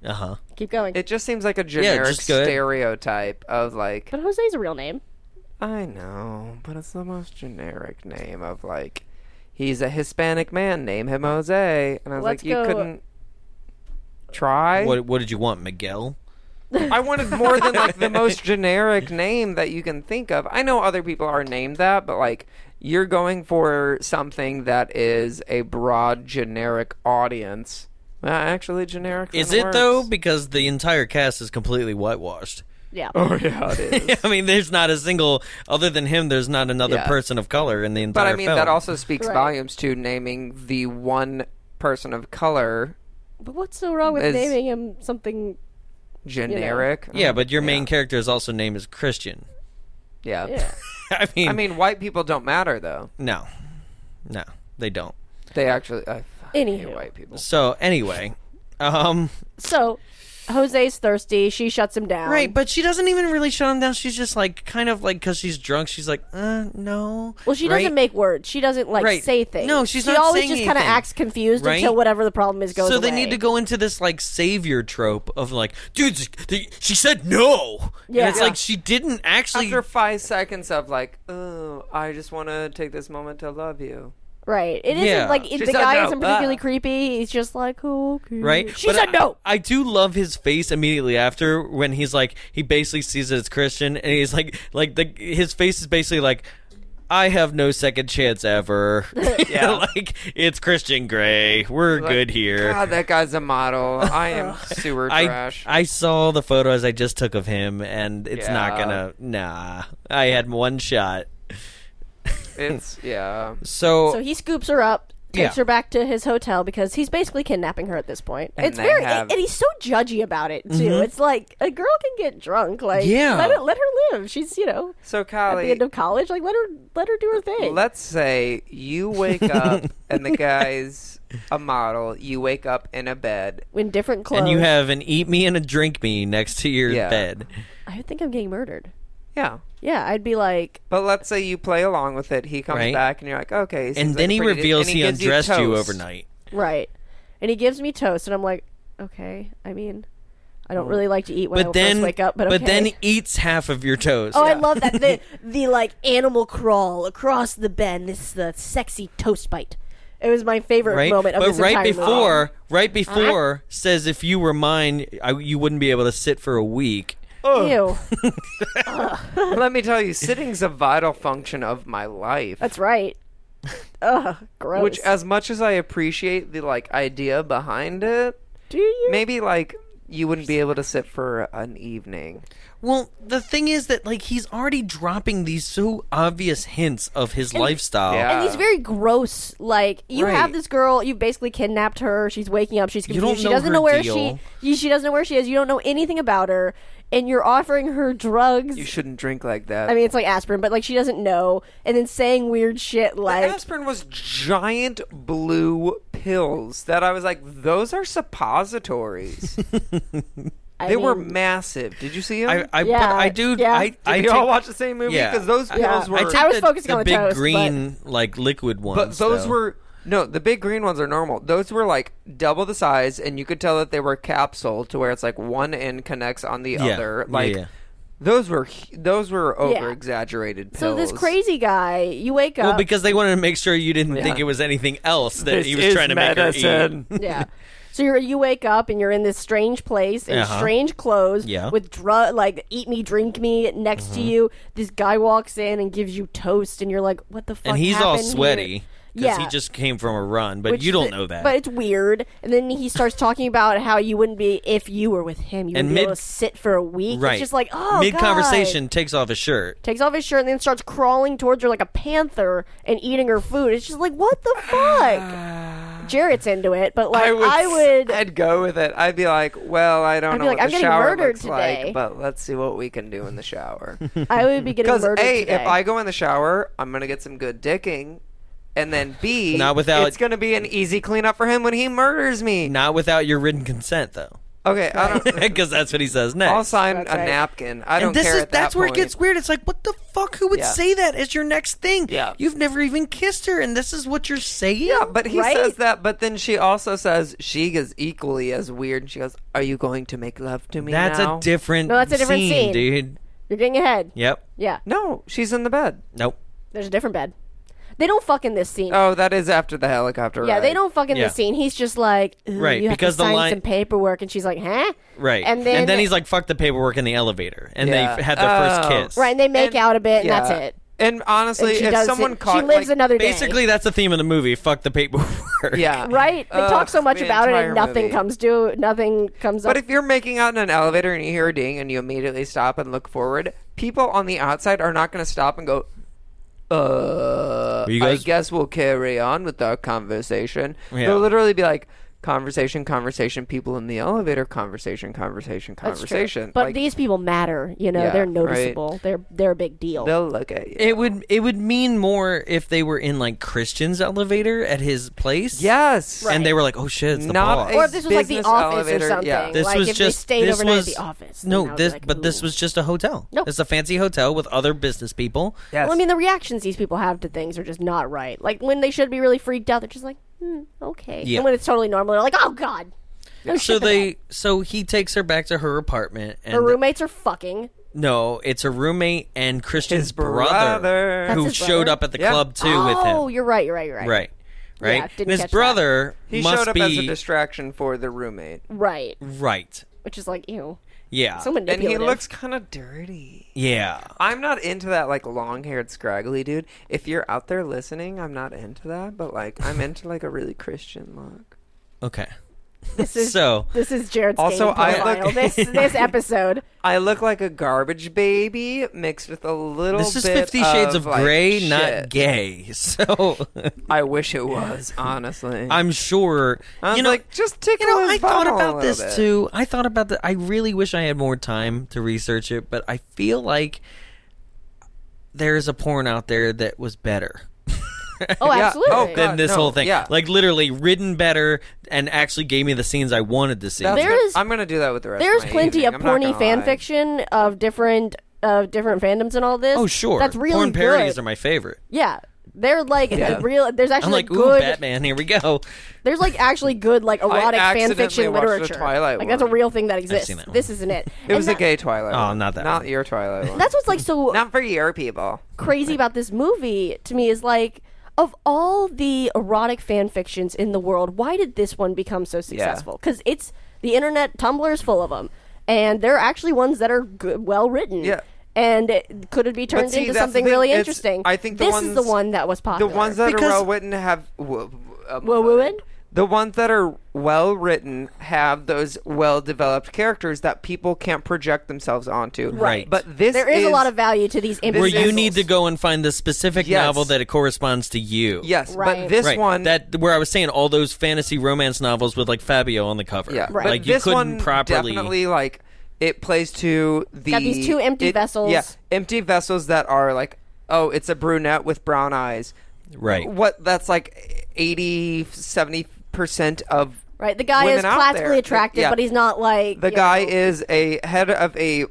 [SPEAKER 1] uh huh.
[SPEAKER 3] Keep going.
[SPEAKER 2] it just seems like a generic
[SPEAKER 1] just go ahead.
[SPEAKER 2] stereotype of like.
[SPEAKER 3] but Jose's a real name.
[SPEAKER 2] I know, but it's the most generic name of like. He's a Hispanic man. Name him Jose, and I was
[SPEAKER 3] Let's
[SPEAKER 2] like, you
[SPEAKER 3] go-
[SPEAKER 2] couldn't try.
[SPEAKER 1] What what did you want, Miguel?
[SPEAKER 2] I wanted more than like the most generic name that you can think of. I know other people are named that, but like you're going for something that is a broad generic audience. Well, actually, generic
[SPEAKER 1] Is
[SPEAKER 2] one
[SPEAKER 1] it though?
[SPEAKER 2] works.
[SPEAKER 1] Because the entire cast is completely whitewashed.
[SPEAKER 3] Yeah.
[SPEAKER 2] Oh yeah, it is.
[SPEAKER 1] I mean, there's not a single other than him. There's not another
[SPEAKER 2] Yeah.
[SPEAKER 1] person of color in the entire
[SPEAKER 2] but I mean
[SPEAKER 1] film.
[SPEAKER 2] that also speaks
[SPEAKER 3] Right.
[SPEAKER 2] volumes to naming the one person of color
[SPEAKER 3] But what's so wrong with
[SPEAKER 2] Is-
[SPEAKER 3] naming him something?
[SPEAKER 2] generic.
[SPEAKER 1] Yeah, but your main character is also named as Christian.
[SPEAKER 2] yeah.
[SPEAKER 3] Yeah.
[SPEAKER 1] I mean,
[SPEAKER 2] I mean, white people don't matter though.
[SPEAKER 1] no, no, they don't.
[SPEAKER 2] They actually, I fucking hate
[SPEAKER 3] Anywho.
[SPEAKER 2] white people.
[SPEAKER 1] So anyway, um,
[SPEAKER 3] So Jose's thirsty. She shuts him down.
[SPEAKER 1] right, but she doesn't even really shut him down. She's just like, kind of like, because she's drunk. She's like, uh, no.
[SPEAKER 3] Well, she
[SPEAKER 1] right?
[SPEAKER 3] doesn't make words. She doesn't like
[SPEAKER 1] Right.
[SPEAKER 3] say things.
[SPEAKER 1] No, she's
[SPEAKER 3] she
[SPEAKER 1] not
[SPEAKER 3] always
[SPEAKER 1] saying
[SPEAKER 3] just kind of
[SPEAKER 1] anything.
[SPEAKER 3] acts confused
[SPEAKER 1] Right?
[SPEAKER 3] until whatever the problem is goes
[SPEAKER 1] So they
[SPEAKER 3] away.
[SPEAKER 1] need to go into this like savior trope of like, dude, she- they- she said no.
[SPEAKER 3] Yeah.
[SPEAKER 1] and it's
[SPEAKER 3] Yeah.
[SPEAKER 1] like she didn't actually.
[SPEAKER 2] After five seconds of like, oh, I just want to take this moment to love you.
[SPEAKER 3] Right. It
[SPEAKER 1] Yeah.
[SPEAKER 3] not like
[SPEAKER 1] She
[SPEAKER 3] the
[SPEAKER 2] said
[SPEAKER 3] guy
[SPEAKER 2] no.
[SPEAKER 3] isn't particularly
[SPEAKER 2] Ah.
[SPEAKER 3] creepy. He's just like, oh, okay.
[SPEAKER 1] right?
[SPEAKER 3] She
[SPEAKER 1] But
[SPEAKER 3] said
[SPEAKER 1] I-
[SPEAKER 3] no.
[SPEAKER 1] I do love his face immediately after when he's like he basically sees that it's Christian and he's like like the his face is basically like I have no second chance ever. yeah, like it's Christian Grey. We're good here.
[SPEAKER 2] God, that guy's a model. I am sewer
[SPEAKER 1] I,
[SPEAKER 2] trash.
[SPEAKER 1] I saw the photos I just took of him, and it's not
[SPEAKER 2] Yeah.
[SPEAKER 1] gonna. Nah, I had one shot.
[SPEAKER 2] it's yeah.
[SPEAKER 1] So,
[SPEAKER 3] So he scoops her up, takes
[SPEAKER 1] Yeah.
[SPEAKER 3] her back to his hotel because he's basically kidnapping her at this point. it's
[SPEAKER 2] they
[SPEAKER 3] very,
[SPEAKER 2] have-
[SPEAKER 3] and he's so judgy about it too. It's like a girl can get drunk. Like,
[SPEAKER 1] Mm-hmm. Yeah.
[SPEAKER 3] let it, let her live. She's you know
[SPEAKER 2] So
[SPEAKER 3] at the
[SPEAKER 2] Callie,
[SPEAKER 3] end of college. Like, let her let her do her thing.
[SPEAKER 2] let's say you wake up and the guy's a model. You wake up in a bed.
[SPEAKER 3] in different clothes.
[SPEAKER 1] and you have an eat me and a drink me next to your
[SPEAKER 2] Yeah.
[SPEAKER 1] bed.
[SPEAKER 3] I think I'm getting murdered.
[SPEAKER 2] Yeah.
[SPEAKER 3] Yeah, I'd be like,
[SPEAKER 2] But let's say you play along with it. He comes
[SPEAKER 1] Right.
[SPEAKER 2] back and you're like, okay. seems
[SPEAKER 1] And
[SPEAKER 2] like
[SPEAKER 1] then
[SPEAKER 2] a
[SPEAKER 1] he
[SPEAKER 2] pretty dude,
[SPEAKER 1] reveals
[SPEAKER 2] and
[SPEAKER 1] he
[SPEAKER 2] gives
[SPEAKER 1] undressed you
[SPEAKER 2] toast.
[SPEAKER 1] overnight.
[SPEAKER 3] right. And he gives me toast, and I'm like, okay. I mean, I don't really like to eat when I
[SPEAKER 1] Mm. but then
[SPEAKER 3] first wake up, but okay.
[SPEAKER 1] then eats half of your toast.
[SPEAKER 3] Oh, I love that the the like animal crawl across the bend. This is the sexy toast bite. It was my favorite
[SPEAKER 1] right,
[SPEAKER 3] moment of
[SPEAKER 1] but
[SPEAKER 3] this
[SPEAKER 1] right
[SPEAKER 3] entire movie. Uh-huh.
[SPEAKER 1] before, right before says if you were mine, I, you wouldn't be able to sit for a week.
[SPEAKER 3] Ew,
[SPEAKER 2] Let me tell you, sitting's a vital function of my life.
[SPEAKER 3] that's right. Ugh, gross.
[SPEAKER 2] Which,
[SPEAKER 1] uh,
[SPEAKER 2] as much as I appreciate the like idea behind it,
[SPEAKER 3] do you?
[SPEAKER 2] maybe like you wouldn't be able to sit for an evening.
[SPEAKER 1] Well, the thing is that like he's already dropping these so obvious hints of his lifestyle.
[SPEAKER 2] Yeah.
[SPEAKER 3] and he's very gross. Like you have
[SPEAKER 2] Right.
[SPEAKER 3] this girl, you basically kidnapped her. She's waking up. She's confused.
[SPEAKER 1] don't
[SPEAKER 3] she
[SPEAKER 1] know
[SPEAKER 3] doesn't
[SPEAKER 1] her
[SPEAKER 3] know where
[SPEAKER 1] deal.
[SPEAKER 3] she. you- She doesn't know where she is. You don't know anything about her, and you're offering her drugs.
[SPEAKER 2] You shouldn't drink like that.
[SPEAKER 3] I mean, it's like aspirin, but like she doesn't know, and then saying weird shit like
[SPEAKER 2] aspirin was giant blue pills that I was like, those are suppositories.
[SPEAKER 3] I
[SPEAKER 2] they were
[SPEAKER 3] mean,
[SPEAKER 2] massive. Did you see them?
[SPEAKER 1] I, I,
[SPEAKER 3] Yeah,
[SPEAKER 1] but I do.
[SPEAKER 3] yeah.
[SPEAKER 1] I,
[SPEAKER 3] Did
[SPEAKER 2] Did
[SPEAKER 1] I
[SPEAKER 2] we
[SPEAKER 1] take-
[SPEAKER 2] all watch the same movie?
[SPEAKER 1] Yeah.
[SPEAKER 2] Because those
[SPEAKER 1] Yeah.
[SPEAKER 2] pills
[SPEAKER 3] I
[SPEAKER 2] were.
[SPEAKER 1] I, take
[SPEAKER 3] was
[SPEAKER 1] the,
[SPEAKER 3] focusing
[SPEAKER 1] the
[SPEAKER 3] on the
[SPEAKER 1] big
[SPEAKER 3] toast, but-
[SPEAKER 1] green like liquid ones.
[SPEAKER 2] But those
[SPEAKER 1] though.
[SPEAKER 2] were no, the big green ones are normal. Those were like double the size, and you could tell that they were capsule to where it's like one end connects on the
[SPEAKER 1] Yeah.
[SPEAKER 2] other.
[SPEAKER 1] Yeah,
[SPEAKER 2] Like
[SPEAKER 1] yeah.
[SPEAKER 2] those were hu- those were over exaggerated
[SPEAKER 3] So
[SPEAKER 2] pills.
[SPEAKER 3] this crazy guy, you wake up.
[SPEAKER 1] Well, because they wanted to make sure you didn't think
[SPEAKER 2] Yeah.
[SPEAKER 1] it was anything else that
[SPEAKER 2] This
[SPEAKER 1] he was
[SPEAKER 2] is
[SPEAKER 1] trying to
[SPEAKER 2] medicine.
[SPEAKER 1] make her eat.
[SPEAKER 3] yeah. So you're, you wake up and you're in this strange place in
[SPEAKER 1] Uh-huh.
[SPEAKER 3] strange clothes
[SPEAKER 1] Yeah. Mm-hmm.
[SPEAKER 3] with drug like eat me drink me next to you. This guy walks in and gives you toast and you're like, what the fuck?
[SPEAKER 1] and he's all
[SPEAKER 3] happened here?
[SPEAKER 1] sweaty because
[SPEAKER 3] Yeah.
[SPEAKER 1] he just came from a run. But
[SPEAKER 3] Which
[SPEAKER 1] you don't
[SPEAKER 3] the-
[SPEAKER 1] know that.
[SPEAKER 3] But it's weird. And then he starts talking about how you wouldn't be if you were with him. You
[SPEAKER 1] And
[SPEAKER 3] wouldn't be able
[SPEAKER 1] mid-
[SPEAKER 3] to sit for a week.
[SPEAKER 1] right?
[SPEAKER 3] It's just like oh,
[SPEAKER 1] mid
[SPEAKER 3] God.
[SPEAKER 1] conversation takes off his shirt.
[SPEAKER 3] Takes off his shirt and then starts crawling towards her like a panther and eating her food. It's just like what the fuck. Jarrett's into it, but like
[SPEAKER 2] I would,
[SPEAKER 3] I would
[SPEAKER 2] I'd go with it. I'd be like, well, I don't
[SPEAKER 3] I'd be
[SPEAKER 2] know
[SPEAKER 3] like,
[SPEAKER 2] what
[SPEAKER 3] I'm
[SPEAKER 2] the
[SPEAKER 3] getting
[SPEAKER 2] shower
[SPEAKER 3] murdered
[SPEAKER 2] looks
[SPEAKER 3] today.
[SPEAKER 2] like, but let's see what we can do in the shower.
[SPEAKER 3] I would be getting
[SPEAKER 2] Because
[SPEAKER 3] murdered
[SPEAKER 2] a,
[SPEAKER 3] today.
[SPEAKER 2] if I go in the shower, I'm gonna get some good dicking, and then b,
[SPEAKER 1] Not without-
[SPEAKER 2] it's gonna be an easy cleanup for him when he murders me.
[SPEAKER 1] Not without your written consent, though,
[SPEAKER 2] Okay, I don't.
[SPEAKER 1] because that's what he says next.
[SPEAKER 2] I'll sign
[SPEAKER 3] That's
[SPEAKER 2] a
[SPEAKER 3] right.
[SPEAKER 2] napkin. I don't
[SPEAKER 1] and this
[SPEAKER 2] care.
[SPEAKER 1] is
[SPEAKER 2] at that
[SPEAKER 1] that's where it
[SPEAKER 2] point.
[SPEAKER 1] gets weird. It's like, what the fuck? Who would
[SPEAKER 2] Yeah.
[SPEAKER 1] say that as your next thing?
[SPEAKER 2] Yeah.
[SPEAKER 1] you've never even kissed her, and this is what you're saying.
[SPEAKER 2] Yeah, but he
[SPEAKER 3] Right?
[SPEAKER 2] says that. But then she also says she is equally as weird. And she goes, "Are you going to make love to me?"
[SPEAKER 1] that's
[SPEAKER 2] now?"
[SPEAKER 1] a different.
[SPEAKER 3] No, that's a different scene.
[SPEAKER 1] dude.
[SPEAKER 3] You're getting ahead.
[SPEAKER 1] Yep.
[SPEAKER 3] Yeah.
[SPEAKER 2] No, she's in the bed.
[SPEAKER 1] Nope.
[SPEAKER 3] There's a different bed. They don't fuck in this scene.
[SPEAKER 2] Oh, that is after the helicopter.
[SPEAKER 3] yeah,
[SPEAKER 2] ride.
[SPEAKER 3] they don't fuck in
[SPEAKER 1] Yeah.
[SPEAKER 3] this scene. He's just like, "Ooh,
[SPEAKER 1] Right,
[SPEAKER 3] you have
[SPEAKER 1] because
[SPEAKER 3] to
[SPEAKER 1] the
[SPEAKER 3] sign
[SPEAKER 1] line-
[SPEAKER 3] some paperwork, and she's like, huh?
[SPEAKER 1] Right.
[SPEAKER 3] And then,
[SPEAKER 1] he's like, fuck the paperwork in the elevator. And
[SPEAKER 2] Yeah.
[SPEAKER 1] they f- had their
[SPEAKER 2] Oh.
[SPEAKER 1] first kiss.
[SPEAKER 3] right, and they make
[SPEAKER 2] and-
[SPEAKER 3] out a bit, and
[SPEAKER 2] yeah.
[SPEAKER 3] that's it.
[SPEAKER 2] And
[SPEAKER 3] And
[SPEAKER 2] honestly,
[SPEAKER 3] she
[SPEAKER 2] if
[SPEAKER 3] does
[SPEAKER 2] someone
[SPEAKER 3] it.
[SPEAKER 2] caught,
[SPEAKER 3] she lives
[SPEAKER 2] like,
[SPEAKER 3] another day.
[SPEAKER 1] Basically, that's the theme of the movie fuck the paperwork.
[SPEAKER 2] yeah,
[SPEAKER 3] right? They
[SPEAKER 2] Ugh,
[SPEAKER 3] talk so much
[SPEAKER 2] the
[SPEAKER 3] about it,
[SPEAKER 2] entire
[SPEAKER 3] and nothing
[SPEAKER 2] movie.
[SPEAKER 3] comes to nothing comes
[SPEAKER 2] But
[SPEAKER 3] up.
[SPEAKER 2] if you're making out in an elevator and you hear a ding and you immediately stop and look forward, people on the outside are not going to stop and go, uh,
[SPEAKER 1] you guys-
[SPEAKER 2] I guess we'll carry on with our conversation.
[SPEAKER 1] Yeah.
[SPEAKER 2] They'll literally be like, conversation, conversation, people in the elevator, conversation, conversation,
[SPEAKER 3] That's true.
[SPEAKER 2] conversation.
[SPEAKER 3] But
[SPEAKER 2] Like,
[SPEAKER 3] these people matter. You know,
[SPEAKER 2] Yeah,
[SPEAKER 3] they're
[SPEAKER 2] right.
[SPEAKER 3] noticeable. They're they're a big deal.
[SPEAKER 2] they'll look at you.
[SPEAKER 1] It would it would mean more if they were in like Christian's elevator at his place.
[SPEAKER 2] yes.
[SPEAKER 1] And they were like, oh shit, it's the
[SPEAKER 2] Not
[SPEAKER 1] boss.
[SPEAKER 2] a-
[SPEAKER 3] or if this was like the
[SPEAKER 2] business
[SPEAKER 3] office
[SPEAKER 2] elevator,
[SPEAKER 3] or something.
[SPEAKER 2] yeah.
[SPEAKER 1] this
[SPEAKER 3] like
[SPEAKER 1] was
[SPEAKER 3] if
[SPEAKER 1] just
[SPEAKER 3] they stayed
[SPEAKER 1] this
[SPEAKER 3] overnight
[SPEAKER 1] was
[SPEAKER 3] at the office. then I
[SPEAKER 1] no
[SPEAKER 3] would be
[SPEAKER 1] this
[SPEAKER 3] like,
[SPEAKER 1] but this
[SPEAKER 3] "Ooh."
[SPEAKER 1] was just a hotel.
[SPEAKER 3] No.
[SPEAKER 1] it's a fancy hotel with other business people.
[SPEAKER 2] Yes.
[SPEAKER 3] Well, I mean, the reactions these people have to things are just not right. Like when they should be really freaked out, they're just like, hmm, okay.
[SPEAKER 1] Yeah.
[SPEAKER 3] And when it's totally normal, they're like, oh god. No shit
[SPEAKER 1] So
[SPEAKER 3] for
[SPEAKER 1] they so he takes her back to her apartment and
[SPEAKER 3] that. her roommates are fucking.
[SPEAKER 1] no, it's her roommate and Christian's
[SPEAKER 2] His brother.
[SPEAKER 1] who
[SPEAKER 3] That's his
[SPEAKER 1] showed
[SPEAKER 3] brother?
[SPEAKER 1] up at the
[SPEAKER 2] Yeah.
[SPEAKER 1] club too with him.
[SPEAKER 3] Oh, you're right. You're right. You're right.
[SPEAKER 1] Right. Right.
[SPEAKER 3] Yeah, didn't
[SPEAKER 1] and his
[SPEAKER 3] catch that.
[SPEAKER 1] brother
[SPEAKER 2] he
[SPEAKER 1] must
[SPEAKER 2] showed up
[SPEAKER 1] be
[SPEAKER 2] as a distraction for the roommate.
[SPEAKER 3] Right.
[SPEAKER 1] right.
[SPEAKER 3] Which is like ew.
[SPEAKER 1] Yeah.
[SPEAKER 3] So
[SPEAKER 2] And he
[SPEAKER 3] manipulative.
[SPEAKER 2] looks kind of dirty.
[SPEAKER 1] yeah.
[SPEAKER 2] I'm not into that like long haired scraggly dude. If you're out there listening, I'm not into that, but like I'm into like a really Christian look.
[SPEAKER 1] Okay.
[SPEAKER 3] This is
[SPEAKER 1] So
[SPEAKER 3] this is Jared's
[SPEAKER 2] Also,
[SPEAKER 3] game
[SPEAKER 2] I
[SPEAKER 3] profile.
[SPEAKER 2] look-
[SPEAKER 3] this this episode.
[SPEAKER 2] I look like a garbage baby mixed with a little
[SPEAKER 1] this is
[SPEAKER 2] bit
[SPEAKER 1] Fifty Shades of,
[SPEAKER 2] like,
[SPEAKER 1] Grey,
[SPEAKER 2] shit.
[SPEAKER 1] not gay. So
[SPEAKER 2] I wish it was, honestly.
[SPEAKER 1] I'm sure
[SPEAKER 2] I was
[SPEAKER 1] you know.
[SPEAKER 2] like, just tickle
[SPEAKER 1] you know,
[SPEAKER 2] his
[SPEAKER 1] I thought
[SPEAKER 2] butthole a
[SPEAKER 1] about
[SPEAKER 2] little
[SPEAKER 1] this
[SPEAKER 2] bit.
[SPEAKER 1] too. I thought about that. I really wish I had more time to research it, but I feel like there is a porn out there that was better.
[SPEAKER 3] Oh,
[SPEAKER 2] Yeah.
[SPEAKER 3] absolutely.
[SPEAKER 2] Oh, God.
[SPEAKER 1] than this
[SPEAKER 2] no,
[SPEAKER 1] whole thing,
[SPEAKER 2] yeah.
[SPEAKER 1] like literally written better and actually gave me the scenes I wanted to see.
[SPEAKER 2] That's
[SPEAKER 3] There
[SPEAKER 2] good.
[SPEAKER 3] is-
[SPEAKER 2] I'm gonna do that with the rest.
[SPEAKER 3] There's
[SPEAKER 2] of my
[SPEAKER 3] plenty
[SPEAKER 2] evening.
[SPEAKER 3] of
[SPEAKER 2] I'm not
[SPEAKER 3] porny
[SPEAKER 2] gonna
[SPEAKER 3] fan
[SPEAKER 2] lie.
[SPEAKER 3] fiction of different of different fandoms and all this.
[SPEAKER 1] oh sure,
[SPEAKER 3] That's really
[SPEAKER 1] porn parodies
[SPEAKER 3] good.
[SPEAKER 1] are my favorite.
[SPEAKER 3] yeah. They're like the real. There's actually
[SPEAKER 1] I'm like, ooh,
[SPEAKER 3] good.
[SPEAKER 1] Batman, here we go.
[SPEAKER 3] There's like actually good like erotic fan
[SPEAKER 2] accidentally
[SPEAKER 3] fiction
[SPEAKER 2] watched the
[SPEAKER 3] literature.
[SPEAKER 2] Twilight
[SPEAKER 3] like that's a
[SPEAKER 2] one.
[SPEAKER 3] real thing that exists.
[SPEAKER 1] seen that
[SPEAKER 3] This isn't it.
[SPEAKER 2] It was
[SPEAKER 3] that,
[SPEAKER 2] a gay Twilight.
[SPEAKER 1] Oh,
[SPEAKER 2] one.
[SPEAKER 1] not that
[SPEAKER 2] Not
[SPEAKER 1] one.
[SPEAKER 2] your Twilight. one.
[SPEAKER 3] That's what's like so
[SPEAKER 2] not for your people.
[SPEAKER 3] crazy about this movie to me is like of all the erotic fan fictions in the world, why did this one become so successful? Because it's the internet, Tumblr is full of them, and there are actually ones that are good, well written.
[SPEAKER 2] Yeah.
[SPEAKER 3] And it, could it be turned
[SPEAKER 2] But see,
[SPEAKER 3] into
[SPEAKER 2] that's the
[SPEAKER 3] something
[SPEAKER 2] thing.
[SPEAKER 3] really
[SPEAKER 2] It's-
[SPEAKER 3] interesting?
[SPEAKER 2] I think the
[SPEAKER 3] this is
[SPEAKER 2] ones-
[SPEAKER 3] the one that was
[SPEAKER 2] The
[SPEAKER 3] popular.
[SPEAKER 2] ones that
[SPEAKER 1] Because-
[SPEAKER 2] are well written have. W- w- um,
[SPEAKER 3] Well written?
[SPEAKER 2] The ones that are well written have those well developed characters that people can't project themselves onto.
[SPEAKER 1] Right.
[SPEAKER 2] But this
[SPEAKER 3] there is, a lot of value to these
[SPEAKER 1] Where
[SPEAKER 3] images.
[SPEAKER 1] you need to go and find the specific
[SPEAKER 2] Yes.
[SPEAKER 1] novel that it corresponds to you.
[SPEAKER 2] yes,
[SPEAKER 3] Right.
[SPEAKER 2] but this
[SPEAKER 1] Right.
[SPEAKER 2] one
[SPEAKER 1] that where I was saying all those fantasy romance novels with like Fabio on the cover.
[SPEAKER 2] yeah,
[SPEAKER 3] Right.
[SPEAKER 2] but
[SPEAKER 1] Like you
[SPEAKER 2] this
[SPEAKER 1] couldn't
[SPEAKER 2] one
[SPEAKER 1] properly
[SPEAKER 2] definitely like it plays to the
[SPEAKER 3] Got these two empty
[SPEAKER 2] it-
[SPEAKER 3] vessels.
[SPEAKER 2] Yeah, empty vessels that are like, oh, it's a brunette with brown eyes.
[SPEAKER 1] Right.
[SPEAKER 2] What that's like 80 70 percent of
[SPEAKER 3] right? The guy
[SPEAKER 2] women
[SPEAKER 3] is
[SPEAKER 2] out
[SPEAKER 3] classically
[SPEAKER 2] there.
[SPEAKER 3] attractive,
[SPEAKER 2] Yeah.
[SPEAKER 3] but he's not like
[SPEAKER 2] The
[SPEAKER 3] you
[SPEAKER 2] guy
[SPEAKER 3] know-
[SPEAKER 2] is a head of a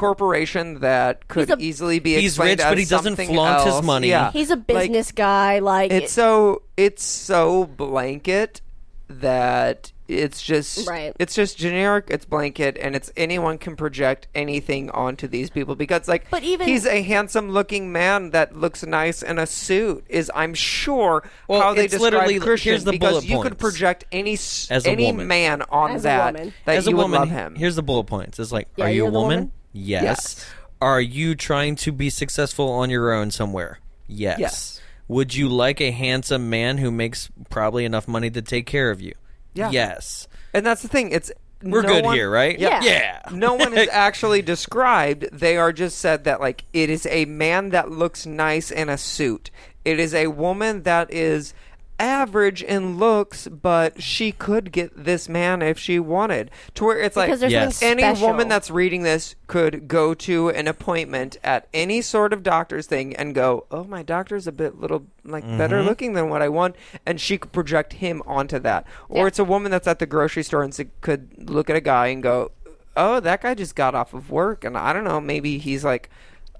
[SPEAKER 2] corporation that could
[SPEAKER 3] He's a-
[SPEAKER 2] easily be
[SPEAKER 1] He's
[SPEAKER 2] explained
[SPEAKER 1] rich, but
[SPEAKER 2] as
[SPEAKER 1] he doesn't
[SPEAKER 2] something
[SPEAKER 1] flaunt his
[SPEAKER 2] else.
[SPEAKER 1] money.
[SPEAKER 2] Yeah.
[SPEAKER 3] He's a
[SPEAKER 2] Like,
[SPEAKER 3] business guy. Like
[SPEAKER 2] it's so it's so blanket that it's just
[SPEAKER 3] Right.
[SPEAKER 2] it's just generic it's blanket and it's anyone can project anything onto these people because like
[SPEAKER 3] But even-
[SPEAKER 2] he's a handsome looking man that looks nice in a suit is i'm sure
[SPEAKER 1] Well,
[SPEAKER 2] how they
[SPEAKER 1] it's
[SPEAKER 2] describe
[SPEAKER 1] literally-
[SPEAKER 2] christian
[SPEAKER 1] here's the
[SPEAKER 2] because
[SPEAKER 1] bullet
[SPEAKER 2] you could
[SPEAKER 1] points.
[SPEAKER 2] project any s-
[SPEAKER 1] As a
[SPEAKER 2] any
[SPEAKER 1] woman.
[SPEAKER 2] man on
[SPEAKER 3] As a
[SPEAKER 2] that
[SPEAKER 3] woman.
[SPEAKER 2] that
[SPEAKER 1] As
[SPEAKER 2] you
[SPEAKER 1] a woman,
[SPEAKER 2] would love him
[SPEAKER 1] here's the bullet points. It's like,
[SPEAKER 3] Yeah,
[SPEAKER 1] are you
[SPEAKER 3] you're
[SPEAKER 1] a
[SPEAKER 3] the
[SPEAKER 1] woman?
[SPEAKER 3] woman?
[SPEAKER 1] Yes.
[SPEAKER 2] Yes.
[SPEAKER 1] Are you trying to be successful on your own somewhere? Yes.
[SPEAKER 2] Yes.
[SPEAKER 1] Would you like a handsome man who makes probably enough money to take care of you?
[SPEAKER 2] Yeah.
[SPEAKER 1] Yes.
[SPEAKER 2] and that's the thing it's
[SPEAKER 1] We're
[SPEAKER 2] no
[SPEAKER 1] good
[SPEAKER 2] one-
[SPEAKER 1] here, right?
[SPEAKER 3] Yeah.
[SPEAKER 1] Yeah.
[SPEAKER 2] no one is actually described. They are just said that like it is a man that looks nice in a suit. It is a woman that is average in looks, but she could get this man if she wanted. To where it's like
[SPEAKER 3] Because there's
[SPEAKER 1] Yes.
[SPEAKER 3] something
[SPEAKER 2] any
[SPEAKER 3] special.
[SPEAKER 2] woman that's reading this could go to an appointment at any sort of doctor's thing and go, "Oh, my doctor's a bit little like
[SPEAKER 1] Mm-hmm.
[SPEAKER 2] better looking than what I want," and she could project him onto that. Or
[SPEAKER 3] Yeah.
[SPEAKER 2] it's a woman that's at the grocery store and s- could look at a guy and go, "Oh, that guy just got off of work, and I don't know, maybe he's like."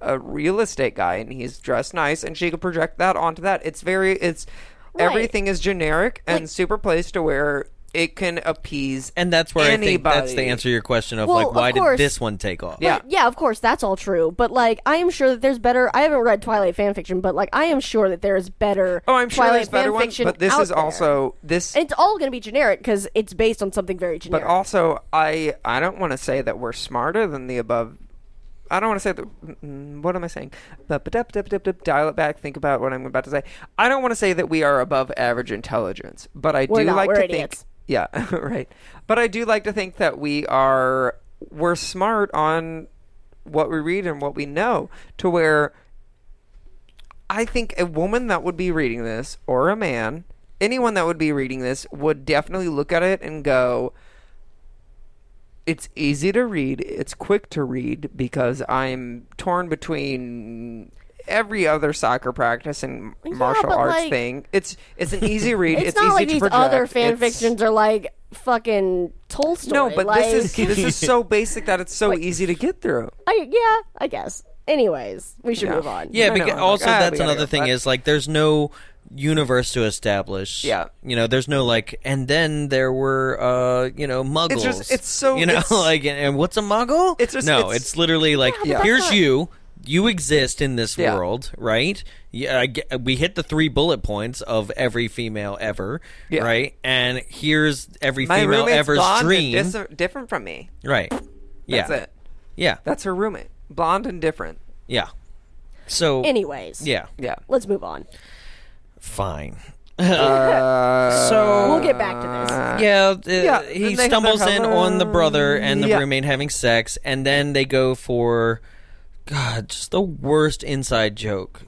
[SPEAKER 2] a real estate guy and he's dressed nice and she could project that onto that it's very it's
[SPEAKER 3] Right.
[SPEAKER 2] everything is generic and
[SPEAKER 3] Like-
[SPEAKER 2] super placed to where it can appease
[SPEAKER 1] And that's where I think that's the
[SPEAKER 2] Anybody.
[SPEAKER 1] answer to your question of
[SPEAKER 3] Well,
[SPEAKER 1] like,
[SPEAKER 3] of
[SPEAKER 1] why
[SPEAKER 3] course.
[SPEAKER 1] did this one take off?
[SPEAKER 2] Yeah.
[SPEAKER 3] Uh, yeah, of course, that's all true. But like, I am sure that there's better. I haven't read Twilight fan fiction, but like, I am sure that there is better.
[SPEAKER 2] Oh, I'm sure
[SPEAKER 3] Twilight
[SPEAKER 2] there's better
[SPEAKER 3] fan
[SPEAKER 2] ones,
[SPEAKER 3] fiction
[SPEAKER 2] but this
[SPEAKER 3] out
[SPEAKER 2] is
[SPEAKER 3] there.
[SPEAKER 2] also this.
[SPEAKER 3] It's all going to be generic because it's based on something very
[SPEAKER 2] but
[SPEAKER 3] generic.
[SPEAKER 2] also, I I don't want to say that we're smarter than the above. I don't want to say that. mm, What am I saying? But but dup, dup, dup, dup, Dial it back. Think about what I'm about to say. I don't want to say that we are above average intelligence, but I
[SPEAKER 3] We're
[SPEAKER 2] do
[SPEAKER 3] not,
[SPEAKER 2] like
[SPEAKER 3] we're
[SPEAKER 2] to
[SPEAKER 3] idiots.
[SPEAKER 2] think. Yeah, right. But I do like to think that we are we're smart on what we read and what we know to where I think a woman that would be reading this or a man, anyone that would be reading this would definitely look at it and go it's easy to read, it's quick to read because I'm torn between every other soccer practice and martial
[SPEAKER 3] but,
[SPEAKER 2] arts
[SPEAKER 3] like-
[SPEAKER 2] thing. It's it's an easy read.
[SPEAKER 3] it's,
[SPEAKER 2] it's,
[SPEAKER 3] not
[SPEAKER 2] easy
[SPEAKER 3] like
[SPEAKER 2] to
[SPEAKER 3] these
[SPEAKER 2] project.
[SPEAKER 3] other fan
[SPEAKER 2] it's-
[SPEAKER 3] fictions are like fucking Tolstoy.
[SPEAKER 2] No, but
[SPEAKER 3] like,
[SPEAKER 2] this is this is so basic that it's so easy to get through.
[SPEAKER 3] I, yeah, I guess. Anyways, we should move on.
[SPEAKER 1] Yeah,
[SPEAKER 2] I know,
[SPEAKER 1] because
[SPEAKER 2] I'm like,
[SPEAKER 1] also
[SPEAKER 2] ah, we
[SPEAKER 1] that's
[SPEAKER 2] gotta
[SPEAKER 1] another
[SPEAKER 2] go,
[SPEAKER 1] thing
[SPEAKER 2] but-
[SPEAKER 1] is like there's no universe to establish.
[SPEAKER 2] Yeah.
[SPEAKER 1] you know, there's no like, and then there were uh, you know, muggles.
[SPEAKER 2] just- it's so-
[SPEAKER 1] you know,
[SPEAKER 2] it's-
[SPEAKER 1] like, and, and what's a muggle?
[SPEAKER 2] It's just-
[SPEAKER 1] no,
[SPEAKER 2] it's-
[SPEAKER 1] it's, literally like
[SPEAKER 3] Yeah, but
[SPEAKER 1] here's
[SPEAKER 3] that's not-
[SPEAKER 1] you. You exist in this
[SPEAKER 2] Yeah.
[SPEAKER 1] world, right? Yeah, I get- we hit the three bullet points of every female ever,
[SPEAKER 2] Yeah.
[SPEAKER 1] right? And here's every
[SPEAKER 2] My
[SPEAKER 1] female
[SPEAKER 2] roommate's
[SPEAKER 1] ever's
[SPEAKER 2] blonde
[SPEAKER 1] dream,
[SPEAKER 2] and dis- different from me.
[SPEAKER 1] right? Yeah,
[SPEAKER 2] That's it.
[SPEAKER 1] yeah,
[SPEAKER 2] That's her roommate, blonde and different.
[SPEAKER 1] yeah. So
[SPEAKER 3] Anyways,
[SPEAKER 1] yeah,
[SPEAKER 2] Yeah.
[SPEAKER 3] Let's move on.
[SPEAKER 1] fine.
[SPEAKER 3] we'll get back to this.
[SPEAKER 1] Yeah, uh,
[SPEAKER 2] Yeah,
[SPEAKER 1] he
[SPEAKER 2] and they have
[SPEAKER 1] stumbles
[SPEAKER 2] their
[SPEAKER 1] in
[SPEAKER 2] color.
[SPEAKER 1] on the brother and the
[SPEAKER 2] Yeah.
[SPEAKER 1] roommate having sex, and then they go for God, just the worst inside joke.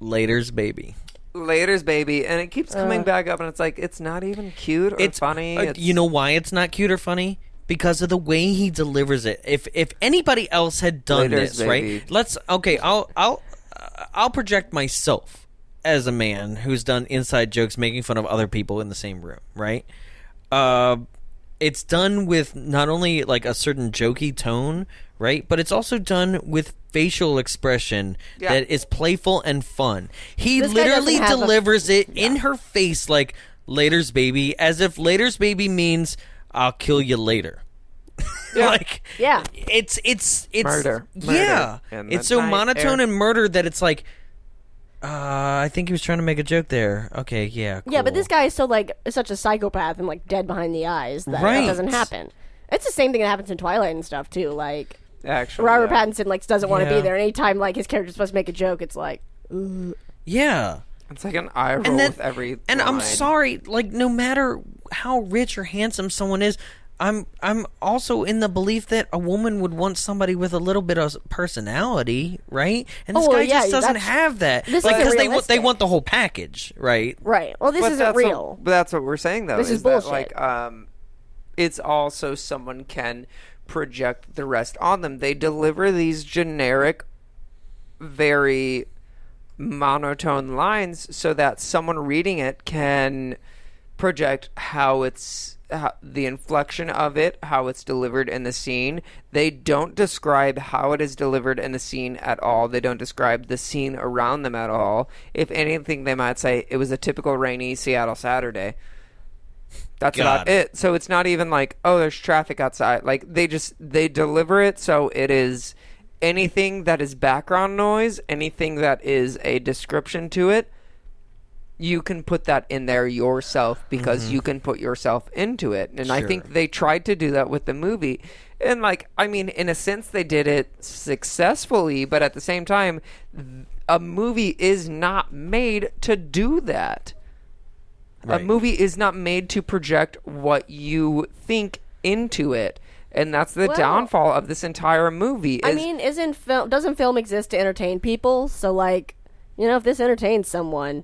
[SPEAKER 1] Later's baby.
[SPEAKER 2] Later's baby, and it keeps coming back up, and it's like it's not even cute or funny.
[SPEAKER 1] uh,
[SPEAKER 2] it's,
[SPEAKER 1] you know why it's not cute or funny? Because of the way he delivers it. If if anybody else had done
[SPEAKER 2] Later's
[SPEAKER 1] this,
[SPEAKER 2] baby.
[SPEAKER 1] right? Let's okay. I'll I'll uh, I'll project myself as a man who's done inside jokes, making fun of other people in the same room, right? Uh, it's done with not only like a certain jokey tone, right? But it's also done with facial expression
[SPEAKER 2] Yeah.
[SPEAKER 1] that is playful and fun. He
[SPEAKER 3] This guy doesn't
[SPEAKER 1] literally
[SPEAKER 3] have a-
[SPEAKER 1] delivers it in her face like later's baby as if later's baby means I'll kill you later. like
[SPEAKER 3] Yeah.
[SPEAKER 1] It's it's it's
[SPEAKER 2] Murder.
[SPEAKER 1] Yeah.
[SPEAKER 2] Murder in the
[SPEAKER 1] It's so
[SPEAKER 2] night
[SPEAKER 1] monotone
[SPEAKER 2] air.
[SPEAKER 1] and murder that it's like uh, I think he was trying to make a joke there. Okay, yeah.
[SPEAKER 3] Yeah, but
[SPEAKER 1] cool.
[SPEAKER 3] this guy is so like such a psychopath and like dead behind the eyes that
[SPEAKER 1] Right.
[SPEAKER 3] it doesn't happen. It's the same thing that happens in Twilight and stuff too. Like
[SPEAKER 2] actually,
[SPEAKER 3] Robert
[SPEAKER 2] yeah.
[SPEAKER 3] Pattinson like doesn't want to
[SPEAKER 1] Yeah.
[SPEAKER 3] be there. And anytime like his character's supposed to make a joke, it's like
[SPEAKER 1] Yeah.
[SPEAKER 2] It's like an eye roll
[SPEAKER 1] then-
[SPEAKER 2] with every.
[SPEAKER 1] And I'm
[SPEAKER 2] line.
[SPEAKER 1] sorry, like no matter how rich or handsome someone is, I'm I'm also in the belief that a woman would want somebody with a little bit of personality, right? And this
[SPEAKER 3] Oh,
[SPEAKER 1] guy
[SPEAKER 3] yeah,
[SPEAKER 1] just doesn't
[SPEAKER 3] that's-
[SPEAKER 1] have that.
[SPEAKER 3] this
[SPEAKER 1] like
[SPEAKER 3] isn't
[SPEAKER 1] they want they
[SPEAKER 3] realistic.
[SPEAKER 1] want the whole package, right?
[SPEAKER 3] right. Well, this
[SPEAKER 2] But
[SPEAKER 3] isn't
[SPEAKER 2] that's
[SPEAKER 3] real.
[SPEAKER 2] What, but that's what we're saying, though.
[SPEAKER 3] This is
[SPEAKER 2] that,
[SPEAKER 3] bullshit.
[SPEAKER 2] Like, um, it's also someone can project the rest on them. They deliver these generic, very monotone lines so that someone reading it can project how it's how, the inflection of it, how it's delivered in the scene. They don't describe how it is delivered in the scene at all. They don't describe the scene around them at all. If anything, they might say it was a typical rainy Seattle Saturday. That's
[SPEAKER 1] God.
[SPEAKER 2] about it. So it's not even like, oh, there's traffic outside. Like they just they deliver it so it is anything that is background noise, anything that is a description to it, you can put that in there yourself because you can put yourself into it. And I think they tried to do that with the movie. And like, I mean, in a sense they did it successfully, but at the same time th- a movie is not made to do that. A
[SPEAKER 1] Right.
[SPEAKER 2] movie is not made to project what you think into it, and that's the
[SPEAKER 3] Well-
[SPEAKER 2] downfall of this entire movie. Is,
[SPEAKER 3] I mean, isn't film doesn't film exist to entertain people? So like, you know, if this entertains someone,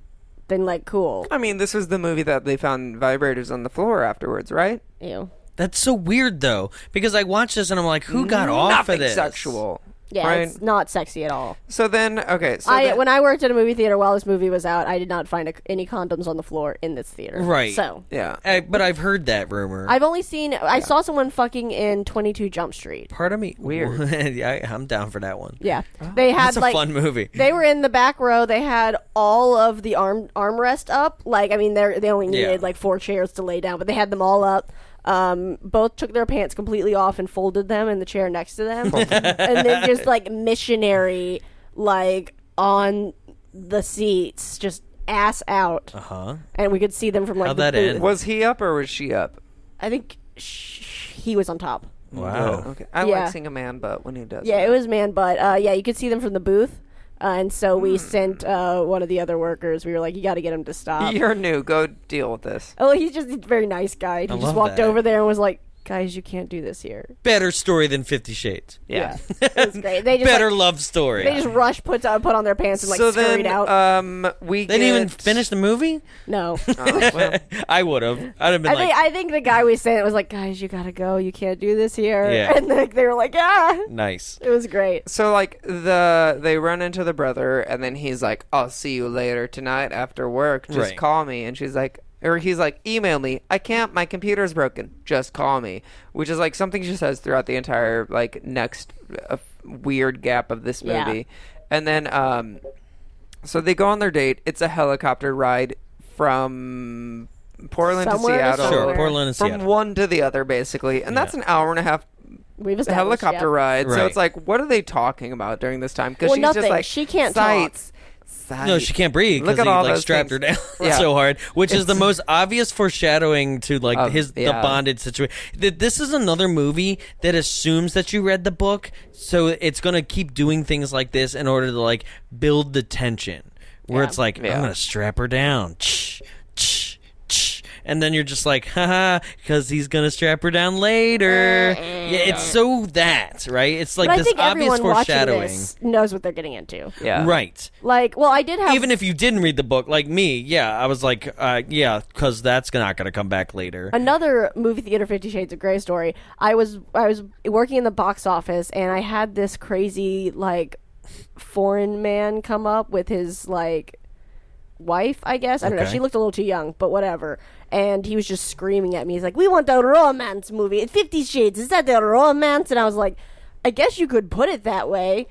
[SPEAKER 3] then like, cool.
[SPEAKER 2] I mean, this was the movie that they found vibrators on the floor afterwards, right?
[SPEAKER 3] Ew.
[SPEAKER 1] That's so weird though, because I watched this and I'm like, who got off
[SPEAKER 2] Nothing
[SPEAKER 1] of this?
[SPEAKER 2] sexual,
[SPEAKER 3] Yeah,
[SPEAKER 2] right?
[SPEAKER 3] it's not sexy at all.
[SPEAKER 2] So then, okay, so
[SPEAKER 3] I
[SPEAKER 2] then-
[SPEAKER 3] when I worked at a movie theater while this movie was out, I did not find a, any condoms on the floor in this theater.
[SPEAKER 1] Right.
[SPEAKER 3] So
[SPEAKER 2] yeah,
[SPEAKER 1] I, but I've heard that rumor.
[SPEAKER 3] I've only seen I saw someone fucking in Twenty Two Jump Street.
[SPEAKER 1] Part of me
[SPEAKER 2] Weird.
[SPEAKER 1] I, I'm down for that one.
[SPEAKER 3] Yeah, they had
[SPEAKER 1] That's a
[SPEAKER 3] like
[SPEAKER 1] fun movie.
[SPEAKER 3] They were in the back row. They had all of the arm armrest up. Like I mean, they they only needed
[SPEAKER 1] Yeah.
[SPEAKER 3] like four chairs to lay down, but they had them all up. Um, both took their pants completely off and folded them in the chair next to them, and then just like missionary, like on the seats, just ass out,
[SPEAKER 1] Uh huh.
[SPEAKER 3] and we could see them from like
[SPEAKER 1] How'd
[SPEAKER 3] the
[SPEAKER 1] that
[SPEAKER 3] booth.
[SPEAKER 1] end?
[SPEAKER 2] was he up or was she up?
[SPEAKER 3] I think sh- he was on top.
[SPEAKER 1] Wow.
[SPEAKER 2] Okay, I
[SPEAKER 3] Yeah.
[SPEAKER 2] like seeing a man butt when he does.
[SPEAKER 3] Yeah,
[SPEAKER 2] that.
[SPEAKER 3] it was man butt. Uh, yeah, you could see them from the booth. Uh, and so
[SPEAKER 1] Hmm.
[SPEAKER 3] we sent uh, one of the other workers. We were like, "You got to get him to stop."
[SPEAKER 2] You're new. Go deal with this.
[SPEAKER 3] Oh, he's just a very nice guy. He
[SPEAKER 1] love
[SPEAKER 3] just walked
[SPEAKER 1] that.
[SPEAKER 3] over there and was like, "Guys, you can't do this here."
[SPEAKER 1] Better story than Fifty Shades.
[SPEAKER 2] Yeah.
[SPEAKER 3] It's great. They just
[SPEAKER 1] Better
[SPEAKER 3] like,
[SPEAKER 1] love story.
[SPEAKER 3] they just rush put on, put on their pants and like
[SPEAKER 2] so
[SPEAKER 3] scurried
[SPEAKER 2] then,
[SPEAKER 1] uh,
[SPEAKER 3] out.
[SPEAKER 2] um, we
[SPEAKER 1] they didn't even
[SPEAKER 2] get-
[SPEAKER 1] finish the movie.
[SPEAKER 3] no,
[SPEAKER 2] Oh, well,
[SPEAKER 1] I would have. I'd have been
[SPEAKER 3] I
[SPEAKER 1] like,
[SPEAKER 3] think I think the guy we sent was like, "Guys, you got to go. You can't do this here."
[SPEAKER 1] Yeah.
[SPEAKER 3] And like, they were like, "Yeah."
[SPEAKER 1] nice.
[SPEAKER 3] It was great.
[SPEAKER 2] So like the they run into the brother and then he's like, "I'll see you later tonight after work. Just
[SPEAKER 1] Right.
[SPEAKER 2] call me." And she's like, or he's like, "Email me. I can't. My computer's broken. Just call me." Which is like something she says throughout the entire like next uh, weird gap of this
[SPEAKER 3] Yeah.
[SPEAKER 2] movie. And then um, so they go on their date. It's a helicopter ride from Portland
[SPEAKER 3] Somewhere
[SPEAKER 2] to
[SPEAKER 3] to
[SPEAKER 2] Seattle.
[SPEAKER 1] Sure,
[SPEAKER 3] Somewhere.
[SPEAKER 1] Portland and
[SPEAKER 2] From
[SPEAKER 1] Seattle.
[SPEAKER 2] one to the other, basically, and that's an hour and a half
[SPEAKER 3] We've
[SPEAKER 2] the
[SPEAKER 3] established,
[SPEAKER 2] helicopter
[SPEAKER 3] yeah.
[SPEAKER 2] ride. So
[SPEAKER 1] Right.
[SPEAKER 2] it's like, what are they talking about during this time? Because
[SPEAKER 3] Well,
[SPEAKER 2] she's
[SPEAKER 3] nothing.
[SPEAKER 2] just like,
[SPEAKER 3] She can't talk.
[SPEAKER 2] sights, sights.
[SPEAKER 1] No, she can't breathe because
[SPEAKER 2] Look
[SPEAKER 1] he
[SPEAKER 2] at all
[SPEAKER 1] like
[SPEAKER 2] those
[SPEAKER 1] strapped her down
[SPEAKER 2] things. Yeah.
[SPEAKER 1] so hard, which is the most obvious foreshadowing to like
[SPEAKER 2] Of-
[SPEAKER 1] his the
[SPEAKER 2] Oh, yeah.
[SPEAKER 1] bonded situation. This is another movie that assumes that you read the book, so it's gonna keep doing things like this in order to like build the tension. Where it's like
[SPEAKER 2] Yeah.
[SPEAKER 1] I'm gonna strap her down, Ch, ch, ch. and then you're just like, haha, because he's gonna strap her down later. Yeah, it's so that right. It's like
[SPEAKER 3] But I
[SPEAKER 1] this
[SPEAKER 3] think
[SPEAKER 1] obvious
[SPEAKER 3] everyone watching
[SPEAKER 1] foreshadowing,
[SPEAKER 3] this knows what they're getting into.
[SPEAKER 2] Yeah.
[SPEAKER 1] right?
[SPEAKER 3] Like, well, I did have
[SPEAKER 1] even if you didn't read the book, like me, yeah, I was like, uh, yeah, because that's not going to come back later.
[SPEAKER 3] another movie theater Fifty Shades of Grey story. I was I was working in the box office and I had this crazy like foreign man come up with his like wife. I guess I don't know.
[SPEAKER 1] Okay.
[SPEAKER 3] She looked a little too young, but whatever. And he was just screaming at me. He's like, "We want a romance movie. It's Fifty Shades. Is that the romance?" And I was like, "I guess you could put it that way."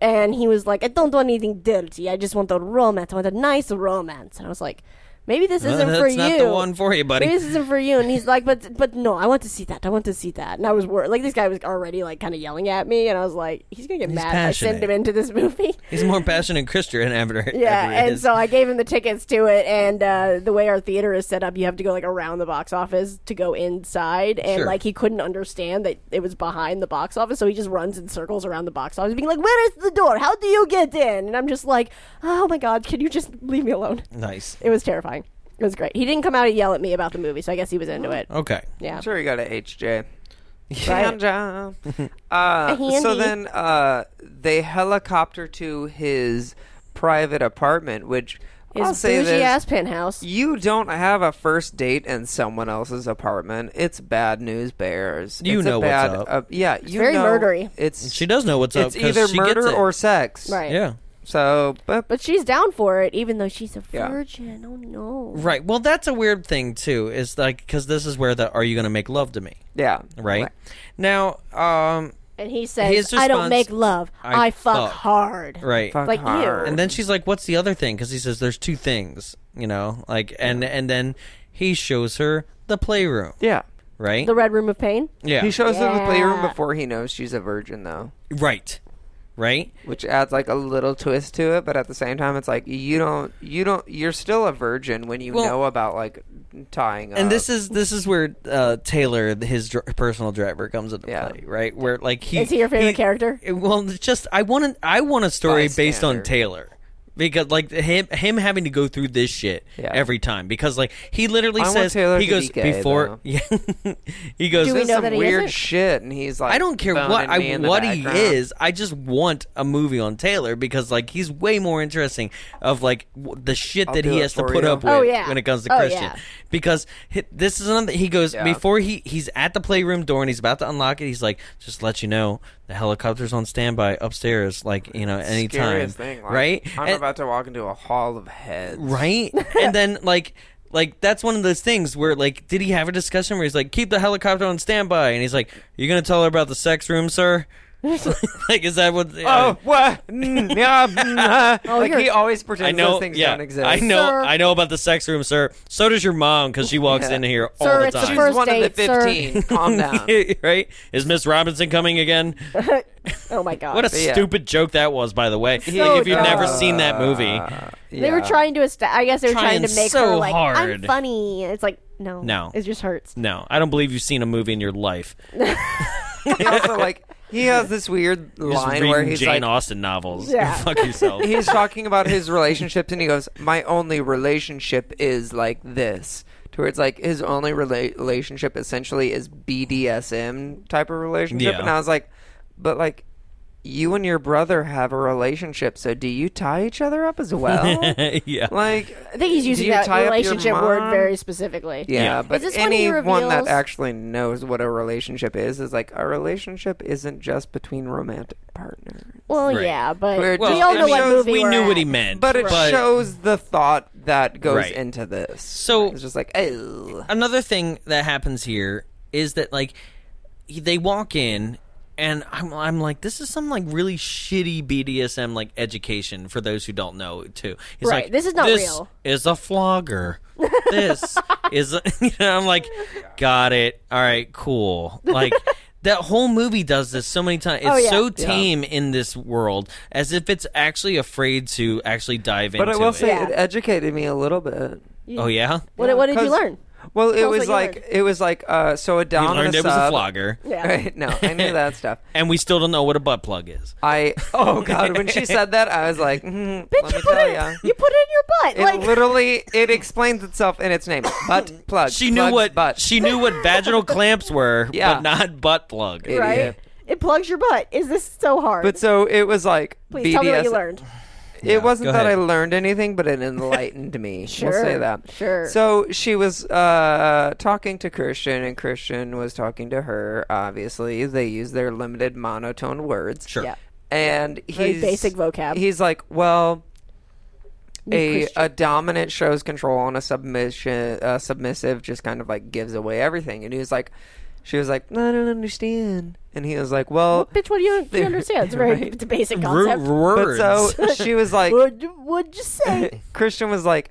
[SPEAKER 3] And he was like, "I don't want anything dirty. I just want a romance. I want a nice romance." And I was like, "Maybe this
[SPEAKER 1] Uh,
[SPEAKER 3] isn't
[SPEAKER 1] that's
[SPEAKER 3] for you."
[SPEAKER 1] not the one for you, buddy.
[SPEAKER 3] Maybe this isn't for you. And he's like, but but no, I want to see that. I want to see that. And I was worried. Like this guy was already like kind of yelling at me, and I was like, he's gonna get mad. if I sent
[SPEAKER 1] passionate.
[SPEAKER 3] him into this movie.
[SPEAKER 1] He's more passionate Christian than ever.
[SPEAKER 3] Yeah,
[SPEAKER 1] ever
[SPEAKER 3] and
[SPEAKER 1] is.
[SPEAKER 3] so I gave him the tickets to it, and uh, the way our theater is set up, you have to go like around the box office to go inside, and
[SPEAKER 1] Sure.
[SPEAKER 3] like he couldn't understand that it was behind the box office, so he just runs in circles around the box office, being like, "Where is the door? How do you get in?" And I'm just like, "Oh my god, can you just leave me alone?"
[SPEAKER 1] nice.
[SPEAKER 3] It was terrifying. It was great. He didn't come out and yell at me about the movie, so I guess he was into it.
[SPEAKER 1] Okay,
[SPEAKER 3] Yeah.
[SPEAKER 2] I'm sure you got a HJ.
[SPEAKER 3] Right.
[SPEAKER 2] Sandra.
[SPEAKER 3] A
[SPEAKER 2] uh, so
[SPEAKER 3] handy.
[SPEAKER 2] then uh, they helicopter to his private apartment, which
[SPEAKER 3] His
[SPEAKER 2] I'll say
[SPEAKER 3] bougie
[SPEAKER 2] this.
[SPEAKER 3] ass penthouse.
[SPEAKER 2] you don't have a first date in someone else's apartment. It's bad news bears.
[SPEAKER 1] You
[SPEAKER 2] It's a
[SPEAKER 1] know what's
[SPEAKER 2] bad-
[SPEAKER 1] up.
[SPEAKER 2] uh, yeah, you
[SPEAKER 3] very
[SPEAKER 2] know-
[SPEAKER 3] murdery.
[SPEAKER 2] It's
[SPEAKER 1] she does know what's
[SPEAKER 2] it's
[SPEAKER 1] up. 'cause
[SPEAKER 2] either
[SPEAKER 1] she gets
[SPEAKER 2] murder
[SPEAKER 1] it.
[SPEAKER 2] or sex.
[SPEAKER 3] Right.
[SPEAKER 1] yeah.
[SPEAKER 2] So, but,
[SPEAKER 3] But she's down for it, even though she's a
[SPEAKER 2] Yeah.
[SPEAKER 3] virgin. Oh no.
[SPEAKER 1] Right. Well, that's a weird thing too. Is like because this is where the "Are you going to make love to me?"
[SPEAKER 2] yeah,
[SPEAKER 1] Right. Now, um,
[SPEAKER 3] And he says,
[SPEAKER 1] His
[SPEAKER 3] "I
[SPEAKER 1] response,
[SPEAKER 3] don't make love.
[SPEAKER 1] I
[SPEAKER 3] I, fuck,
[SPEAKER 1] fuck."
[SPEAKER 3] hard."
[SPEAKER 1] right.
[SPEAKER 2] Fuck
[SPEAKER 3] Like, ew.
[SPEAKER 2] hard.
[SPEAKER 1] And then she's like, "What's the other thing?" Because he says, "There's two things," you know. Like, and and then he shows her the playroom.
[SPEAKER 2] yeah,
[SPEAKER 1] Right.
[SPEAKER 3] The Red Room of Pain.
[SPEAKER 1] yeah.
[SPEAKER 2] he shows her the playroom
[SPEAKER 3] Yeah.
[SPEAKER 2] before he knows she's a virgin, though,
[SPEAKER 1] right. Right.
[SPEAKER 2] which adds like a little twist to it. But at the same time, it's like you don't, you don't, you're still a virgin when you
[SPEAKER 1] Well-
[SPEAKER 2] know about like tying up.
[SPEAKER 1] and this is this is where uh, Taylor, his dr- personal driver, comes into
[SPEAKER 2] Yeah.
[SPEAKER 1] play, right? Where like he eh,
[SPEAKER 3] Is he your favorite character?
[SPEAKER 1] Well, it's just I want an, I want a story based on
[SPEAKER 2] Bystander.
[SPEAKER 1] Taylor because like him him having to go through this shit
[SPEAKER 2] Yeah.
[SPEAKER 1] every time because like he literally
[SPEAKER 2] I want
[SPEAKER 1] says
[SPEAKER 2] Taylor
[SPEAKER 1] he
[SPEAKER 2] to
[SPEAKER 1] goes
[SPEAKER 2] be gay,
[SPEAKER 1] before
[SPEAKER 2] though.
[SPEAKER 1] yeah he goes
[SPEAKER 3] Do we
[SPEAKER 2] This is
[SPEAKER 3] know
[SPEAKER 2] some
[SPEAKER 3] that he
[SPEAKER 2] weird
[SPEAKER 3] isn't?
[SPEAKER 2] shit, and he's like,
[SPEAKER 1] I don't care what
[SPEAKER 2] phoning me
[SPEAKER 1] I,
[SPEAKER 2] in the
[SPEAKER 1] what he
[SPEAKER 2] background.
[SPEAKER 1] is. I just want a movie on Taylor because like he's way more interesting of like w- the shit that
[SPEAKER 2] do
[SPEAKER 1] he
[SPEAKER 2] it
[SPEAKER 1] has to
[SPEAKER 2] for
[SPEAKER 1] put
[SPEAKER 2] you.
[SPEAKER 1] up with
[SPEAKER 3] Oh, yeah.
[SPEAKER 1] when it comes to
[SPEAKER 3] Oh,
[SPEAKER 1] Christian.
[SPEAKER 3] yeah.
[SPEAKER 1] Because hi- this is another. He goes
[SPEAKER 2] Yeah.
[SPEAKER 1] before he he's at the playroom door and he's about to unlock it. He's like, just to let you know the helicopter's on standby upstairs. Like you know anytime,
[SPEAKER 2] Scariest thing, like,
[SPEAKER 1] right?
[SPEAKER 2] I'm
[SPEAKER 1] And-
[SPEAKER 2] about to walk into a hall of heads.
[SPEAKER 1] right? and then like like that's one of those things where like did he have a discussion where he's like keep the helicopter on standby and he's like you gonna tell her about the sex room sir like is that what
[SPEAKER 2] Oh, what? Mm, yeah, mm, uh. like
[SPEAKER 3] Oh, you're-
[SPEAKER 2] he always pretends
[SPEAKER 1] I know
[SPEAKER 2] those things
[SPEAKER 1] yeah
[SPEAKER 2] don't exist.
[SPEAKER 1] I know
[SPEAKER 3] Sir.
[SPEAKER 1] I know about the sex room sir so does your mom because she walks
[SPEAKER 2] Yeah.
[SPEAKER 1] in here
[SPEAKER 3] Sir,
[SPEAKER 1] all the
[SPEAKER 3] it's the
[SPEAKER 1] time
[SPEAKER 2] She's
[SPEAKER 3] First
[SPEAKER 2] one of the
[SPEAKER 3] date, sir.
[SPEAKER 2] 15. Calm down.
[SPEAKER 1] right is Miss Robinson coming again
[SPEAKER 3] Oh my god.
[SPEAKER 1] what a
[SPEAKER 2] yeah.
[SPEAKER 1] stupid joke that was by the way
[SPEAKER 2] So
[SPEAKER 1] if you've never
[SPEAKER 2] dumb.
[SPEAKER 1] seen that movie
[SPEAKER 3] They were
[SPEAKER 2] Yeah.
[SPEAKER 3] trying to. Est- I guess they were
[SPEAKER 1] Trying
[SPEAKER 3] trying, to make
[SPEAKER 1] so
[SPEAKER 3] her like I'm
[SPEAKER 1] hard.
[SPEAKER 3] funny. It's like no,
[SPEAKER 1] No.
[SPEAKER 3] it just hurts.
[SPEAKER 1] no I don't believe you've seen a movie in your life
[SPEAKER 2] He also like he has this weird
[SPEAKER 1] just
[SPEAKER 2] line
[SPEAKER 1] reading
[SPEAKER 2] where he's
[SPEAKER 1] Jane
[SPEAKER 2] like
[SPEAKER 1] Austen novels
[SPEAKER 3] Yeah.
[SPEAKER 1] fuck yourself
[SPEAKER 2] he's talking about his relationships and he goes, "My only relationship is like this." To where it's like his only rela- relationship essentially is BDSM type of relationship,
[SPEAKER 1] Yeah.
[SPEAKER 2] and I was like, "But like." You and your brother have a relationship, so do you tie each other up as well?
[SPEAKER 1] yeah.
[SPEAKER 2] like,
[SPEAKER 3] I think he's using that relationship word very specifically.
[SPEAKER 2] Yeah,
[SPEAKER 1] Yeah.
[SPEAKER 2] but
[SPEAKER 3] Is this when he
[SPEAKER 2] anyone that
[SPEAKER 3] reveals-
[SPEAKER 2] actually knows what a relationship is is like a relationship isn't just between romantic partners.
[SPEAKER 3] Well,
[SPEAKER 1] Right.
[SPEAKER 3] yeah, but
[SPEAKER 2] We're
[SPEAKER 3] we
[SPEAKER 2] just-
[SPEAKER 3] all
[SPEAKER 2] it
[SPEAKER 3] know what
[SPEAKER 2] shows-
[SPEAKER 3] movie
[SPEAKER 1] we
[SPEAKER 3] we're
[SPEAKER 1] knew
[SPEAKER 3] at.
[SPEAKER 1] what he meant,
[SPEAKER 2] But it shows the thought that goes
[SPEAKER 1] Right.
[SPEAKER 2] into this.
[SPEAKER 1] So-
[SPEAKER 2] it's just like, oh,
[SPEAKER 1] Another thing that happens here is that like he- they walk in and I'm I'm like this is some like really shitty BDSM like education for those who don't know too. He's
[SPEAKER 3] Right,
[SPEAKER 1] like,
[SPEAKER 3] this is not
[SPEAKER 1] "This
[SPEAKER 3] real."
[SPEAKER 1] Is a flogger. this is a, you know I'm like got it. All right, cool. Like that whole movie does this so many times. It's
[SPEAKER 3] Oh, yeah.
[SPEAKER 1] so tame in this world as if it's actually afraid to actually dive
[SPEAKER 2] but
[SPEAKER 1] into
[SPEAKER 2] I will
[SPEAKER 1] it.
[SPEAKER 2] say
[SPEAKER 3] Yeah.
[SPEAKER 2] it educated me a little bit.
[SPEAKER 1] oh yeah.
[SPEAKER 3] What, what did you
[SPEAKER 2] 'Cause-
[SPEAKER 3] learn?
[SPEAKER 2] Well, it
[SPEAKER 3] Tell us
[SPEAKER 2] was
[SPEAKER 3] what you
[SPEAKER 2] like it was like uh, so a dom
[SPEAKER 1] You
[SPEAKER 2] and
[SPEAKER 1] learned
[SPEAKER 2] a
[SPEAKER 1] it was a
[SPEAKER 2] sub-
[SPEAKER 1] flogger.
[SPEAKER 3] Yeah.
[SPEAKER 2] Right? No, I knew that stuff.
[SPEAKER 1] And we still don't know what a butt plug is.
[SPEAKER 2] I oh god, when she said that, I was like, mm, let
[SPEAKER 3] Bitch,
[SPEAKER 2] me
[SPEAKER 3] you put
[SPEAKER 2] tell
[SPEAKER 3] it.
[SPEAKER 2] ya.
[SPEAKER 3] You put it in
[SPEAKER 2] It
[SPEAKER 3] your butt. like
[SPEAKER 2] literally it explains itself in its name. Butt plug.
[SPEAKER 1] She knew
[SPEAKER 2] Plugs
[SPEAKER 1] what
[SPEAKER 2] butt.
[SPEAKER 1] she knew what vaginal clamps were,
[SPEAKER 2] Yeah.
[SPEAKER 1] but not butt plug.
[SPEAKER 2] Idiot.
[SPEAKER 3] right. It plugs your butt. Is this so hard?
[SPEAKER 2] But so it was like
[SPEAKER 3] Please
[SPEAKER 2] BDS.
[SPEAKER 3] tell me what you learned.
[SPEAKER 2] It wasn't
[SPEAKER 1] go
[SPEAKER 2] that I
[SPEAKER 1] ahead.
[SPEAKER 2] learned anything, but it enlightened me.
[SPEAKER 3] Sure,
[SPEAKER 2] we'll say that.
[SPEAKER 3] sure.
[SPEAKER 2] So she was uh, talking to Christian, and Christian was talking to her. Obviously, they use their limited monotone words.
[SPEAKER 1] Sure.
[SPEAKER 3] Yeah.
[SPEAKER 2] And he's
[SPEAKER 3] basic vocab.
[SPEAKER 2] He's like, well, a,
[SPEAKER 3] Christian.
[SPEAKER 2] a dominant shows control and a submission a submissive just kind of like gives away everything and he was like she was like i don't understand and he was like well
[SPEAKER 3] Bitch, what do you, do you understand? It's a very
[SPEAKER 2] Right.
[SPEAKER 3] it's a basic
[SPEAKER 1] R-
[SPEAKER 3] concept.
[SPEAKER 1] words.
[SPEAKER 2] but so she was like
[SPEAKER 3] would would you say?
[SPEAKER 2] christian was like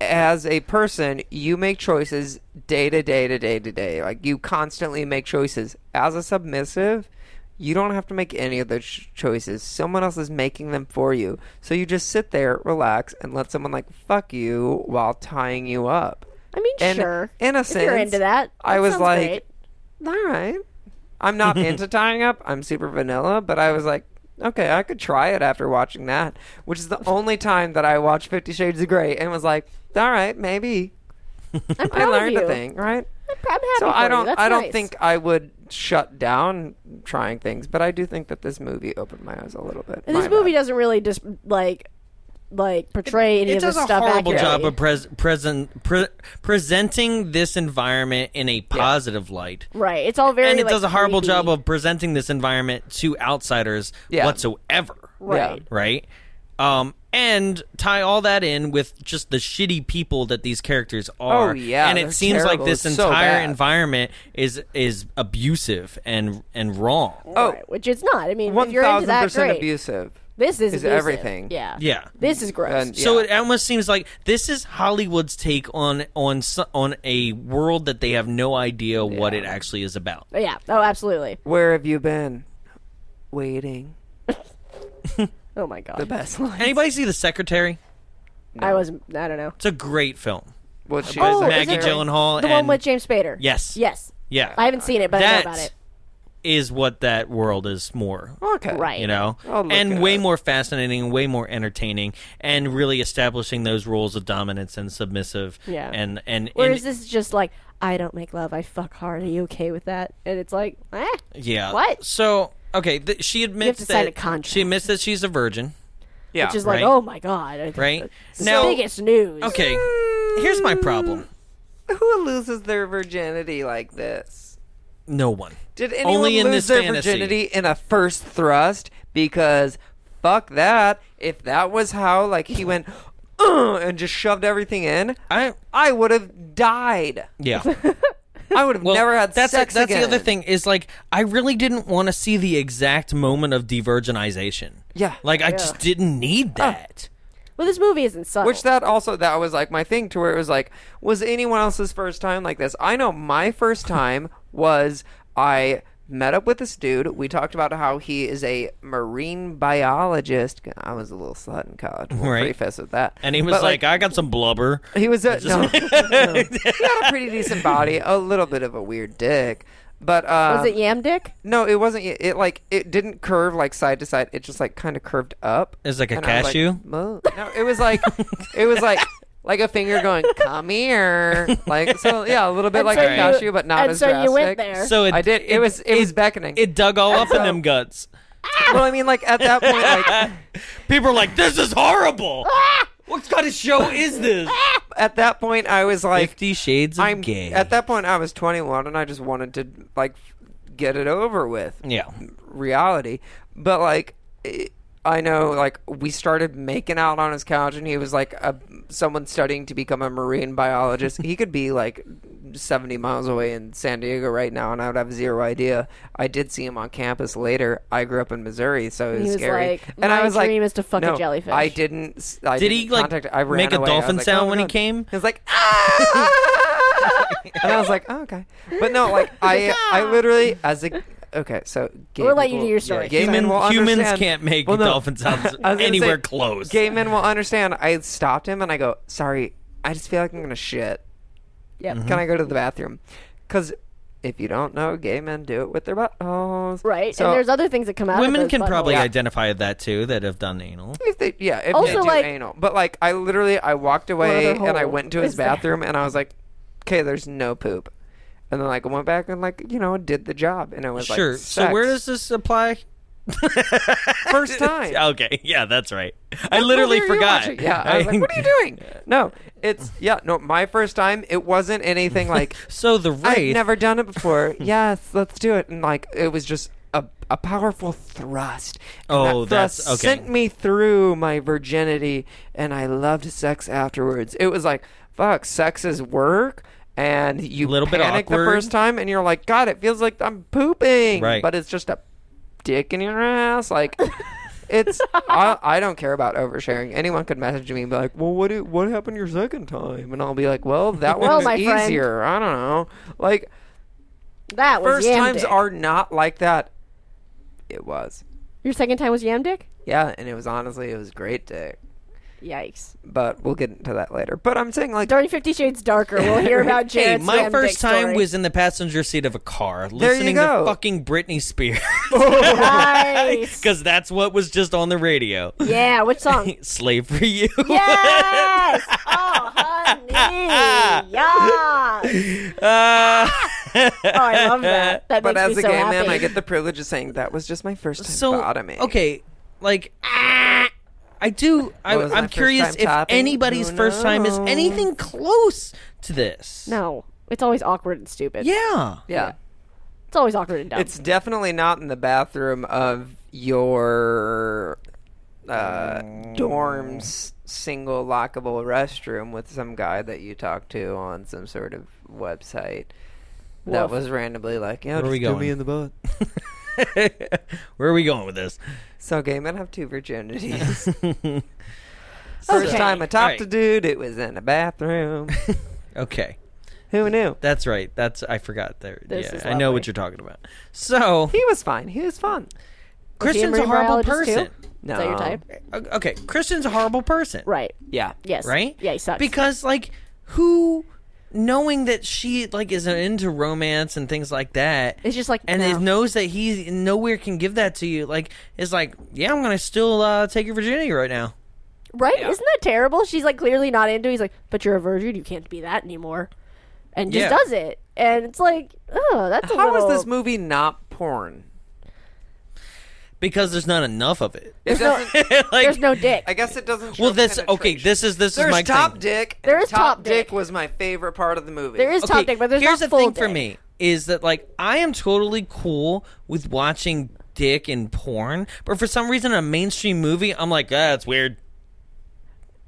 [SPEAKER 2] as a person you make choices day to day to day to day like you constantly make choices as a submissive you don't have to make any of those ch- choices. Someone else is making them for you. So you just sit there, relax, and let someone like fuck you while tying you up.
[SPEAKER 3] I mean,
[SPEAKER 2] And
[SPEAKER 3] sure.
[SPEAKER 2] in a
[SPEAKER 3] if you're
[SPEAKER 2] sense,
[SPEAKER 3] into that,
[SPEAKER 2] I
[SPEAKER 3] that
[SPEAKER 2] was
[SPEAKER 3] sounds
[SPEAKER 2] like,
[SPEAKER 3] great.
[SPEAKER 2] all right. I'm not into tying up. I'm super vanilla, but I was like, okay, I could try it after watching that, which is the only time that I watched Fifty Shades of Grey and was like, all right, maybe
[SPEAKER 3] I'm
[SPEAKER 2] I
[SPEAKER 3] proud of
[SPEAKER 2] learned
[SPEAKER 3] you.
[SPEAKER 2] a thing, right?
[SPEAKER 3] I'm proud- I'm happy
[SPEAKER 2] So I
[SPEAKER 3] for you.
[SPEAKER 2] don't,
[SPEAKER 3] That's
[SPEAKER 2] I don't
[SPEAKER 3] nice.
[SPEAKER 2] think I would shut down trying things, but I do think that this movie opened my eyes a little bit.
[SPEAKER 3] And this
[SPEAKER 2] My
[SPEAKER 3] movie
[SPEAKER 2] bad.
[SPEAKER 3] doesn't really just like like portray any
[SPEAKER 1] it
[SPEAKER 3] of this
[SPEAKER 1] does a
[SPEAKER 3] stuff
[SPEAKER 1] horrible
[SPEAKER 3] accurately.
[SPEAKER 1] job of pres- present pre- presenting this environment in a positive light.
[SPEAKER 3] right. It's all very
[SPEAKER 1] and it
[SPEAKER 3] like,
[SPEAKER 1] does a horrible
[SPEAKER 3] creepy.
[SPEAKER 1] job of presenting this environment to outsiders
[SPEAKER 2] Yeah.
[SPEAKER 1] whatsoever.
[SPEAKER 3] right.
[SPEAKER 1] Right? Um and tie all that in with just the shitty people that these characters are.
[SPEAKER 2] Oh, yeah,
[SPEAKER 1] and
[SPEAKER 2] they're
[SPEAKER 1] it seems
[SPEAKER 2] terrible.
[SPEAKER 1] like this
[SPEAKER 2] It's so
[SPEAKER 1] entire
[SPEAKER 2] bad.
[SPEAKER 1] environment is is abusive and and wrong.
[SPEAKER 2] Oh,
[SPEAKER 3] Right, Which it's not. I mean, if
[SPEAKER 2] one
[SPEAKER 3] you're into
[SPEAKER 2] thousand
[SPEAKER 3] that,
[SPEAKER 2] percent
[SPEAKER 3] great.
[SPEAKER 2] abusive.
[SPEAKER 3] This
[SPEAKER 2] is
[SPEAKER 3] is, abusive.
[SPEAKER 2] everything.
[SPEAKER 3] Yeah.
[SPEAKER 1] Yeah.
[SPEAKER 3] This is gross.
[SPEAKER 2] And-
[SPEAKER 1] So
[SPEAKER 2] Yeah.
[SPEAKER 1] it almost seems like this is Hollywood's take on on s- on a world that they have no idea what it actually is about.
[SPEAKER 3] But yeah. Oh, absolutely.
[SPEAKER 2] Where have you been? Waiting.
[SPEAKER 3] Oh my god.
[SPEAKER 2] The best line.
[SPEAKER 1] Anybody see The Secretary?
[SPEAKER 3] I was. I don't know.
[SPEAKER 1] It's a great film.
[SPEAKER 2] What she
[SPEAKER 3] Oh,
[SPEAKER 2] was
[SPEAKER 3] is
[SPEAKER 1] Maggie
[SPEAKER 3] it-
[SPEAKER 1] Gyllenhaal
[SPEAKER 3] The one
[SPEAKER 1] and-
[SPEAKER 3] with James Spader.
[SPEAKER 1] Yes.
[SPEAKER 3] Yes.
[SPEAKER 1] Yeah,
[SPEAKER 3] I haven't seen it, but I know about
[SPEAKER 1] That
[SPEAKER 3] it.
[SPEAKER 1] is what that world is more.
[SPEAKER 2] Okay.
[SPEAKER 3] Right.
[SPEAKER 1] You know,
[SPEAKER 2] I'll look it
[SPEAKER 1] and way
[SPEAKER 2] up.
[SPEAKER 1] more fascinating, and way more entertaining, and really establishing those roles of dominance and submissive.
[SPEAKER 3] Yeah.
[SPEAKER 1] and and
[SPEAKER 3] Or
[SPEAKER 1] and-
[SPEAKER 3] is this just like I don't make love, I fuck hard. Are you okay with that? And it's like, eh.
[SPEAKER 1] yeah.
[SPEAKER 3] What?
[SPEAKER 1] So okay, th- she admits
[SPEAKER 3] to
[SPEAKER 1] that
[SPEAKER 3] sign a contract.
[SPEAKER 1] she admits that she's a virgin.
[SPEAKER 2] Yeah.
[SPEAKER 3] Which is
[SPEAKER 1] Right.
[SPEAKER 3] like, oh my god. I-
[SPEAKER 1] Right
[SPEAKER 3] The biggest news.
[SPEAKER 1] Okay, here's my problem.
[SPEAKER 2] Who loses their virginity like this?
[SPEAKER 1] No one.
[SPEAKER 2] Did anyone
[SPEAKER 1] Only in this
[SPEAKER 2] lose their
[SPEAKER 1] fantasy.
[SPEAKER 2] virginity in a first thrust? Because fuck that. If that was how like he went "Ugh," and just shoved everything in,
[SPEAKER 1] I
[SPEAKER 2] I would have died.
[SPEAKER 1] yeah.
[SPEAKER 2] I would have
[SPEAKER 1] Well,
[SPEAKER 2] never had
[SPEAKER 1] that's
[SPEAKER 2] sex
[SPEAKER 1] that's
[SPEAKER 2] again.
[SPEAKER 1] the other thing is like I really didn't want to see the exact moment of devirginization.
[SPEAKER 2] Yeah. Oh.
[SPEAKER 1] like I just didn't need that.
[SPEAKER 3] Well, this movie isn't subtle.
[SPEAKER 1] Oh.
[SPEAKER 2] Which that also that was like my thing to where it was like, was anyone else's first time like this? I know my first time was I met up with this dude. We talked about how he is a marine biologist. I was a little slut in college. We'll
[SPEAKER 1] Right.
[SPEAKER 2] preface with that.
[SPEAKER 1] And he was
[SPEAKER 2] But,
[SPEAKER 1] like, "I got some blubber."
[SPEAKER 2] He was a no, no. He had a pretty decent body, a little bit of a weird dick, but um,
[SPEAKER 3] was it Yam Dick?
[SPEAKER 2] no, it wasn't. It like it didn't curve like side to side. It just like kind of curved up.
[SPEAKER 1] It's like a
[SPEAKER 2] And I was
[SPEAKER 1] cashew?
[SPEAKER 2] "Mo-" no, it was like it was like like a finger going come here. Like so, yeah, a little bit
[SPEAKER 3] And
[SPEAKER 2] like
[SPEAKER 3] so
[SPEAKER 2] a
[SPEAKER 3] you-
[SPEAKER 2] cashew, but not
[SPEAKER 3] and
[SPEAKER 2] as
[SPEAKER 3] so you went
[SPEAKER 2] drastic.
[SPEAKER 3] there.
[SPEAKER 1] So it,
[SPEAKER 2] I did. It, was it, was beckoning.
[SPEAKER 1] It dug all up in them guts.
[SPEAKER 2] well, I mean, like at that point, like
[SPEAKER 1] People are like, "This is horrible."
[SPEAKER 2] Ah!
[SPEAKER 1] what kind of show is this?
[SPEAKER 2] at that point, I was Ah! like,
[SPEAKER 1] Fifty Shades of
[SPEAKER 2] I'm
[SPEAKER 1] Gay.
[SPEAKER 2] at that point. I was 21, and I just wanted to like get it over with.
[SPEAKER 1] yeah,
[SPEAKER 2] reality. But like, it, I know, like we started making out on his couch, and he was like a, someone studying to become a marine biologist. he could be like seventy miles away in San Diego right now, and I would have zero idea. I did see him on campus later. I grew up in Missouri, so it was,
[SPEAKER 3] was
[SPEAKER 2] scary.
[SPEAKER 3] like,
[SPEAKER 2] and I
[SPEAKER 3] "My
[SPEAKER 2] was
[SPEAKER 3] dream
[SPEAKER 2] like,
[SPEAKER 3] is to fuck a
[SPEAKER 2] no,
[SPEAKER 3] jellyfish."
[SPEAKER 2] I didn't. s- I
[SPEAKER 1] Did
[SPEAKER 2] didn't
[SPEAKER 1] he, like,
[SPEAKER 2] contact- I ran
[SPEAKER 1] make a
[SPEAKER 2] away. I was
[SPEAKER 1] dolphin
[SPEAKER 2] like,
[SPEAKER 1] sound
[SPEAKER 2] "Oh my
[SPEAKER 1] when he
[SPEAKER 2] God."
[SPEAKER 1] came?
[SPEAKER 2] He was like, ah!
[SPEAKER 1] Mm-hmm.
[SPEAKER 2] and I was like, oh, okay, but no, like I, I literally as a okay, so gay
[SPEAKER 3] We'll let you
[SPEAKER 2] people-
[SPEAKER 3] do your story.
[SPEAKER 2] gay men
[SPEAKER 1] Human-
[SPEAKER 2] will
[SPEAKER 1] humans
[SPEAKER 2] understand.
[SPEAKER 1] can't make
[SPEAKER 2] Well, no.
[SPEAKER 1] dolphin sounds
[SPEAKER 2] I was gonna
[SPEAKER 1] anywhere
[SPEAKER 2] say,
[SPEAKER 1] close.
[SPEAKER 2] Gay men will understand. I stopped him and I go, "Sorry, I just feel like I'm gonna shit.
[SPEAKER 3] Yep.
[SPEAKER 1] Mm-hmm.
[SPEAKER 2] Can I go to the bathroom?" Because if you don't know, gay men do it with their buttholes.
[SPEAKER 3] Right.
[SPEAKER 2] So
[SPEAKER 3] and there's other things that come out. of
[SPEAKER 1] women
[SPEAKER 3] those
[SPEAKER 1] can
[SPEAKER 3] buttholes.
[SPEAKER 1] probably identify that too that have done anal.
[SPEAKER 2] if they, yeah. If
[SPEAKER 3] Also,
[SPEAKER 2] they do
[SPEAKER 3] like-
[SPEAKER 2] anal, but like I literally, I walked away
[SPEAKER 3] other
[SPEAKER 2] and I
[SPEAKER 3] hole
[SPEAKER 2] went to his
[SPEAKER 3] is there?
[SPEAKER 2] bathroom and I was like, "Okay, there's no poop." And then like I went back and like you know did the job and it was
[SPEAKER 1] sure.
[SPEAKER 2] like
[SPEAKER 1] so where does
[SPEAKER 2] sex.
[SPEAKER 1] this apply?
[SPEAKER 2] first time?
[SPEAKER 1] Okay, yeah, that's right. I literally
[SPEAKER 2] movie are you
[SPEAKER 1] forgot.
[SPEAKER 2] watching? Yeah, I was like,
[SPEAKER 1] I-
[SPEAKER 2] what are you doing? No, it's yeah, no. My first time, it wasn't anything like
[SPEAKER 1] So the
[SPEAKER 2] I've
[SPEAKER 1] wraith.
[SPEAKER 2] never done it before. yes, let's do it. And like it was just a, a powerful thrust. And
[SPEAKER 1] Oh,
[SPEAKER 2] that thrust
[SPEAKER 1] that's- okay.
[SPEAKER 2] Sent me through my virginity, and I loved sex afterwards. It was like fuck, sex is work. And you
[SPEAKER 1] Little bit
[SPEAKER 2] panic the
[SPEAKER 1] awkward.
[SPEAKER 2] first time, and you're like, God, it feels like I'm pooping.
[SPEAKER 1] Right.
[SPEAKER 2] But it's just a dick in your ass. Like, it's I, I don't care about oversharing. Anyone could message me and be like, "Well, what it, what happened your second time?" And I'll be like, "Well, that one
[SPEAKER 3] Well,
[SPEAKER 2] was
[SPEAKER 3] my friend."
[SPEAKER 2] easier. I don't know." Like
[SPEAKER 3] That was
[SPEAKER 2] first
[SPEAKER 3] Yam
[SPEAKER 2] times
[SPEAKER 3] Dick.
[SPEAKER 2] are not like that. It was.
[SPEAKER 3] Your second time was Yam Dick.
[SPEAKER 2] Yeah, and it was honestly it was great dick.
[SPEAKER 3] Yikes!
[SPEAKER 2] But we'll get into that later. But I'm saying like
[SPEAKER 3] During Fifty Shades Darker, we'll hear about
[SPEAKER 1] Hey,
[SPEAKER 3] Jared's
[SPEAKER 1] my
[SPEAKER 3] Yam
[SPEAKER 1] first
[SPEAKER 3] Dick
[SPEAKER 1] time
[SPEAKER 3] story.
[SPEAKER 1] was in the passenger seat of a car,
[SPEAKER 2] There you
[SPEAKER 1] listening
[SPEAKER 2] go.
[SPEAKER 1] to fucking Britney Spears,
[SPEAKER 3] nice.
[SPEAKER 1] because that's what was just on the radio.
[SPEAKER 3] yeah. Which song?
[SPEAKER 1] Slave for you.
[SPEAKER 3] yes. Oh, honey. Yeah.
[SPEAKER 1] Uh,
[SPEAKER 3] Oh, I love that. That
[SPEAKER 2] but
[SPEAKER 3] makes
[SPEAKER 2] as
[SPEAKER 3] me
[SPEAKER 2] a
[SPEAKER 3] so
[SPEAKER 2] gay
[SPEAKER 3] happy.
[SPEAKER 2] man I get the privilege of saying that was just my first time
[SPEAKER 1] so
[SPEAKER 2] sodomy.
[SPEAKER 1] okay, like I do. I,
[SPEAKER 2] What was my
[SPEAKER 1] I'm
[SPEAKER 2] first
[SPEAKER 1] curious
[SPEAKER 2] time
[SPEAKER 1] if
[SPEAKER 2] topping?
[SPEAKER 1] anybody's
[SPEAKER 2] Who
[SPEAKER 1] first time is
[SPEAKER 2] knows?
[SPEAKER 1] anything close to this.
[SPEAKER 3] No, it's always awkward and stupid.
[SPEAKER 1] Yeah.
[SPEAKER 2] Yeah.
[SPEAKER 3] it's always awkward and dumb.
[SPEAKER 2] It's definitely not in the bathroom of your uh,
[SPEAKER 3] Mm.
[SPEAKER 2] dorm's single lockable restroom with some guy that you talked to on some sort of website that
[SPEAKER 3] Woof.
[SPEAKER 2] was randomly like, yeah,
[SPEAKER 1] Where are
[SPEAKER 2] just
[SPEAKER 1] we
[SPEAKER 2] do
[SPEAKER 1] going?
[SPEAKER 2] me in the butt.
[SPEAKER 1] Where are we going with this?
[SPEAKER 2] So gay men have two virginities. First
[SPEAKER 3] Okay.
[SPEAKER 2] time I talked to
[SPEAKER 1] Alright.
[SPEAKER 2] dude, it was in a bathroom.
[SPEAKER 1] Okay.
[SPEAKER 2] Who knew?
[SPEAKER 1] That's right. That's I forgot there.
[SPEAKER 3] This
[SPEAKER 1] yeah,
[SPEAKER 3] is
[SPEAKER 1] I know what
[SPEAKER 3] lovely.
[SPEAKER 1] you're talking about. So
[SPEAKER 2] He was fine. He was fun.
[SPEAKER 1] Christian's
[SPEAKER 3] he a
[SPEAKER 1] a horrible
[SPEAKER 3] marine biologist,
[SPEAKER 1] person.
[SPEAKER 2] No.
[SPEAKER 3] Is that your type?
[SPEAKER 1] O- Okay, Christian's a horrible person.
[SPEAKER 3] Right.
[SPEAKER 2] Yeah.
[SPEAKER 3] Yes.
[SPEAKER 1] Right?
[SPEAKER 3] Yeah, he sucks.
[SPEAKER 1] Because like who knowing that she like is into romance and things like that.
[SPEAKER 3] It's just like,
[SPEAKER 1] and
[SPEAKER 3] no.
[SPEAKER 1] it knows that he nowhere can give that to you. Like it's like, yeah, I'm gonna still uh, take your virginity right now.
[SPEAKER 3] Right? Isn't that terrible? She's like clearly not into. it. He's like, but you're a virgin. You can't be that anymore. And just
[SPEAKER 1] Yeah.
[SPEAKER 3] does it. And it's like, oh, that's a
[SPEAKER 2] How was
[SPEAKER 3] little...
[SPEAKER 2] this movie not porn?
[SPEAKER 1] Because there's not enough of it.
[SPEAKER 2] It doesn't,
[SPEAKER 1] like
[SPEAKER 3] There's no dick.
[SPEAKER 2] I guess it doesn't. Show
[SPEAKER 1] Well this okay,
[SPEAKER 2] penetration.
[SPEAKER 1] this is this
[SPEAKER 2] There's
[SPEAKER 1] is my
[SPEAKER 2] top
[SPEAKER 1] thing.
[SPEAKER 2] dick. and
[SPEAKER 3] There is
[SPEAKER 2] top
[SPEAKER 3] top
[SPEAKER 2] dick.
[SPEAKER 3] dick.
[SPEAKER 2] was my favorite part of the movie.
[SPEAKER 3] there is top
[SPEAKER 1] Okay,
[SPEAKER 3] dick, but there's
[SPEAKER 1] here's
[SPEAKER 3] not
[SPEAKER 1] the
[SPEAKER 3] full
[SPEAKER 1] thing for
[SPEAKER 3] dick.
[SPEAKER 1] me is that like I am totally cool with watching dick and porn, but for some reason in a mainstream movie, I'm like, ah, that's weird.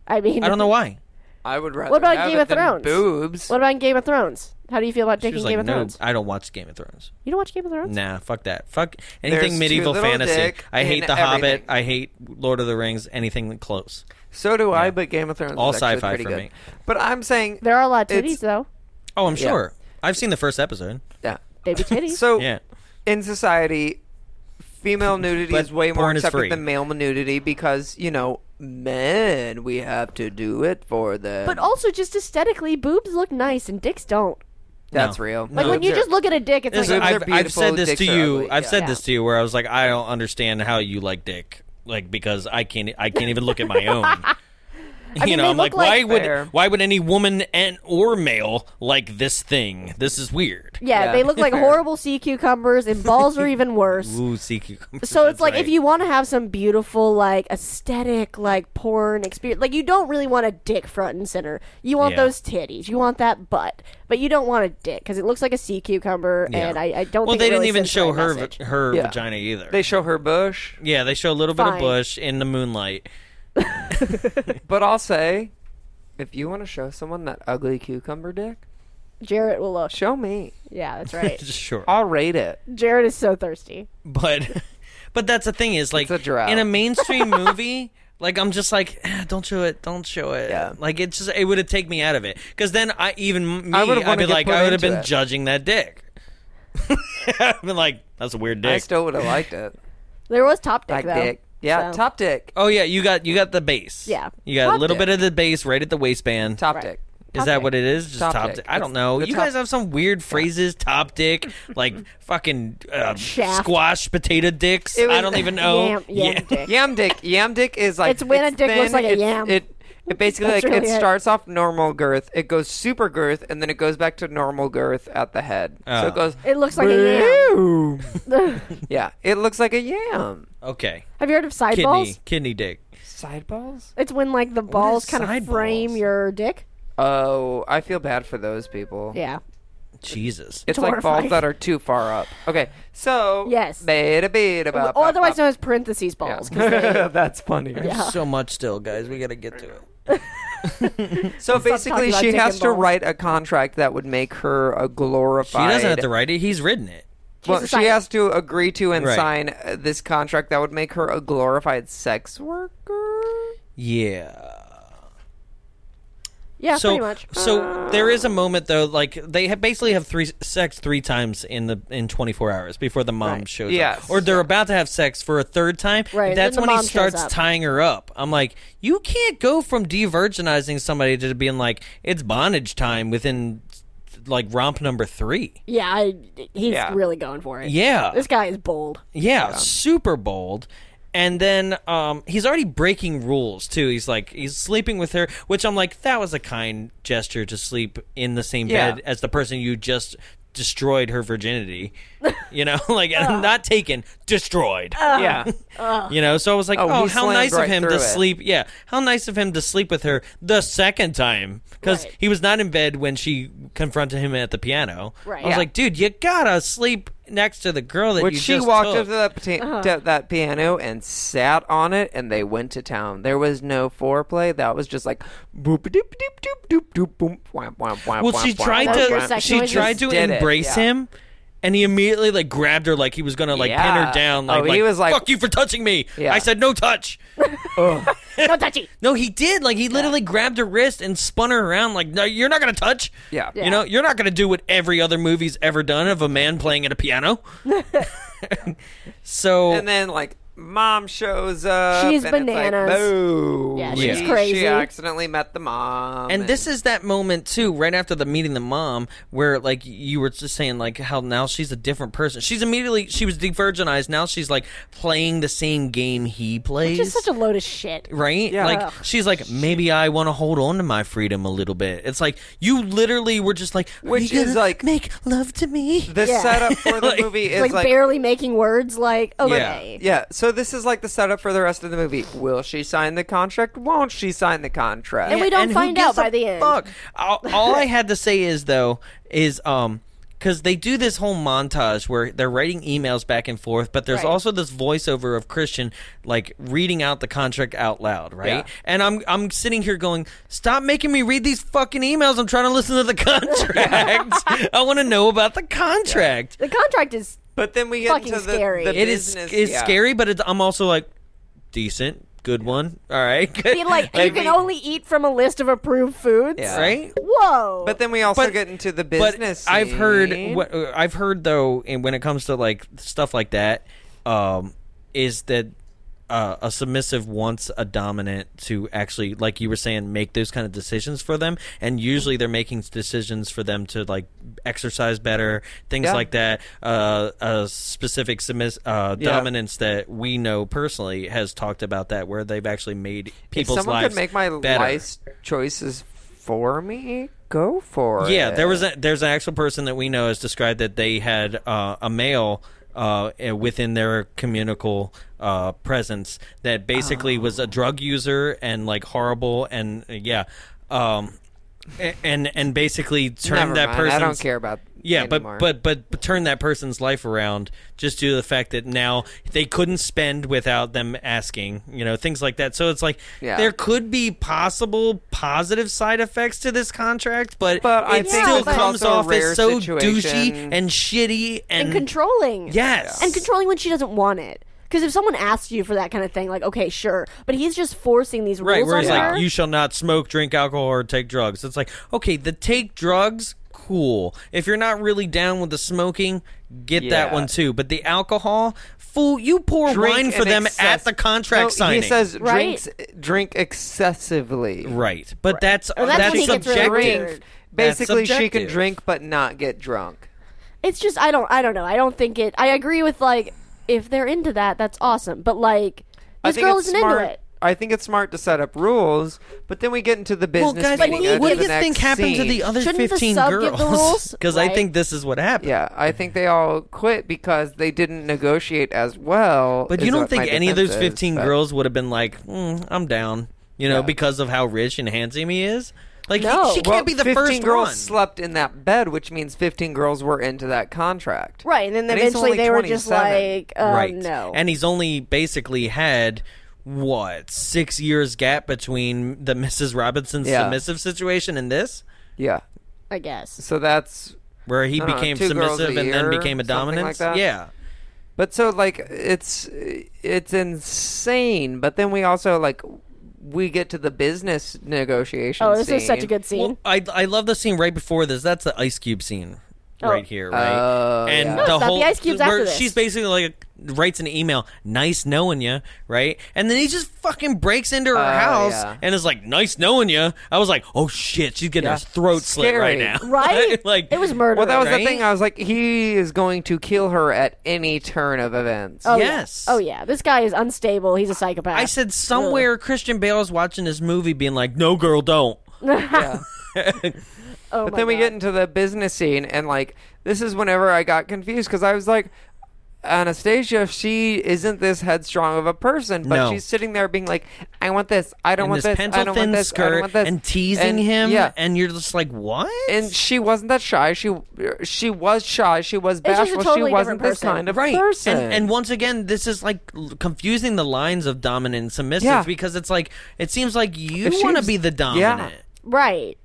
[SPEAKER 3] I mean,
[SPEAKER 1] I don't know why.
[SPEAKER 2] I would rather.
[SPEAKER 3] What about
[SPEAKER 2] have
[SPEAKER 3] Game
[SPEAKER 2] it
[SPEAKER 3] of
[SPEAKER 2] than
[SPEAKER 3] Thrones?
[SPEAKER 2] Boobs.
[SPEAKER 3] What about in Game of Thrones? How do you feel about dick
[SPEAKER 1] She
[SPEAKER 3] in
[SPEAKER 1] was
[SPEAKER 3] Game
[SPEAKER 1] like,
[SPEAKER 3] of
[SPEAKER 1] no,
[SPEAKER 3] Thrones?
[SPEAKER 1] I don't watch Game of Thrones.
[SPEAKER 3] You don't watch Game of Thrones?
[SPEAKER 1] Nah, fuck that. Fuck
[SPEAKER 2] There's too
[SPEAKER 1] anything medieval
[SPEAKER 2] little
[SPEAKER 1] fantasy.
[SPEAKER 2] dick
[SPEAKER 1] I
[SPEAKER 2] in
[SPEAKER 1] hate The Hobbit.
[SPEAKER 2] everything.
[SPEAKER 1] I hate Lord of the Rings. Anything that close.
[SPEAKER 2] So do I, but Game of Thrones
[SPEAKER 1] All
[SPEAKER 2] is actually
[SPEAKER 1] sci-fi
[SPEAKER 2] pretty
[SPEAKER 1] for
[SPEAKER 2] good.
[SPEAKER 1] me.
[SPEAKER 2] But I'm saying
[SPEAKER 3] There are a lot of
[SPEAKER 2] It's-
[SPEAKER 3] titties though.
[SPEAKER 1] Oh, I'm sure. I've seen the first episode.
[SPEAKER 2] yeah.
[SPEAKER 3] They be titties.
[SPEAKER 2] So
[SPEAKER 1] Yeah.
[SPEAKER 2] in society, female nudity
[SPEAKER 1] But
[SPEAKER 2] is way more
[SPEAKER 1] porn is
[SPEAKER 2] accepted
[SPEAKER 1] free.
[SPEAKER 2] than male nudity because you know men we have to do it for them.
[SPEAKER 3] but also, just aesthetically, boobs look nice and dicks don't.
[SPEAKER 2] that's
[SPEAKER 1] No.
[SPEAKER 2] real.
[SPEAKER 1] Like
[SPEAKER 3] Like when you
[SPEAKER 2] Boobs are-
[SPEAKER 3] just look at a dick, it's
[SPEAKER 1] Listen,
[SPEAKER 2] boobs
[SPEAKER 3] like
[SPEAKER 2] are
[SPEAKER 1] I've, I've
[SPEAKER 2] beautiful,
[SPEAKER 1] said this
[SPEAKER 2] dicks
[SPEAKER 1] to
[SPEAKER 2] are
[SPEAKER 1] you.
[SPEAKER 2] ugly,
[SPEAKER 1] I've
[SPEAKER 2] yeah.
[SPEAKER 1] said
[SPEAKER 3] Yeah.
[SPEAKER 1] this to you where I was like, I don't understand how you like dick, like because I can't, I can't even look at my own. you
[SPEAKER 3] mean,
[SPEAKER 1] know,
[SPEAKER 3] they
[SPEAKER 1] I'm like,
[SPEAKER 3] look like-
[SPEAKER 1] why would,
[SPEAKER 2] Fair.
[SPEAKER 1] why would any woman and or male like this thing? This is weird.
[SPEAKER 3] yeah,
[SPEAKER 2] Yeah.
[SPEAKER 3] they look like
[SPEAKER 2] Fair.
[SPEAKER 3] horrible sea cucumbers, and balls are even worse.
[SPEAKER 1] Ooh, sea cucumbers.
[SPEAKER 3] So it's
[SPEAKER 1] that's
[SPEAKER 3] like
[SPEAKER 1] right.
[SPEAKER 3] if you want to have some beautiful like aesthetic like porn experience, like you don't really want a dick front and center. You want
[SPEAKER 1] Yeah.
[SPEAKER 3] those titties, you want that butt, but you don't want a dick because it looks like a sea cucumber,
[SPEAKER 1] Yeah.
[SPEAKER 3] and I, I don't.
[SPEAKER 1] well,
[SPEAKER 3] think
[SPEAKER 1] they
[SPEAKER 3] it really
[SPEAKER 1] didn't even
[SPEAKER 3] sends
[SPEAKER 1] show
[SPEAKER 3] the
[SPEAKER 1] her
[SPEAKER 3] right message.
[SPEAKER 1] her
[SPEAKER 2] Yeah.
[SPEAKER 1] vagina either.
[SPEAKER 2] they show her bush.
[SPEAKER 1] yeah, they show a little bit
[SPEAKER 3] Fine.
[SPEAKER 1] of bush in the moonlight.
[SPEAKER 2] But I'll say, if you want to show someone that ugly cucumber dick,
[SPEAKER 3] Jarrett will look.
[SPEAKER 2] show me.
[SPEAKER 3] Yeah, that's right.
[SPEAKER 1] Sure,
[SPEAKER 2] I'll rate it.
[SPEAKER 3] Jared is so thirsty.
[SPEAKER 1] but but that's the thing is like
[SPEAKER 2] It's a drought.
[SPEAKER 1] in a mainstream movie like i'm just like "Eh, don't show it don't show it
[SPEAKER 2] Yeah.
[SPEAKER 1] like it's just it would have taken me out of it because then i even me
[SPEAKER 2] I
[SPEAKER 1] i
[SPEAKER 2] would've
[SPEAKER 1] would
[SPEAKER 2] wanted
[SPEAKER 1] be
[SPEAKER 2] to get
[SPEAKER 1] like
[SPEAKER 2] put
[SPEAKER 1] i would have
[SPEAKER 2] into
[SPEAKER 1] been
[SPEAKER 2] it.
[SPEAKER 1] judging that dick i've been like that's a weird dick
[SPEAKER 2] I still would have liked it.
[SPEAKER 3] There was top dick
[SPEAKER 2] Like
[SPEAKER 3] though.
[SPEAKER 2] dick. Yeah,
[SPEAKER 3] So-
[SPEAKER 2] top dick.
[SPEAKER 1] oh yeah you got you got the base
[SPEAKER 3] Yeah.
[SPEAKER 1] you got
[SPEAKER 2] Top
[SPEAKER 1] a little
[SPEAKER 2] dick.
[SPEAKER 1] bit of the base right at the waistband
[SPEAKER 2] Top
[SPEAKER 3] Right.
[SPEAKER 2] dick.
[SPEAKER 1] is that what it is? Just
[SPEAKER 2] Top
[SPEAKER 1] top,
[SPEAKER 2] dick.
[SPEAKER 1] dick. I don't
[SPEAKER 2] It's
[SPEAKER 1] know.
[SPEAKER 2] the
[SPEAKER 1] You
[SPEAKER 2] top-
[SPEAKER 1] guys have some weird phrases. Top dick, like fucking uh,
[SPEAKER 3] Shaft.
[SPEAKER 1] squash potato dicks.
[SPEAKER 2] It was-
[SPEAKER 1] I don't even know.
[SPEAKER 3] Yam, yam
[SPEAKER 1] Yeah.
[SPEAKER 3] dick.
[SPEAKER 2] Yam dick. Yam dick is like
[SPEAKER 3] It's when a dick looks like a
[SPEAKER 2] it's-
[SPEAKER 3] yam.
[SPEAKER 2] It it basically like
[SPEAKER 3] That's
[SPEAKER 2] it
[SPEAKER 3] really it.
[SPEAKER 2] starts off normal girth, it goes super girth, and then it goes back to normal girth at the head. So
[SPEAKER 1] Oh.
[SPEAKER 2] it goes.
[SPEAKER 3] It looks like a
[SPEAKER 2] "Boom."
[SPEAKER 3] yam.
[SPEAKER 2] yeah, it looks like a yam.
[SPEAKER 1] Okay.
[SPEAKER 3] Have you heard of side
[SPEAKER 1] kidney
[SPEAKER 3] balls?
[SPEAKER 1] kidney dick.
[SPEAKER 2] Side balls.
[SPEAKER 3] It's when like the balls
[SPEAKER 1] is
[SPEAKER 3] kind of
[SPEAKER 1] side
[SPEAKER 3] frame
[SPEAKER 1] balls?
[SPEAKER 3] your dick.
[SPEAKER 2] Oh, I feel bad for those people.
[SPEAKER 3] Yeah.
[SPEAKER 1] Jesus.
[SPEAKER 2] It's like
[SPEAKER 3] Horrifying.
[SPEAKER 2] balls that are too far up. Okay, so
[SPEAKER 3] Yes.
[SPEAKER 2] beta beta. ba-
[SPEAKER 3] Or
[SPEAKER 2] ba-
[SPEAKER 3] otherwise
[SPEAKER 2] ba-
[SPEAKER 3] known as parentheses balls. 'cause
[SPEAKER 2] That's funny.
[SPEAKER 1] so much still, guys. We got to get to it.
[SPEAKER 2] So
[SPEAKER 3] talking
[SPEAKER 2] basically,
[SPEAKER 3] about
[SPEAKER 2] she
[SPEAKER 3] dick
[SPEAKER 2] has
[SPEAKER 3] and
[SPEAKER 2] to
[SPEAKER 3] balls.
[SPEAKER 2] write a contract that would make her a
[SPEAKER 1] She
[SPEAKER 2] glorified.
[SPEAKER 1] doesn't have to write it. He's written it.
[SPEAKER 2] Well,
[SPEAKER 3] She's a
[SPEAKER 2] she
[SPEAKER 3] scientist.
[SPEAKER 2] has to agree to and
[SPEAKER 1] Right.
[SPEAKER 2] sign uh, this contract that would make her a glorified sex worker.
[SPEAKER 1] Yeah.
[SPEAKER 3] Yeah,
[SPEAKER 1] So
[SPEAKER 3] pretty much. Uh,
[SPEAKER 1] so there is a moment though, like they have basically have three sex three times in the in 24 hours before the mom shows
[SPEAKER 2] Yes.
[SPEAKER 1] up, or they're about to have sex for a third time.
[SPEAKER 3] Right,
[SPEAKER 1] That's
[SPEAKER 3] then the
[SPEAKER 1] when he
[SPEAKER 3] mom shows
[SPEAKER 1] starts
[SPEAKER 3] up.
[SPEAKER 1] tying her up. I'm like, you can't go from de-virginizing somebody to being like it's bondage time within like romp number three.
[SPEAKER 3] Yeah, I, he's
[SPEAKER 2] Yeah.
[SPEAKER 3] really going for it.
[SPEAKER 1] Yeah.
[SPEAKER 3] This guy is bold.
[SPEAKER 1] Yeah, super bold. And then um, he's already breaking rules too. He's like he's sleeping with her, which I'm like that was a kind gesture to sleep in the same
[SPEAKER 2] Yeah.
[SPEAKER 1] bed as the person you just destroyed her virginity. You know, like and not taken, destroyed.
[SPEAKER 2] yeah.
[SPEAKER 1] You know, so I was like,
[SPEAKER 2] Oh,
[SPEAKER 1] oh,
[SPEAKER 2] he
[SPEAKER 1] how
[SPEAKER 2] slammed
[SPEAKER 1] nice
[SPEAKER 2] right
[SPEAKER 1] of him to
[SPEAKER 2] through it.
[SPEAKER 1] sleep. Yeah, how nice of him to sleep with her the second time because
[SPEAKER 3] Right.
[SPEAKER 1] he was not in bed when she confronted him at the piano.
[SPEAKER 3] Right.
[SPEAKER 1] I was
[SPEAKER 3] Yeah.
[SPEAKER 1] like, dude, you gotta sleep next to the girl that
[SPEAKER 2] Which
[SPEAKER 1] you
[SPEAKER 2] she
[SPEAKER 1] just
[SPEAKER 2] walked
[SPEAKER 1] took.
[SPEAKER 2] up to that, pota-
[SPEAKER 3] Uh-huh.
[SPEAKER 2] to that piano and sat on it, and they went to town. There was no foreplay. That was just like boop doop doop doop doop doop boom wham wham wham.
[SPEAKER 1] Well, she
[SPEAKER 2] wham,
[SPEAKER 1] tried
[SPEAKER 2] wham, wham,
[SPEAKER 3] That was your
[SPEAKER 1] to
[SPEAKER 2] wham.
[SPEAKER 3] sex
[SPEAKER 1] she
[SPEAKER 3] noise?
[SPEAKER 1] tried to
[SPEAKER 2] Just did it,
[SPEAKER 1] embrace
[SPEAKER 2] yeah.
[SPEAKER 1] him, and he immediately like grabbed her like he was gonna like pin
[SPEAKER 2] Yeah.
[SPEAKER 1] her down. Like,
[SPEAKER 2] Oh, he was like-
[SPEAKER 1] "Fuck you for touching me."
[SPEAKER 2] Yeah.
[SPEAKER 1] I said no touch.
[SPEAKER 3] No touchy.
[SPEAKER 1] No, he did. Like he literally grabbed her wrist and spun her around. Like no, you're not gonna touch.
[SPEAKER 2] Yeah.
[SPEAKER 1] you know, you're not gonna do what every other movie's ever done of a man playing at a piano. so
[SPEAKER 3] Oh.
[SPEAKER 2] And then like mom shows up.
[SPEAKER 3] She's
[SPEAKER 2] and it's
[SPEAKER 3] bananas.
[SPEAKER 2] Like, Boo.
[SPEAKER 3] Yeah, she's
[SPEAKER 1] Yeah.
[SPEAKER 3] crazy.
[SPEAKER 2] She accidentally met the mom.
[SPEAKER 1] and this is that moment too right after the meeting the mom where like you were just saying like how now she's a different person she's immediately she was de-virginized now she's like playing the same game he plays
[SPEAKER 3] Just such a load of shit.
[SPEAKER 1] right
[SPEAKER 2] Yeah.
[SPEAKER 1] like
[SPEAKER 3] Ugh,
[SPEAKER 1] she's like maybe i want to hold on to my freedom a little bit it's like you literally were just like Are
[SPEAKER 2] Which
[SPEAKER 1] you
[SPEAKER 2] is,
[SPEAKER 1] gonna
[SPEAKER 2] like-
[SPEAKER 1] make love to me
[SPEAKER 2] the
[SPEAKER 3] Yeah.
[SPEAKER 2] setup for the
[SPEAKER 1] Like-
[SPEAKER 2] movie is
[SPEAKER 3] Like,
[SPEAKER 2] like
[SPEAKER 3] barely making words. Like, oh, okay.
[SPEAKER 2] Yeah, so this is like the setup for the rest of the movie. Will she sign the contract? Won't she sign the contract?
[SPEAKER 3] And we don't
[SPEAKER 1] who
[SPEAKER 3] find
[SPEAKER 1] gives
[SPEAKER 3] out by
[SPEAKER 1] a
[SPEAKER 3] the end.
[SPEAKER 1] Fuck. All, all I had to say is though is um because they do this whole montage where they're writing emails back and forth, but there's
[SPEAKER 3] Right.
[SPEAKER 1] also this voiceover of Christian like reading out the contract out loud, right?
[SPEAKER 2] Yeah.
[SPEAKER 1] And I'm I'm sitting here going, stop making me read these fucking emails. I'm trying to listen to the contract. I want to know about the contract.
[SPEAKER 3] The contract is
[SPEAKER 2] But then we get
[SPEAKER 3] Fucking
[SPEAKER 2] into the,
[SPEAKER 3] scary.
[SPEAKER 2] the
[SPEAKER 1] It is
[SPEAKER 2] business-
[SPEAKER 1] it's
[SPEAKER 2] yeah.
[SPEAKER 1] scary, but it's, I'm also like decent, good one. All right,
[SPEAKER 3] be like you can only eat from a list of approved foods.
[SPEAKER 2] Yeah.
[SPEAKER 1] right.
[SPEAKER 3] Whoa.
[SPEAKER 2] But then we also
[SPEAKER 1] But-
[SPEAKER 2] get into the
[SPEAKER 1] but
[SPEAKER 2] business.
[SPEAKER 1] I've heard
[SPEAKER 2] scene.
[SPEAKER 1] what uh, I've heard though, and when it comes to like stuff like that, um, is that uh, a submissive wants a dominant to actually, like you were saying, make those kind of decisions for them, and usually they're making decisions for them to like exercise better, things
[SPEAKER 2] Yeah.
[SPEAKER 1] like that. Uh, a specific submiss- uh,
[SPEAKER 2] Yeah.
[SPEAKER 1] dominance that we know personally has talked about that, where they've actually made
[SPEAKER 2] if
[SPEAKER 1] people's
[SPEAKER 2] someone
[SPEAKER 1] lives
[SPEAKER 2] could make my
[SPEAKER 1] better.
[SPEAKER 2] life choices for me, go for it.
[SPEAKER 1] Yeah, there was a, there's an actual person that we know has described that they had uh, a male uh, eh, within their communicable uh, presence that basically was a
[SPEAKER 2] Oh.
[SPEAKER 1] drug user and like horrible and uh, yeah, um, a- and and basically
[SPEAKER 2] Never
[SPEAKER 1] turned that
[SPEAKER 2] mind,
[SPEAKER 1] person.
[SPEAKER 2] I don't care about.
[SPEAKER 1] Yeah,
[SPEAKER 2] anymore.
[SPEAKER 1] but, but but but turn that person's life around just due to the fact that now they couldn't spend without them asking, you know, things like that. So it's like
[SPEAKER 2] Yeah.
[SPEAKER 1] there could be possible positive side effects to this contract, but,
[SPEAKER 2] But I
[SPEAKER 1] it
[SPEAKER 2] think
[SPEAKER 1] still
[SPEAKER 3] this is
[SPEAKER 1] comes
[SPEAKER 2] also a
[SPEAKER 1] off
[SPEAKER 2] rare
[SPEAKER 1] as so douchey
[SPEAKER 2] situation.
[SPEAKER 1] and shitty and,
[SPEAKER 3] and controlling.
[SPEAKER 1] Yes.
[SPEAKER 3] And controlling when she doesn't want it. Because if someone asks you for that kind of thing, like, okay, sure. But he's just forcing these
[SPEAKER 1] Right,
[SPEAKER 3] rules
[SPEAKER 1] where
[SPEAKER 3] on
[SPEAKER 1] it's
[SPEAKER 3] her.
[SPEAKER 1] like you shall not smoke, drink alcohol, or take drugs. It's like okay, the take drugs, cool. If you're not really down with the smoking, get that
[SPEAKER 2] Yeah.
[SPEAKER 1] one too. But the alcohol, fool, you pour
[SPEAKER 2] Drink
[SPEAKER 1] wine for
[SPEAKER 2] in
[SPEAKER 1] them
[SPEAKER 2] excess-
[SPEAKER 1] at the contract
[SPEAKER 2] no,
[SPEAKER 1] signing.
[SPEAKER 2] He says
[SPEAKER 3] Right?
[SPEAKER 2] drinks drink excessively.
[SPEAKER 1] right, but that's
[SPEAKER 3] that's
[SPEAKER 1] that's,
[SPEAKER 3] when it gets really
[SPEAKER 1] subjective.
[SPEAKER 3] weird.
[SPEAKER 1] That's
[SPEAKER 2] Basically, she can
[SPEAKER 1] subjective.
[SPEAKER 2] drink but not get drunk.
[SPEAKER 3] it's just I don't I don't know. I don't think it. I agree with like if they're into that, that's awesome. But like
[SPEAKER 2] I
[SPEAKER 3] this
[SPEAKER 2] think
[SPEAKER 3] girl
[SPEAKER 2] it's
[SPEAKER 3] isn't
[SPEAKER 2] smart.
[SPEAKER 3] into it.
[SPEAKER 2] I think it's smart to set up rules, but then we get into the
[SPEAKER 1] Well,
[SPEAKER 2] business.
[SPEAKER 1] guys,
[SPEAKER 3] But
[SPEAKER 1] what
[SPEAKER 2] meeting
[SPEAKER 3] he
[SPEAKER 2] after
[SPEAKER 1] do
[SPEAKER 2] the
[SPEAKER 1] you
[SPEAKER 2] next
[SPEAKER 1] think happened to
[SPEAKER 2] scene.
[SPEAKER 1] the other
[SPEAKER 3] Shouldn't the
[SPEAKER 1] fifteen
[SPEAKER 3] sub give the
[SPEAKER 1] girls?
[SPEAKER 3] rules?
[SPEAKER 1] Because I
[SPEAKER 3] Right.
[SPEAKER 1] think this is what happened.
[SPEAKER 2] Yeah, I think they all quit because they didn't negotiate as well.
[SPEAKER 1] But
[SPEAKER 2] is
[SPEAKER 1] you don't
[SPEAKER 2] what my
[SPEAKER 1] think any of those
[SPEAKER 2] defense is,
[SPEAKER 1] 15
[SPEAKER 2] but-
[SPEAKER 1] girls would have been like, mm, I'm down, you know, because of how rich and handsome he is? Like, he-
[SPEAKER 3] No.
[SPEAKER 1] she can't
[SPEAKER 2] Well,
[SPEAKER 1] be the
[SPEAKER 2] 15
[SPEAKER 1] first
[SPEAKER 2] girls
[SPEAKER 1] one.
[SPEAKER 2] slept in that bed, which means 15 girls were into that contract.
[SPEAKER 3] Right, and then
[SPEAKER 2] And he's
[SPEAKER 3] eventually
[SPEAKER 2] only
[SPEAKER 3] they were just
[SPEAKER 2] 27.
[SPEAKER 3] like, uh,
[SPEAKER 1] right.
[SPEAKER 3] no.
[SPEAKER 1] And he's only basically had, what, six years gap between the Mrs. Robinson
[SPEAKER 2] Yeah.
[SPEAKER 1] submissive situation and this?
[SPEAKER 2] Yeah.
[SPEAKER 3] I guess.
[SPEAKER 2] So that's
[SPEAKER 1] Where he
[SPEAKER 2] I don't know,
[SPEAKER 1] became
[SPEAKER 2] Uh, two girls a
[SPEAKER 1] submissive and then
[SPEAKER 2] year,
[SPEAKER 1] became a
[SPEAKER 2] something
[SPEAKER 1] dominance?
[SPEAKER 2] like that.
[SPEAKER 1] Yeah.
[SPEAKER 2] But so like it's it's insane, but then we also like we get to the business negotiation
[SPEAKER 3] Oh, this
[SPEAKER 2] scene.
[SPEAKER 3] is such a good scene.
[SPEAKER 1] Well, I, I love the scene right before this. That's the Ice Cube scene right here, right?
[SPEAKER 2] Oh,
[SPEAKER 1] and
[SPEAKER 2] yeah.
[SPEAKER 3] No,
[SPEAKER 1] the
[SPEAKER 3] it's not. The
[SPEAKER 1] whole
[SPEAKER 3] Ice Cube's
[SPEAKER 1] where
[SPEAKER 3] after this.
[SPEAKER 1] she's basically like writes an email, "Nice knowing you," right? And then he just fucking breaks into her
[SPEAKER 2] Oh,
[SPEAKER 1] house
[SPEAKER 2] yeah.
[SPEAKER 1] and is like, "Nice knowing you." I was like, "Oh shit, she's getting
[SPEAKER 2] Yeah.
[SPEAKER 1] her throat slit right
[SPEAKER 2] Scary.
[SPEAKER 1] now."
[SPEAKER 3] right?
[SPEAKER 1] like
[SPEAKER 3] it was murder.
[SPEAKER 2] Well, that was
[SPEAKER 1] Right?
[SPEAKER 2] the thing. I was like, he is going to kill her at any turn of events.
[SPEAKER 3] Oh, yeah.
[SPEAKER 1] yes.
[SPEAKER 3] Oh yeah. This guy is unstable. He's a psychopath.
[SPEAKER 1] I said somewhere Christian Bale's watching this movie, being like, "No, girl, don't."
[SPEAKER 3] Oh
[SPEAKER 2] But
[SPEAKER 3] my
[SPEAKER 2] then we
[SPEAKER 3] God.
[SPEAKER 2] get into the business scene, and like this is whenever I got confused because I was like, Anastasia, she isn't this headstrong of a person, but
[SPEAKER 1] No.
[SPEAKER 2] she's sitting there being like, I want this, I don't
[SPEAKER 1] in
[SPEAKER 2] want
[SPEAKER 1] this
[SPEAKER 2] this, I
[SPEAKER 1] pencil
[SPEAKER 2] don't want
[SPEAKER 1] thin
[SPEAKER 2] this, I don't
[SPEAKER 1] skirt
[SPEAKER 2] want this,
[SPEAKER 1] and teasing
[SPEAKER 2] And-
[SPEAKER 1] him,
[SPEAKER 2] Yeah,
[SPEAKER 1] and you're just like, what?
[SPEAKER 2] and she wasn't that shy. She she was shy. She was
[SPEAKER 3] she's a
[SPEAKER 2] bashful.
[SPEAKER 3] totally
[SPEAKER 2] she wasn't
[SPEAKER 3] different
[SPEAKER 2] this
[SPEAKER 3] person.
[SPEAKER 2] kind of
[SPEAKER 1] right
[SPEAKER 2] person.
[SPEAKER 1] And, and once again this is like l- confusing the lines of dominant and submissive
[SPEAKER 2] Yeah.
[SPEAKER 1] because it's like it seems like you
[SPEAKER 2] If she
[SPEAKER 1] want to
[SPEAKER 2] was-
[SPEAKER 1] be the
[SPEAKER 2] yeah.
[SPEAKER 1] dominant
[SPEAKER 3] right.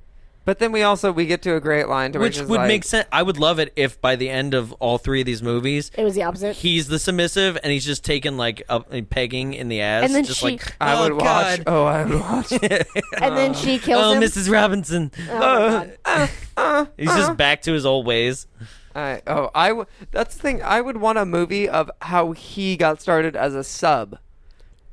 [SPEAKER 2] but then we also we get to a great line, to where
[SPEAKER 1] which
[SPEAKER 2] she's
[SPEAKER 1] would
[SPEAKER 2] like,
[SPEAKER 1] make sense i would love it if by the end of all three of these movies
[SPEAKER 3] It was the opposite.
[SPEAKER 1] he's the submissive and he's just taken like up and pegging in the ass
[SPEAKER 3] And then
[SPEAKER 1] just
[SPEAKER 3] she-
[SPEAKER 1] like
[SPEAKER 2] I
[SPEAKER 1] oh,
[SPEAKER 2] would watch.
[SPEAKER 1] God.
[SPEAKER 2] Oh, I would watch.
[SPEAKER 3] and
[SPEAKER 2] uh,
[SPEAKER 3] then she kills
[SPEAKER 1] oh
[SPEAKER 3] him.
[SPEAKER 1] mrs robinson
[SPEAKER 3] Oh, my God.
[SPEAKER 1] he's
[SPEAKER 3] Uh-huh.
[SPEAKER 1] just back to his old ways
[SPEAKER 2] I, oh, I w- that's the thing. I would want a movie of how he got started as a sub.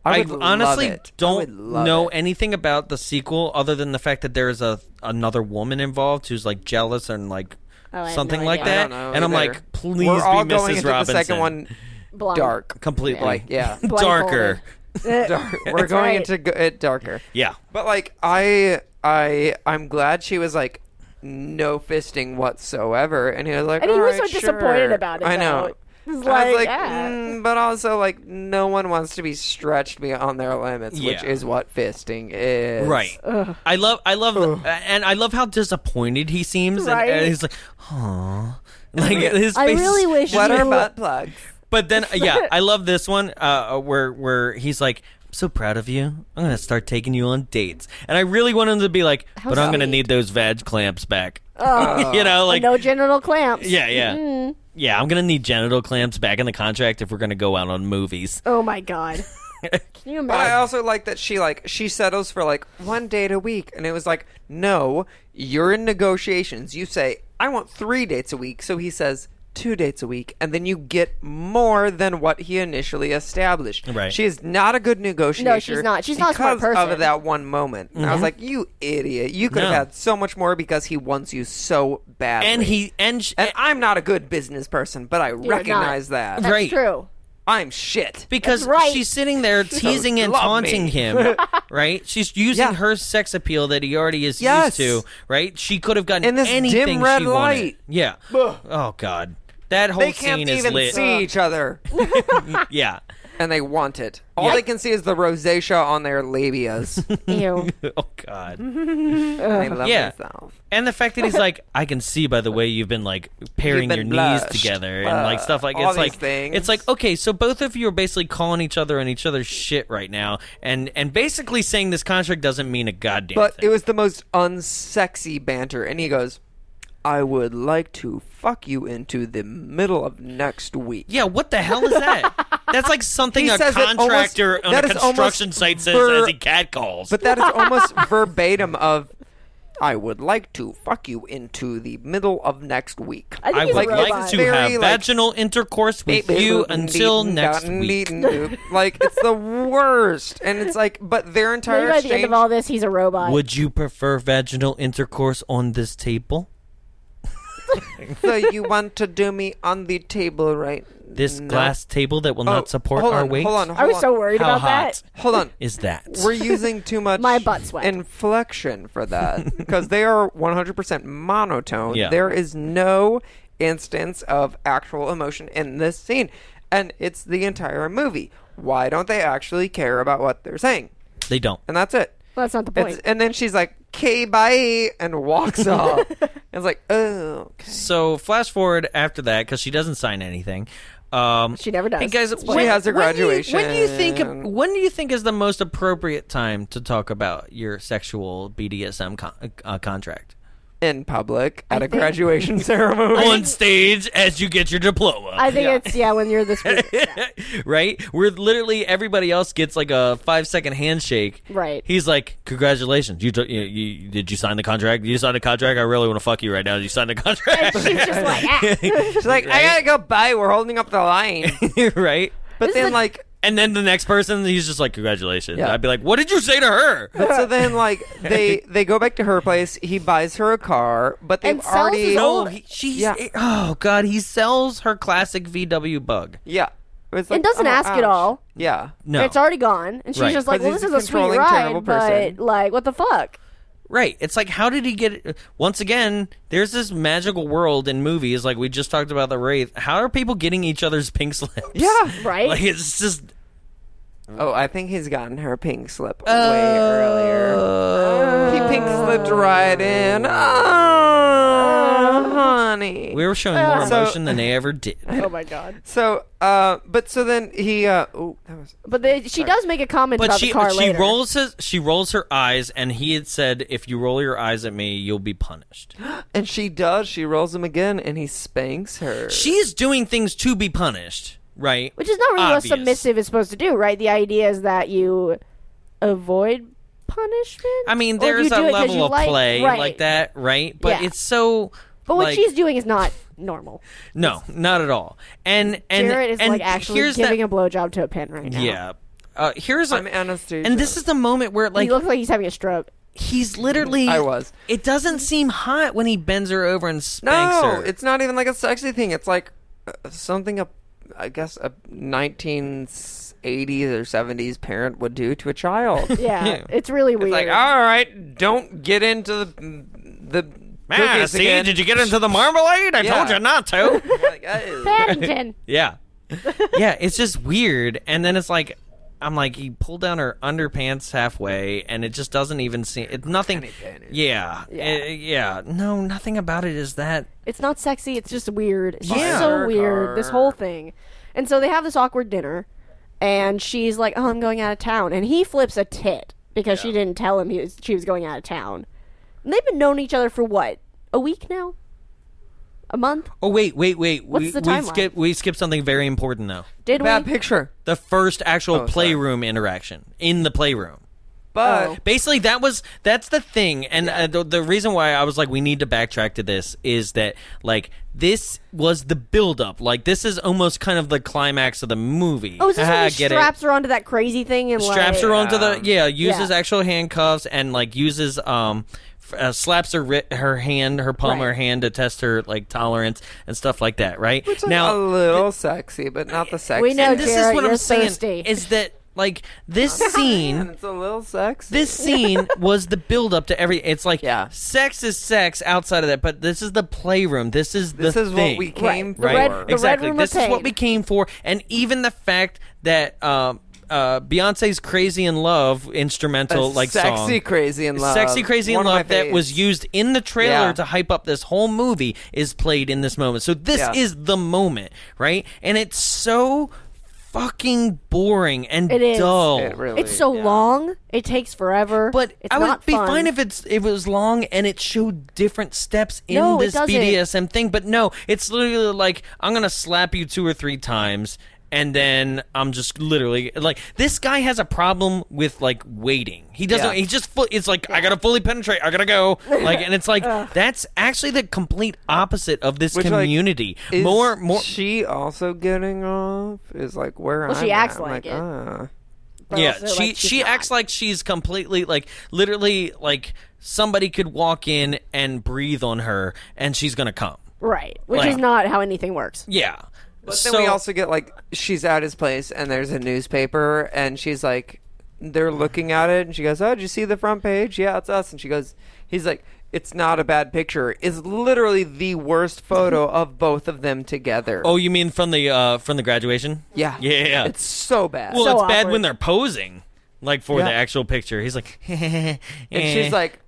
[SPEAKER 2] I,
[SPEAKER 1] I,
[SPEAKER 2] would love
[SPEAKER 1] honestly
[SPEAKER 2] it. I would
[SPEAKER 1] don't
[SPEAKER 2] love
[SPEAKER 1] know
[SPEAKER 2] it.
[SPEAKER 1] anything about the sequel other than the fact that there is a another woman involved who's like jealous and like
[SPEAKER 3] Oh, I have
[SPEAKER 1] something
[SPEAKER 3] no
[SPEAKER 1] like
[SPEAKER 3] idea.
[SPEAKER 2] I
[SPEAKER 1] that.
[SPEAKER 2] don't know
[SPEAKER 1] and I'm
[SPEAKER 2] either.
[SPEAKER 1] like, please
[SPEAKER 2] We're
[SPEAKER 1] be
[SPEAKER 2] all
[SPEAKER 1] Mrs.
[SPEAKER 2] going into
[SPEAKER 1] Robinson.
[SPEAKER 2] the second one
[SPEAKER 3] Blonde. Uh,
[SPEAKER 2] dark,
[SPEAKER 1] completely.
[SPEAKER 2] Like, yeah,
[SPEAKER 1] darker.
[SPEAKER 2] dark. We're going
[SPEAKER 3] right.
[SPEAKER 2] into go- it darker.
[SPEAKER 1] Yeah.
[SPEAKER 2] But like, I, I, I'm glad she was like, no fisting whatsoever, and he was like,
[SPEAKER 3] And he
[SPEAKER 2] "All
[SPEAKER 3] was
[SPEAKER 2] right,
[SPEAKER 3] so disappointed
[SPEAKER 2] sure."
[SPEAKER 3] about it,
[SPEAKER 2] I
[SPEAKER 3] though.
[SPEAKER 2] know.
[SPEAKER 3] It was
[SPEAKER 2] And I
[SPEAKER 3] like,
[SPEAKER 2] was like,
[SPEAKER 3] yeah.
[SPEAKER 2] mm, but also like, no one wants to be stretched beyond their limits, which
[SPEAKER 1] Yeah.
[SPEAKER 2] is what fisting is.
[SPEAKER 1] Right. I love I love and I love how disappointed he seems and- and,
[SPEAKER 3] Right.
[SPEAKER 1] he's like, "Aw." Like his face
[SPEAKER 3] I really wish
[SPEAKER 2] What are
[SPEAKER 3] you-
[SPEAKER 2] butt plugs?
[SPEAKER 1] But then, uh, yeah, I love this one uh, where where he's like, "I'm so proud of you. I'm gonna start taking you on dates." And I really want him to be like, "But I'm gonna
[SPEAKER 3] sweet.
[SPEAKER 1] need those vag clamps back."
[SPEAKER 2] Oh,
[SPEAKER 1] you know, like
[SPEAKER 3] no genital clamps. Mm-hmm.
[SPEAKER 1] yeah, yeah, yeah. I'm gonna need genital clamps back in the contract if we're gonna go out on movies.
[SPEAKER 3] Oh my god. Can you
[SPEAKER 2] But I
[SPEAKER 3] imagine?
[SPEAKER 2] also like that she like she settles for like one date a week, and it was like, no, you're in negotiations. You say I want three dates a week, so he says two dates a week, and then you get more than what he initially established.
[SPEAKER 1] Right.
[SPEAKER 2] She is not a good negotiator.
[SPEAKER 3] not. She's not a smart
[SPEAKER 2] because
[SPEAKER 3] person.
[SPEAKER 2] of that one moment. And I was like, you idiot! You could
[SPEAKER 1] Mm-hmm. No.
[SPEAKER 2] have had so much more because he wants you so badly.
[SPEAKER 1] And he and, sh-
[SPEAKER 2] and I'm not a good business person, but I recognize that.
[SPEAKER 3] That's
[SPEAKER 1] right.
[SPEAKER 3] true.
[SPEAKER 2] I'm shit.
[SPEAKER 1] because
[SPEAKER 3] right.
[SPEAKER 1] she's sitting there teasing and
[SPEAKER 2] love
[SPEAKER 1] taunting
[SPEAKER 2] me.
[SPEAKER 1] him, right? She's using
[SPEAKER 2] Yeah.
[SPEAKER 1] her sex appeal that he already is
[SPEAKER 2] Yes.
[SPEAKER 1] used to, right? She could have gotten
[SPEAKER 2] In this dim
[SPEAKER 1] anything
[SPEAKER 2] red
[SPEAKER 1] she
[SPEAKER 2] light.
[SPEAKER 1] wanted. Yeah. Oh God, that whole
[SPEAKER 2] They
[SPEAKER 1] scene
[SPEAKER 2] can't
[SPEAKER 1] is
[SPEAKER 2] even
[SPEAKER 1] lit.
[SPEAKER 2] see each other.
[SPEAKER 1] Yeah.
[SPEAKER 2] and they want it. All they can see is the rosacea on their labias.
[SPEAKER 3] Ew.
[SPEAKER 1] Oh God!
[SPEAKER 2] I love
[SPEAKER 1] Yeah.
[SPEAKER 2] myself.
[SPEAKER 1] And the fact that he's like, I can see by the way you've been like pairing
[SPEAKER 2] You've
[SPEAKER 1] your
[SPEAKER 2] been
[SPEAKER 1] knees
[SPEAKER 2] blushed. uh,
[SPEAKER 1] together and like stuff like
[SPEAKER 2] all
[SPEAKER 1] it's
[SPEAKER 2] these
[SPEAKER 1] like
[SPEAKER 2] things.
[SPEAKER 1] it's like okay, so both of you are basically calling each other on each other's shit right now, and and basically saying this contract doesn't mean a goddamn
[SPEAKER 2] But
[SPEAKER 1] thing.
[SPEAKER 2] it was the most unsexy banter. And he goes, I would like to fuck you into the middle of next week.
[SPEAKER 1] yeah, what the hell is that? That's like something
[SPEAKER 2] He
[SPEAKER 1] a
[SPEAKER 2] says it almost-
[SPEAKER 1] contractor on
[SPEAKER 2] that
[SPEAKER 1] a
[SPEAKER 2] is almost
[SPEAKER 1] construction site says
[SPEAKER 2] ver-
[SPEAKER 1] as he catcalls.
[SPEAKER 2] But that is almost verbatim of, I would like to fuck you into the middle of next week.
[SPEAKER 3] I think
[SPEAKER 1] I
[SPEAKER 3] he's
[SPEAKER 1] would
[SPEAKER 3] a
[SPEAKER 1] like
[SPEAKER 3] robot.
[SPEAKER 1] to
[SPEAKER 2] Very,
[SPEAKER 1] have
[SPEAKER 2] like-
[SPEAKER 1] vaginal intercourse with you until next week.
[SPEAKER 2] Like, it's the worst. And it's like, but their
[SPEAKER 3] Maybe
[SPEAKER 2] entire
[SPEAKER 3] by the end
[SPEAKER 2] exchange
[SPEAKER 3] of all this, he's a robot.
[SPEAKER 1] Would you prefer vaginal intercourse on this table?
[SPEAKER 2] So you want to do me on the table right
[SPEAKER 1] This
[SPEAKER 2] now?
[SPEAKER 1] glass table that will
[SPEAKER 2] Oh,
[SPEAKER 1] not support
[SPEAKER 2] hold
[SPEAKER 1] our
[SPEAKER 2] on,
[SPEAKER 1] weight?
[SPEAKER 2] Hold on, hold
[SPEAKER 3] I was
[SPEAKER 2] on.
[SPEAKER 3] so worried
[SPEAKER 1] How
[SPEAKER 3] about
[SPEAKER 1] hot
[SPEAKER 3] that.
[SPEAKER 2] Hold on.
[SPEAKER 1] is that?
[SPEAKER 2] We're using too much
[SPEAKER 3] My butt sweat.
[SPEAKER 2] inflection for that because they are 100% monotone.
[SPEAKER 1] Yeah.
[SPEAKER 2] There is no instance of actual emotion in this scene, and it's the entire movie. Why don't they actually care about what they're saying?
[SPEAKER 1] they don't.
[SPEAKER 2] And that's it.
[SPEAKER 3] Well, that's not the
[SPEAKER 2] It's,
[SPEAKER 3] point.
[SPEAKER 2] and then she's like, "Okay, bye," and walks off. It's like, "Oh, okay."
[SPEAKER 1] So flash forward after that because she doesn't sign anything. Um,
[SPEAKER 3] She never does.
[SPEAKER 1] Hey guys,
[SPEAKER 3] It's
[SPEAKER 1] when-
[SPEAKER 2] She has her
[SPEAKER 1] when do you- When do, you, think?
[SPEAKER 2] graduation.
[SPEAKER 1] When do you think is the most appropriate time to talk about your sexual BDSM con- uh, contract?
[SPEAKER 2] in public at a graduation ceremony.
[SPEAKER 1] On stage as you get your diploma.
[SPEAKER 3] I think it's yeah when you're this big.
[SPEAKER 1] right? Where literally everybody else gets like a five second handshake.
[SPEAKER 3] Right.
[SPEAKER 1] He's like, "Congratulations! You, t- you, you did you sign the contract? You signed the contract. I really want to fuck you right now. You signed the contract,
[SPEAKER 3] She's just like ah.
[SPEAKER 2] She's like, I gotta go by. We're holding up the line.
[SPEAKER 1] right?"
[SPEAKER 2] But then, like,
[SPEAKER 1] And then the next person, he's just like, "Congratulations!"
[SPEAKER 2] Yeah.
[SPEAKER 1] I'd be like, "What did you say to her?"
[SPEAKER 2] but so then, like, they they go back to her place. He buys her a car, but they've
[SPEAKER 3] And sells
[SPEAKER 2] already
[SPEAKER 3] his
[SPEAKER 1] No,
[SPEAKER 3] old-
[SPEAKER 1] he, she's.
[SPEAKER 2] Yeah.
[SPEAKER 1] it- oh God, he sells her classic VW Bug.
[SPEAKER 2] yeah. It's like,
[SPEAKER 3] And doesn't
[SPEAKER 2] oh,
[SPEAKER 3] ask
[SPEAKER 2] ouch.
[SPEAKER 3] at all.
[SPEAKER 2] Yeah,
[SPEAKER 1] No,
[SPEAKER 3] It's already gone, and she's
[SPEAKER 1] Right.
[SPEAKER 3] just like,
[SPEAKER 2] Because
[SPEAKER 3] "Well,
[SPEAKER 2] he's
[SPEAKER 3] this
[SPEAKER 2] a
[SPEAKER 3] is a sweet
[SPEAKER 2] controlling,
[SPEAKER 3] ride,
[SPEAKER 2] terrible person.
[SPEAKER 3] but like, what the fuck?"
[SPEAKER 1] Right. It's like, how did he get? Once again, there's this magical world in movies, like we just talked about the Wraith. How are people getting each other's pink slips?
[SPEAKER 2] Yeah.
[SPEAKER 3] Right?
[SPEAKER 1] Like it's just
[SPEAKER 2] Oh, I think he's gotten her pink slip way
[SPEAKER 3] Oh.
[SPEAKER 2] earlier. he
[SPEAKER 3] Uh,
[SPEAKER 2] pink slipped right in. Oh, honey.
[SPEAKER 1] we were showing
[SPEAKER 3] Uh,
[SPEAKER 1] more
[SPEAKER 2] So-
[SPEAKER 1] emotion than they ever did.
[SPEAKER 3] oh my god!
[SPEAKER 2] so, uh, but so then he. Uh, oh, that was.
[SPEAKER 3] But they, she does make a comment
[SPEAKER 1] But
[SPEAKER 3] about
[SPEAKER 1] she
[SPEAKER 3] the car
[SPEAKER 1] she
[SPEAKER 3] later.
[SPEAKER 1] rolls his she rolls her eyes, and he had said, "If you roll your eyes at me, you'll be punished."
[SPEAKER 2] And she does. She rolls him again, and he spanks her.
[SPEAKER 1] She's doing things to be punished, right?
[SPEAKER 3] which is not really
[SPEAKER 1] Obvious.
[SPEAKER 3] what submissive is supposed to do, right? The idea is that you avoid punishment.
[SPEAKER 1] I mean,
[SPEAKER 3] Or you
[SPEAKER 1] there's
[SPEAKER 3] do
[SPEAKER 1] a
[SPEAKER 3] it 'cause
[SPEAKER 1] level
[SPEAKER 3] you
[SPEAKER 1] of
[SPEAKER 3] like-
[SPEAKER 1] play
[SPEAKER 3] right.
[SPEAKER 1] like that, right? But
[SPEAKER 3] Yeah.
[SPEAKER 1] it's so.
[SPEAKER 3] But what
[SPEAKER 1] like,
[SPEAKER 3] she's doing is not normal.
[SPEAKER 1] no, not at all. And and
[SPEAKER 3] Jared is
[SPEAKER 1] and
[SPEAKER 3] like actually
[SPEAKER 1] here's that-
[SPEAKER 3] giving a blowjob to a pen right now.
[SPEAKER 1] Yeah. Uh, here's a,
[SPEAKER 2] I'm Anastasia.
[SPEAKER 1] and this is the moment where
[SPEAKER 3] he
[SPEAKER 1] like
[SPEAKER 3] looks like he's having a stroke.
[SPEAKER 1] he's literally
[SPEAKER 2] I was.
[SPEAKER 1] It doesn't seem hot when he bends her over and spanks
[SPEAKER 2] No,
[SPEAKER 1] her.
[SPEAKER 2] it's not even like a sexy thing. It's like uh, something a, I guess a 1980s or 70s parent would do to a child.
[SPEAKER 3] Yeah, it's really weird.
[SPEAKER 2] It's like, all right, don't get into the the
[SPEAKER 1] Ah,
[SPEAKER 2] cookies
[SPEAKER 1] see,
[SPEAKER 2] again.
[SPEAKER 1] did you get into the marmalade? I
[SPEAKER 2] Yeah.
[SPEAKER 1] told you not to.
[SPEAKER 2] Like, that is-
[SPEAKER 3] Paddington.
[SPEAKER 1] yeah. yeah, it's just weird. And then it's like I'm like he pulled down her underpants halfway and it just doesn't even seem it's nothing Yeah. Yeah. yeah. No, nothing about it is that
[SPEAKER 3] It's not sexy. It's just weird. It's just
[SPEAKER 1] Yeah.
[SPEAKER 3] so weird. This whole thing. And so they have this awkward dinner, and she's like, "Oh, I'm going out of town," and he flips a tit because she didn't tell him he was, she was going out of town. And they've been knowing each other for what a week now, a month.
[SPEAKER 1] Oh wait, wait, wait.
[SPEAKER 3] What's
[SPEAKER 1] we
[SPEAKER 3] the
[SPEAKER 1] we
[SPEAKER 3] timeline?
[SPEAKER 1] skip we skipped something very important though.
[SPEAKER 3] Did
[SPEAKER 2] bad
[SPEAKER 3] we?
[SPEAKER 2] picture.
[SPEAKER 1] The first
[SPEAKER 3] Oh,
[SPEAKER 1] actual
[SPEAKER 2] sorry.
[SPEAKER 1] playroom interaction in the playroom.
[SPEAKER 2] But
[SPEAKER 3] Oh.
[SPEAKER 1] basically that was that's the thing and uh, the, the reason why i was like we need to backtrack to this is that like this was the build up like this is almost kind of the climax of the movie
[SPEAKER 3] Oh, is this
[SPEAKER 1] Ah,
[SPEAKER 3] when he
[SPEAKER 1] get
[SPEAKER 3] straps
[SPEAKER 1] it
[SPEAKER 3] her onto that crazy thing and
[SPEAKER 1] straps
[SPEAKER 3] like,
[SPEAKER 1] her onto the yeah uses
[SPEAKER 3] Yeah.
[SPEAKER 1] actual handcuffs and like uses um f- uh, slaps her ri- her hand her palm of her
[SPEAKER 3] Right.
[SPEAKER 1] hand to test her like tolerance and stuff like that right
[SPEAKER 2] a little sexy, but not the sexy.
[SPEAKER 3] We know-
[SPEAKER 1] and this is
[SPEAKER 3] Jared,
[SPEAKER 1] what i'm
[SPEAKER 3] Oh, you're
[SPEAKER 1] saying
[SPEAKER 3] thirsty.
[SPEAKER 1] is that like this scene
[SPEAKER 2] It's a little sexy.
[SPEAKER 1] this scene was the build up to every it's like
[SPEAKER 2] Yeah.
[SPEAKER 1] sex is sex outside of that but this is the playroom this is
[SPEAKER 2] this
[SPEAKER 1] the
[SPEAKER 2] is
[SPEAKER 1] thing,
[SPEAKER 2] what we came
[SPEAKER 3] The
[SPEAKER 2] for.
[SPEAKER 3] red- the
[SPEAKER 1] exactly
[SPEAKER 3] room
[SPEAKER 1] this
[SPEAKER 3] of
[SPEAKER 1] is what
[SPEAKER 3] pain.
[SPEAKER 1] we came for and even the fact that um uh, Beyonce's "Crazy in Love" instrumental,
[SPEAKER 2] A
[SPEAKER 1] like
[SPEAKER 2] sexy
[SPEAKER 1] song,
[SPEAKER 2] Crazy in Love.
[SPEAKER 1] sexy "Crazy in
[SPEAKER 2] One of my
[SPEAKER 1] Love" that was
[SPEAKER 2] faves.
[SPEAKER 1] used in the trailer
[SPEAKER 2] Yeah.
[SPEAKER 1] to hype up this whole movie is played in this moment. So this
[SPEAKER 2] Yeah.
[SPEAKER 1] is the moment, right? And it's so fucking boring and
[SPEAKER 3] It is.
[SPEAKER 1] dull.
[SPEAKER 2] It really-
[SPEAKER 3] It's so
[SPEAKER 2] yeah.
[SPEAKER 3] long. It takes forever.
[SPEAKER 1] But
[SPEAKER 3] it's
[SPEAKER 1] I would
[SPEAKER 3] not
[SPEAKER 1] be
[SPEAKER 3] fun.
[SPEAKER 1] fine if it's if it was long and it showed different steps in
[SPEAKER 3] No, it
[SPEAKER 1] this
[SPEAKER 3] doesn't.
[SPEAKER 1] BDSM thing. But no, it's literally like I'm gonna slap you two or three times, and then I'm just literally like this guy has a problem with like waiting. He doesn't.
[SPEAKER 2] Yeah.
[SPEAKER 1] He just fu- it's like I gotta fully penetrate. I gotta go. Like, and it's like that's actually the complete opposite of this
[SPEAKER 2] Which, like,
[SPEAKER 1] community.
[SPEAKER 2] Is
[SPEAKER 1] more, more.
[SPEAKER 2] She also getting off is like where
[SPEAKER 3] Well,
[SPEAKER 2] I'm.
[SPEAKER 3] she acts
[SPEAKER 2] at. I'm
[SPEAKER 3] like it.
[SPEAKER 2] ah.
[SPEAKER 3] But
[SPEAKER 1] yeah,
[SPEAKER 3] also,
[SPEAKER 1] she
[SPEAKER 3] like, she's
[SPEAKER 1] she
[SPEAKER 3] not.
[SPEAKER 1] acts like she's completely like literally like somebody could walk in and breathe on her and she's gonna come.
[SPEAKER 3] right, which
[SPEAKER 1] like-
[SPEAKER 3] is not how anything works.
[SPEAKER 1] Yeah. so
[SPEAKER 2] then we also get like she's at his place and there's a newspaper and she's like they're looking at it and she goes oh did you see the front page yeah it's us and she goes he's like it's not a bad picture it's literally the worst photo of both of them together
[SPEAKER 1] Mm-hmm. oh, you mean from the uh from the graduation?
[SPEAKER 2] yeah
[SPEAKER 1] yeah, yeah, yeah.
[SPEAKER 2] it's so bad
[SPEAKER 1] well,
[SPEAKER 3] so
[SPEAKER 1] it's bad
[SPEAKER 3] awkward.
[SPEAKER 1] when they're posing. Like for the
[SPEAKER 2] Yeah.
[SPEAKER 1] actual picture, he's like, and
[SPEAKER 2] and
[SPEAKER 1] eh.
[SPEAKER 2] she's like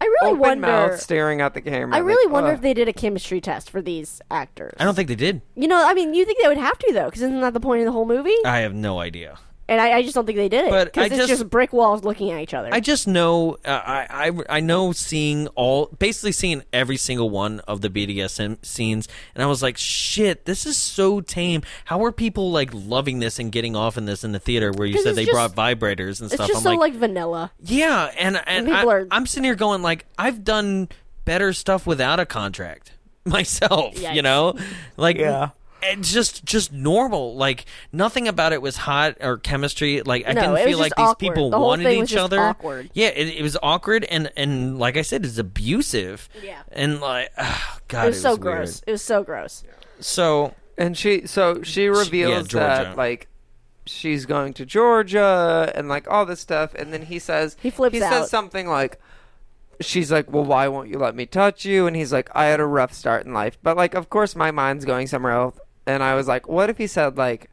[SPEAKER 3] I really
[SPEAKER 2] open
[SPEAKER 3] wonder.
[SPEAKER 2] mouth staring at the camera
[SPEAKER 3] I really
[SPEAKER 2] like,
[SPEAKER 3] wonder
[SPEAKER 2] ugh.
[SPEAKER 3] if they did a chemistry test for these actors.
[SPEAKER 1] I don't think they did.
[SPEAKER 3] You know, I mean, you think they would have to though, because isn't that the point of the whole movie?
[SPEAKER 2] Uh,
[SPEAKER 1] I have no idea.
[SPEAKER 3] and I, I just don't think they did it.
[SPEAKER 1] But I
[SPEAKER 3] because it's
[SPEAKER 1] just-
[SPEAKER 3] just, brick walls looking at each other.
[SPEAKER 1] I just know uh, I, I I know seeing all basically seeing every single one of the BDSM scenes, and I was like, shit, this is so tame. How are people like loving this and getting off in this in the theater where you
[SPEAKER 3] 'Cause
[SPEAKER 1] said
[SPEAKER 3] it's
[SPEAKER 1] they brought
[SPEAKER 3] just-
[SPEAKER 1] vibrators and
[SPEAKER 3] it's
[SPEAKER 1] stuff?
[SPEAKER 3] just
[SPEAKER 1] I'm
[SPEAKER 3] so
[SPEAKER 1] like,
[SPEAKER 3] like, vanilla.
[SPEAKER 1] yeah, and and,
[SPEAKER 3] people
[SPEAKER 1] I,
[SPEAKER 3] are-
[SPEAKER 1] I'm sitting here going like, I've done better stuff without a contract myself, you
[SPEAKER 3] Yikes.
[SPEAKER 1] know, like yeah. And just, just normal. Like nothing about it was hot or chemistry. Like I
[SPEAKER 3] No,
[SPEAKER 1] didn't
[SPEAKER 3] it was
[SPEAKER 1] feel
[SPEAKER 3] just
[SPEAKER 1] like these
[SPEAKER 3] awkward.
[SPEAKER 1] people
[SPEAKER 3] The whole
[SPEAKER 1] wanted
[SPEAKER 3] thing
[SPEAKER 1] each
[SPEAKER 3] was just
[SPEAKER 1] other.
[SPEAKER 3] awkward.
[SPEAKER 1] Yeah, it, it was awkward and and like I said, it's abusive.
[SPEAKER 3] Yeah.
[SPEAKER 1] and like ah, God,
[SPEAKER 3] It was so
[SPEAKER 1] weird.
[SPEAKER 3] gross. It was so gross.
[SPEAKER 1] So
[SPEAKER 2] And she, so she reveals
[SPEAKER 1] Georgia.
[SPEAKER 2] that like she's going to Georgia and like all this stuff, and then he says
[SPEAKER 3] He flips
[SPEAKER 2] He
[SPEAKER 3] out.
[SPEAKER 2] says something like, she's like, "Well, why won't you let me touch you?" And he's like, "I had a rough start in life." But like, of course, my mind's going somewhere else, and I was like, "What if he said like,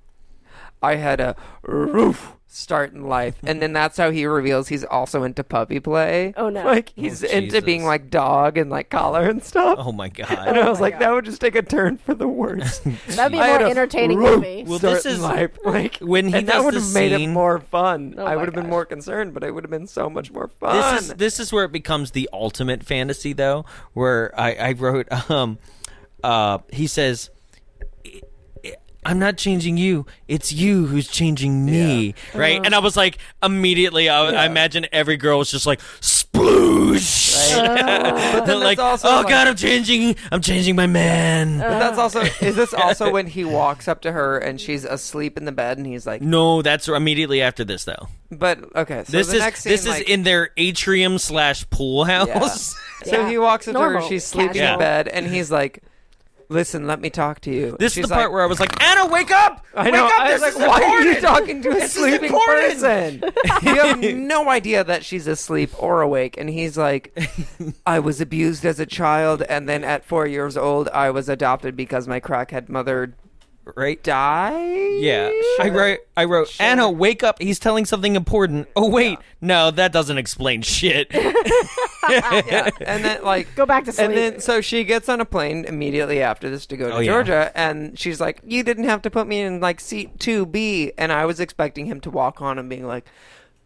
[SPEAKER 2] I had a roof start in life," and then that's how he reveals he's also into puppy play.
[SPEAKER 3] Oh, no.
[SPEAKER 2] Like he's
[SPEAKER 1] Oh,
[SPEAKER 2] into
[SPEAKER 1] Jesus.
[SPEAKER 2] being like dog and like collar and stuff.
[SPEAKER 1] Oh my
[SPEAKER 2] And
[SPEAKER 1] god.
[SPEAKER 2] I was like, that would just take a turn for the worst.
[SPEAKER 3] That'd be a
[SPEAKER 2] I had
[SPEAKER 3] more
[SPEAKER 2] a
[SPEAKER 3] entertaining
[SPEAKER 2] roof
[SPEAKER 3] movie.
[SPEAKER 1] Well,
[SPEAKER 2] start
[SPEAKER 1] this
[SPEAKER 2] in
[SPEAKER 1] is-
[SPEAKER 2] life. like
[SPEAKER 1] when he
[SPEAKER 2] and that
[SPEAKER 1] does
[SPEAKER 2] would
[SPEAKER 1] the
[SPEAKER 2] have made it
[SPEAKER 1] scene-
[SPEAKER 2] more fun.
[SPEAKER 3] Oh
[SPEAKER 2] I
[SPEAKER 3] my
[SPEAKER 2] would have been
[SPEAKER 3] gosh.
[SPEAKER 2] more concerned, but it would have been so much more fun.
[SPEAKER 1] This is this is where it becomes the ultimate fantasy though, where I, I wrote um uh he says "I- I- I'm not changing you. It's you who's changing me, right? And I was like, immediately, I, I imagine every girl was just like, sploosh,
[SPEAKER 2] but then
[SPEAKER 1] like,
[SPEAKER 2] that's also
[SPEAKER 1] oh
[SPEAKER 2] like- Uh.
[SPEAKER 1] god, I'm changing, I'm changing my man.
[SPEAKER 2] But that's also is this also when he walks up to her and she's asleep in the bed and he's like,
[SPEAKER 1] no, that's immediately after this though.
[SPEAKER 2] but okay. So
[SPEAKER 1] This
[SPEAKER 2] the
[SPEAKER 1] is
[SPEAKER 2] next scene,
[SPEAKER 1] this
[SPEAKER 2] like,
[SPEAKER 1] is in their atrium slash pool house.
[SPEAKER 2] So
[SPEAKER 3] Yeah.
[SPEAKER 2] he walks up to her,
[SPEAKER 3] Normal,
[SPEAKER 2] she's sleeping in
[SPEAKER 1] casual.
[SPEAKER 2] bed, and he's like, "Listen, let me talk to you."
[SPEAKER 1] This
[SPEAKER 2] She's
[SPEAKER 1] is the part
[SPEAKER 2] like,
[SPEAKER 1] where I was like, Anna, wake up!
[SPEAKER 2] I know.
[SPEAKER 1] Wake up!
[SPEAKER 2] I was
[SPEAKER 1] this
[SPEAKER 2] like,
[SPEAKER 1] is
[SPEAKER 2] why are you
[SPEAKER 1] important!"
[SPEAKER 2] talking to a
[SPEAKER 1] This is
[SPEAKER 2] sleeping
[SPEAKER 1] important.
[SPEAKER 2] person? you have no idea that she's asleep or awake. And he's like, I was abused as a child, and then at four years old, I was adopted because my crackhead mother
[SPEAKER 1] Right?
[SPEAKER 2] died.
[SPEAKER 1] Yeah. I wrote I wrote Anna, wake up. He's telling something important. Oh wait. No, that doesn't explain shit.
[SPEAKER 2] Yeah. And then, like,
[SPEAKER 3] Go back to sleep.
[SPEAKER 2] And then, so she gets on a plane immediately after this to go to
[SPEAKER 1] Oh, yeah.
[SPEAKER 2] Georgia, and she's like, "You didn't have to put me in like seat two B," and I was expecting him to walk on and being like,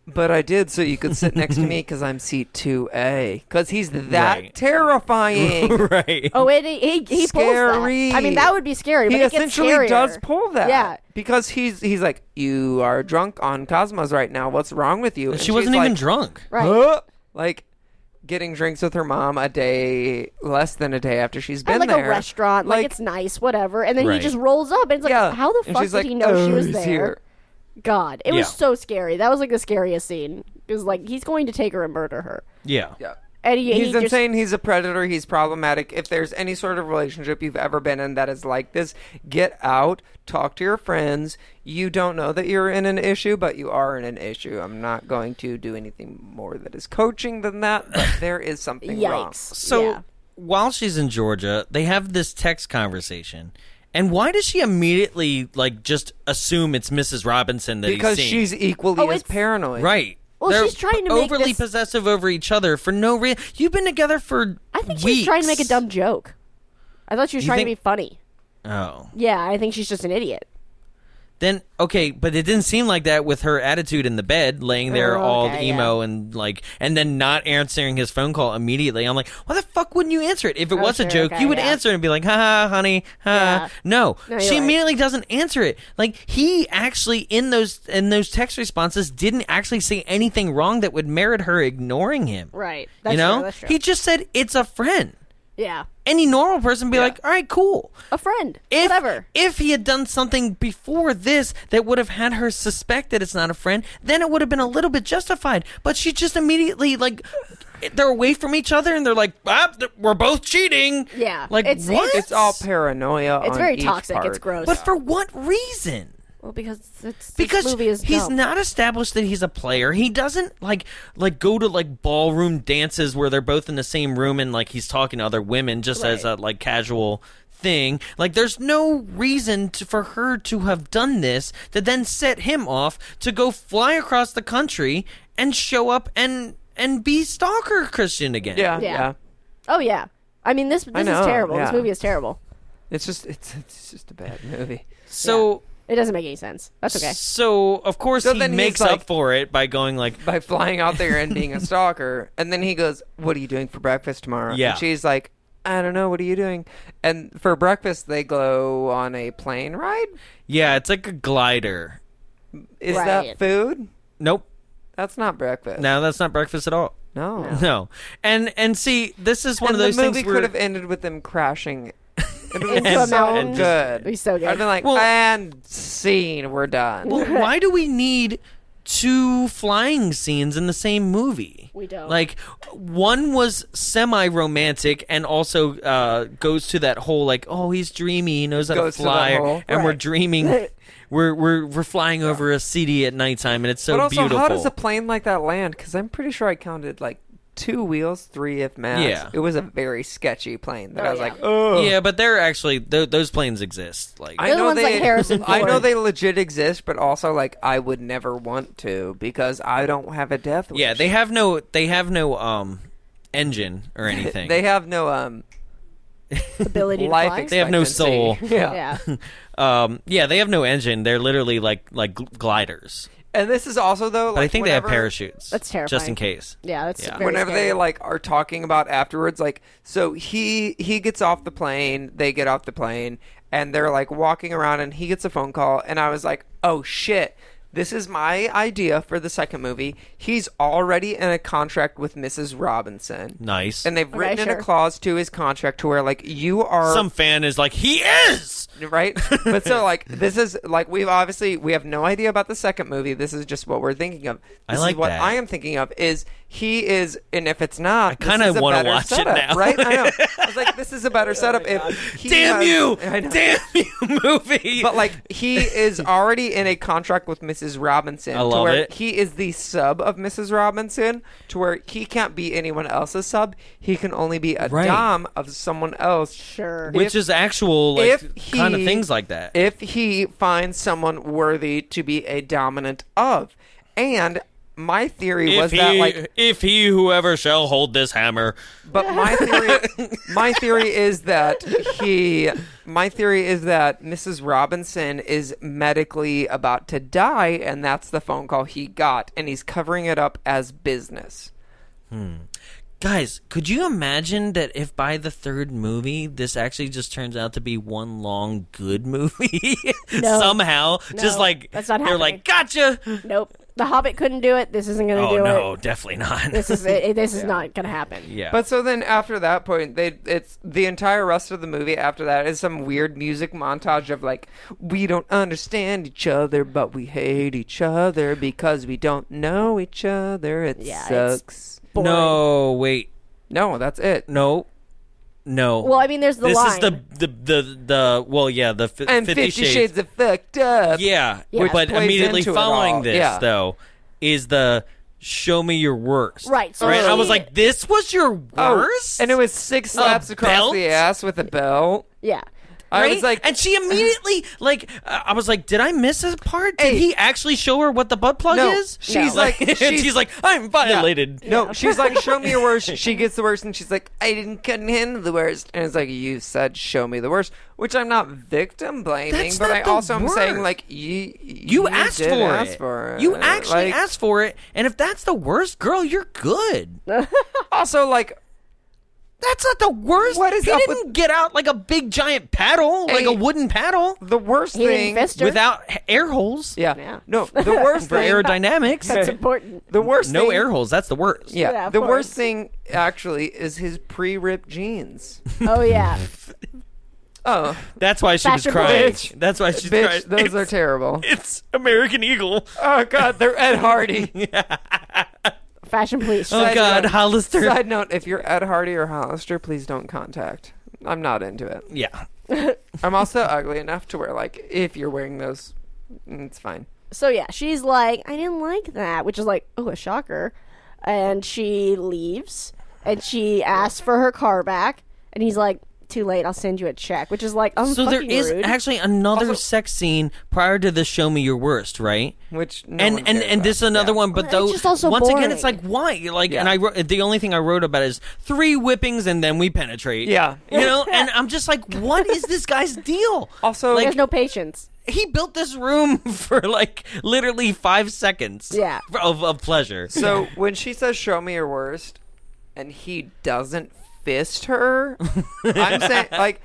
[SPEAKER 2] "But I did, so you could sit next to me because I'm seat two A," because he's that
[SPEAKER 1] Right.
[SPEAKER 2] terrifying.
[SPEAKER 1] right.
[SPEAKER 3] Oh, it, he he pulls
[SPEAKER 2] scary.
[SPEAKER 3] that. I mean, that would be scary.
[SPEAKER 2] He
[SPEAKER 3] but it gets
[SPEAKER 2] essentially
[SPEAKER 3] scarier.
[SPEAKER 2] does pull that.
[SPEAKER 3] Yeah.
[SPEAKER 2] because he's he's like, "You are drunk on Cosmos right now. What's wrong with you?" And
[SPEAKER 1] she
[SPEAKER 2] she's
[SPEAKER 1] wasn't
[SPEAKER 2] like,
[SPEAKER 1] even drunk.
[SPEAKER 3] Right.
[SPEAKER 2] "Huh?" Like getting drinks with her mom a day less than a day after she's been
[SPEAKER 3] At like
[SPEAKER 2] there.
[SPEAKER 3] a restaurant, like, it's nice, whatever. And then
[SPEAKER 1] Right.
[SPEAKER 3] he just rolls up and it's like,
[SPEAKER 2] yeah.
[SPEAKER 3] how the
[SPEAKER 2] And
[SPEAKER 3] fuck
[SPEAKER 2] she's
[SPEAKER 3] did
[SPEAKER 2] like,
[SPEAKER 3] he know she
[SPEAKER 2] "Oh,
[SPEAKER 3] was
[SPEAKER 2] he's
[SPEAKER 3] there?
[SPEAKER 2] here."
[SPEAKER 3] God, it was
[SPEAKER 1] Yeah.
[SPEAKER 3] so scary. That was like the scariest scene because like he's going to take her and murder her,
[SPEAKER 1] Yeah.
[SPEAKER 2] Yeah.
[SPEAKER 3] and he,
[SPEAKER 2] He's
[SPEAKER 3] he just-
[SPEAKER 2] insane. He's a predator. He's problematic. If there's any sort of relationship you've ever been in that is like this, get out. Talk to your friends. You don't know that you're in an issue, but you are in an issue. I'm not going to do anything more that is coaching than that, but there is something wrong.
[SPEAKER 3] yikes.
[SPEAKER 1] So
[SPEAKER 3] yeah.
[SPEAKER 1] while she's in Georgia, they have this text conversation. And why does she immediately like just assume it's Mrs. Robinson that
[SPEAKER 2] Because
[SPEAKER 1] he's seeing?
[SPEAKER 2] she's equally
[SPEAKER 3] Oh,
[SPEAKER 2] as
[SPEAKER 3] it's-
[SPEAKER 2] paranoid.
[SPEAKER 1] Right.
[SPEAKER 3] Well,
[SPEAKER 1] They're
[SPEAKER 3] she's trying to
[SPEAKER 1] p-
[SPEAKER 3] make
[SPEAKER 1] overly
[SPEAKER 3] this-
[SPEAKER 1] possessive over each other for no reason. You've been together for
[SPEAKER 3] I think
[SPEAKER 1] weeks.
[SPEAKER 3] she's trying to make a dumb joke. I thought she was
[SPEAKER 1] You
[SPEAKER 3] trying
[SPEAKER 1] think-
[SPEAKER 3] to be funny.
[SPEAKER 1] Oh,
[SPEAKER 3] Yeah, I think she's just an idiot.
[SPEAKER 1] then okay, but it didn't seem like that with her attitude in the bed, laying there
[SPEAKER 3] Oh,
[SPEAKER 1] all
[SPEAKER 3] okay,
[SPEAKER 1] emo and like, and then not answering his phone call immediately. I'm like, why the fuck wouldn't you answer it? If it was a
[SPEAKER 3] Oh, sure,
[SPEAKER 1] joke,
[SPEAKER 3] okay,
[SPEAKER 1] you would
[SPEAKER 3] yeah.
[SPEAKER 1] answer and be like, ha ha, honey, ha.
[SPEAKER 3] Yeah.
[SPEAKER 1] No,
[SPEAKER 3] No, you're
[SPEAKER 1] she
[SPEAKER 3] right.
[SPEAKER 1] immediately doesn't answer it. Like he actually in those in those text responses didn't actually say anything wrong that would merit her ignoring him.
[SPEAKER 3] Right. That's
[SPEAKER 1] you know,
[SPEAKER 3] true, that's true.
[SPEAKER 1] he just said it's a friend.
[SPEAKER 3] Yeah,
[SPEAKER 1] any normal person be like, all right, cool.
[SPEAKER 3] a friend,
[SPEAKER 1] If,
[SPEAKER 3] whatever.
[SPEAKER 1] if he had done something before this that would have had her suspect that it's not a friend, then it would have been a little bit justified. But she just immediately like they're away from each other and they're like, ah, th- we're both cheating.
[SPEAKER 3] Yeah.
[SPEAKER 1] like
[SPEAKER 3] It's-
[SPEAKER 1] what?
[SPEAKER 3] it's-
[SPEAKER 2] It's all paranoia.
[SPEAKER 3] it's
[SPEAKER 2] on
[SPEAKER 3] very
[SPEAKER 2] each
[SPEAKER 3] toxic.
[SPEAKER 2] part.
[SPEAKER 3] It's gross.
[SPEAKER 1] but for what reason?
[SPEAKER 3] well, because it's
[SPEAKER 1] because
[SPEAKER 3] this movie is
[SPEAKER 1] he's
[SPEAKER 3] dumb.
[SPEAKER 1] not established that he's a player. He doesn't like like go to like ballroom dances where they're both in the same room and like he's talking to other women just as a
[SPEAKER 3] Right.
[SPEAKER 1] like casual thing. Like there's no reason to, for her to have done this to then set him off to go fly across the country and show up and and be stalker Christian again.
[SPEAKER 2] Yeah, yeah.
[SPEAKER 3] Yeah. Oh yeah. I mean this this
[SPEAKER 2] know,
[SPEAKER 3] is terrible.
[SPEAKER 2] yeah.
[SPEAKER 3] This movie is terrible.
[SPEAKER 2] It's just it's it's just a bad movie.
[SPEAKER 1] So
[SPEAKER 3] It doesn't make any sense. That's okay.
[SPEAKER 1] so of course
[SPEAKER 2] So
[SPEAKER 1] he
[SPEAKER 2] then he's
[SPEAKER 1] makes
[SPEAKER 2] like-
[SPEAKER 1] up for it by going like
[SPEAKER 2] by flying out there and being a stalker. And then he goes, "What are you doing for breakfast tomorrow?"
[SPEAKER 1] Yeah.
[SPEAKER 2] And she's like, "I don't know. What are you doing?" And for breakfast, they go on a plane ride.
[SPEAKER 1] yeah, it's like a glider.
[SPEAKER 2] Is that
[SPEAKER 3] Right.
[SPEAKER 2] food?
[SPEAKER 1] Nope.
[SPEAKER 2] That's not breakfast.
[SPEAKER 1] No, that's not breakfast at all.
[SPEAKER 2] No.
[SPEAKER 1] No, and and see, this is one
[SPEAKER 2] And
[SPEAKER 1] of those
[SPEAKER 2] the movie
[SPEAKER 1] things
[SPEAKER 2] could
[SPEAKER 1] where
[SPEAKER 2] have ended with them crashing. It would
[SPEAKER 3] Into a mountain.
[SPEAKER 2] so good.
[SPEAKER 3] It'd be so good.
[SPEAKER 2] I'd been like,
[SPEAKER 1] Well-
[SPEAKER 2] and scene, we're done.
[SPEAKER 1] Well, why do we need two flying scenes in the same movie?
[SPEAKER 3] We don't.
[SPEAKER 1] Like one was semi-romantic and also uh, goes to that whole like, oh, he's dreamy, he knows how
[SPEAKER 2] Goes to
[SPEAKER 1] to
[SPEAKER 2] that
[SPEAKER 1] fly,
[SPEAKER 2] whole-
[SPEAKER 1] and we're dreaming. We're, we're we're flying over a city at nighttime, and it's so
[SPEAKER 2] but also,
[SPEAKER 1] beautiful.
[SPEAKER 2] how does a plane like that land? Because I'm pretty sure I counted like two wheels, three if max.
[SPEAKER 1] Yeah.
[SPEAKER 2] It was a very sketchy plane that
[SPEAKER 3] Oh,
[SPEAKER 2] I was
[SPEAKER 3] yeah.
[SPEAKER 2] like, oh.
[SPEAKER 1] Yeah, but they're actually th- those planes exist. Like
[SPEAKER 2] I
[SPEAKER 3] Those
[SPEAKER 2] know
[SPEAKER 3] ones
[SPEAKER 2] they
[SPEAKER 3] like Harrison
[SPEAKER 2] I know
[SPEAKER 3] Ford.
[SPEAKER 2] they legit exist, but also like I would never want to because I don't have a death wish.
[SPEAKER 1] Yeah, they have no they have no um engine or anything.
[SPEAKER 2] they have no um
[SPEAKER 3] Ability to
[SPEAKER 2] life
[SPEAKER 3] fly.
[SPEAKER 1] They have no
[SPEAKER 2] expectancy.
[SPEAKER 1] soul.
[SPEAKER 2] yeah.
[SPEAKER 3] yeah.
[SPEAKER 1] um yeah, they have no engine. They're literally like like gl- gliders.
[SPEAKER 2] And this is also though like
[SPEAKER 1] But I think they have
[SPEAKER 2] whenever-
[SPEAKER 1] parachutes.
[SPEAKER 3] That's
[SPEAKER 1] Just in
[SPEAKER 3] terrifying.
[SPEAKER 1] case.
[SPEAKER 3] Yeah, that's
[SPEAKER 1] Yeah.
[SPEAKER 3] very
[SPEAKER 2] whenever
[SPEAKER 3] scary.
[SPEAKER 2] they like are talking about afterwards like so he he gets off the plane they get off the plane and they're like walking around and he gets a phone call and i was like oh shit this is my idea for the second movie he's already in a contract with mrs robinson
[SPEAKER 1] Nice.
[SPEAKER 2] and they've written in a
[SPEAKER 3] sure.
[SPEAKER 2] clause to his contract to where like you are
[SPEAKER 1] Some fan is like, he is.
[SPEAKER 2] right? but so like this is like we've obviously we have no idea about the second movie. This is just what we're thinking of.
[SPEAKER 1] I
[SPEAKER 2] This
[SPEAKER 1] like
[SPEAKER 2] is what
[SPEAKER 1] that.
[SPEAKER 2] I am thinking of is he is and if it's not, I
[SPEAKER 1] kinda wanna
[SPEAKER 2] want to
[SPEAKER 1] watch it
[SPEAKER 2] setup,
[SPEAKER 1] now. Oh
[SPEAKER 2] Right? I know. I was like, this is a better setup if he
[SPEAKER 1] Damn
[SPEAKER 2] has-
[SPEAKER 1] you!
[SPEAKER 2] I know.
[SPEAKER 1] Damn you, movie.
[SPEAKER 2] But like he is already in a contract with Mrs. Robinson,
[SPEAKER 1] I love
[SPEAKER 2] to where
[SPEAKER 1] it.
[SPEAKER 2] he is the sub of Mrs. Robinson, to where he can't be anyone else's sub. He can only be a
[SPEAKER 1] Right.
[SPEAKER 2] dom of someone else.
[SPEAKER 3] Sure.
[SPEAKER 1] which
[SPEAKER 2] if-
[SPEAKER 1] is actual like
[SPEAKER 2] if he,
[SPEAKER 1] kind of things like that.
[SPEAKER 2] If he finds someone worthy to be a dominant of, and my theory was that like,
[SPEAKER 1] if he whoever shall hold this hammer,
[SPEAKER 2] but my theory, my theory is that he, my theory is that Mrs. Robinson is medically about to die, and that's the phone call he got, and he's covering it up as business.
[SPEAKER 1] guys, could you imagine that if by the third movie this actually just turns out to be one long good movie somehow? Just
[SPEAKER 3] No,
[SPEAKER 1] like
[SPEAKER 3] that's not
[SPEAKER 1] they're like, gotcha.
[SPEAKER 3] nope. The Hobbit couldn't do it. This isn't going to
[SPEAKER 1] Oh
[SPEAKER 3] do
[SPEAKER 1] no,
[SPEAKER 3] it.
[SPEAKER 1] definitely not.
[SPEAKER 3] This is it. This is not going to happen.
[SPEAKER 1] yeah,
[SPEAKER 2] But so then after that point, they it's the entire rest of the movie after that is some weird music montage of like we don't understand each other, but we hate each other because we don't know each other. It
[SPEAKER 3] Yeah, it's-
[SPEAKER 2] sucks.
[SPEAKER 3] Boring.
[SPEAKER 1] no, wait,
[SPEAKER 2] No, that's it.
[SPEAKER 1] no, no.
[SPEAKER 3] Well, I mean, there's the
[SPEAKER 1] this
[SPEAKER 3] line.
[SPEAKER 1] is the, the the the well, yeah, the fi-
[SPEAKER 2] And Fifty, Shades. of Fucked Up.
[SPEAKER 1] Yeah,
[SPEAKER 3] Which
[SPEAKER 1] but
[SPEAKER 2] plays
[SPEAKER 1] immediately
[SPEAKER 2] into it
[SPEAKER 1] following
[SPEAKER 2] all.
[SPEAKER 1] this
[SPEAKER 2] Yeah.
[SPEAKER 1] though is the show me your worst.
[SPEAKER 3] Right, so
[SPEAKER 1] right. I
[SPEAKER 3] she-
[SPEAKER 1] was like, this was your
[SPEAKER 2] Oh,
[SPEAKER 1] worst,
[SPEAKER 2] and it was six slaps across
[SPEAKER 1] belt?
[SPEAKER 2] the ass with a belt.
[SPEAKER 3] yeah.
[SPEAKER 2] I
[SPEAKER 1] Right?
[SPEAKER 2] was like,
[SPEAKER 1] and she immediately like, uh, I was like, did I miss a part? Did
[SPEAKER 2] Hey.
[SPEAKER 1] he actually show her what the butt plug
[SPEAKER 2] No,
[SPEAKER 1] is?
[SPEAKER 2] she's No. like-
[SPEAKER 1] and she's,
[SPEAKER 2] she's-
[SPEAKER 1] like, I'm violated.
[SPEAKER 2] No, she's like, show me your worst. She gets the worst, and she's like, I didn't couldn't handle the worst. And it's like, you said, show me the worst, which I'm not victim blaming,
[SPEAKER 1] That's
[SPEAKER 2] but
[SPEAKER 1] not
[SPEAKER 2] I
[SPEAKER 1] the
[SPEAKER 2] also am saying
[SPEAKER 1] word.
[SPEAKER 2] like, you you,
[SPEAKER 1] You, asked for,
[SPEAKER 2] did ask
[SPEAKER 1] it.
[SPEAKER 2] for it.
[SPEAKER 1] You actually
[SPEAKER 2] Like,
[SPEAKER 1] asked for it, and if that's the worst, girl, you're good.
[SPEAKER 2] Also, like,
[SPEAKER 1] That's not the worst.
[SPEAKER 2] What is
[SPEAKER 1] he
[SPEAKER 2] up
[SPEAKER 1] didn't
[SPEAKER 2] with-
[SPEAKER 1] get out like a big giant paddle, like
[SPEAKER 2] Hey.
[SPEAKER 1] a wooden paddle.
[SPEAKER 2] the worst
[SPEAKER 3] He didn't
[SPEAKER 2] thing.
[SPEAKER 3] fist her.
[SPEAKER 1] without h- air holes.
[SPEAKER 2] yeah.
[SPEAKER 3] Yeah.
[SPEAKER 2] No, the worst
[SPEAKER 1] For
[SPEAKER 2] thing.
[SPEAKER 1] aerodynamics.
[SPEAKER 3] That's important.
[SPEAKER 2] the worst.
[SPEAKER 1] no
[SPEAKER 2] thing,
[SPEAKER 1] air holes. That's the worst.
[SPEAKER 2] Yeah.
[SPEAKER 3] Yeah, of
[SPEAKER 2] the
[SPEAKER 3] course.
[SPEAKER 2] worst thing actually is his pre-ripped jeans.
[SPEAKER 3] Oh yeah.
[SPEAKER 2] Oh,
[SPEAKER 1] That's why she was
[SPEAKER 3] Fashionable
[SPEAKER 1] crying.
[SPEAKER 2] bitch.
[SPEAKER 1] That's why she's crying.
[SPEAKER 2] bitch, those
[SPEAKER 1] it's,
[SPEAKER 2] are terrible.
[SPEAKER 1] it's American Eagle.
[SPEAKER 2] Oh God, they're Ed Hardy.
[SPEAKER 3] Fashion police.
[SPEAKER 1] Oh God,
[SPEAKER 2] note.
[SPEAKER 1] Hollister.
[SPEAKER 2] Side note: If you're Ed Hardy or Hollister, please don't contact. I'm not into it.
[SPEAKER 1] Yeah.
[SPEAKER 2] I'm also ugly enough to where, like, if you're wearing those, mm, it's fine.
[SPEAKER 3] So yeah, she's like, I didn't like that, which is like, oh, a shocker. And she leaves, and she asks for her car back, and he's like, too late. I'll send you a check, which is like, I'm
[SPEAKER 1] So there
[SPEAKER 3] fucking
[SPEAKER 1] is
[SPEAKER 3] rude.
[SPEAKER 1] actually another sex scene prior to the "Show Me Your Worst," right?
[SPEAKER 2] Which no
[SPEAKER 1] and
[SPEAKER 2] one
[SPEAKER 1] and
[SPEAKER 2] cares
[SPEAKER 1] and this is
[SPEAKER 2] about.
[SPEAKER 1] another
[SPEAKER 2] Yeah.
[SPEAKER 1] one, but
[SPEAKER 3] Well,
[SPEAKER 1] though
[SPEAKER 3] it's just also
[SPEAKER 1] once again, it's
[SPEAKER 3] boring.
[SPEAKER 1] like why? Like,
[SPEAKER 2] Yeah.
[SPEAKER 1] and I wrote the only thing I wrote about is three whippings and then we penetrate.
[SPEAKER 2] Yeah.
[SPEAKER 1] you know, and I'm just like, what is this guy's deal?
[SPEAKER 2] Also,
[SPEAKER 1] Like-
[SPEAKER 3] There's no patience.
[SPEAKER 1] he built this room for like literally five seconds.
[SPEAKER 3] Yeah.
[SPEAKER 1] Of, of pleasure.
[SPEAKER 2] so when she says "Show me your worst," and he doesn't fist her, I'm saying like.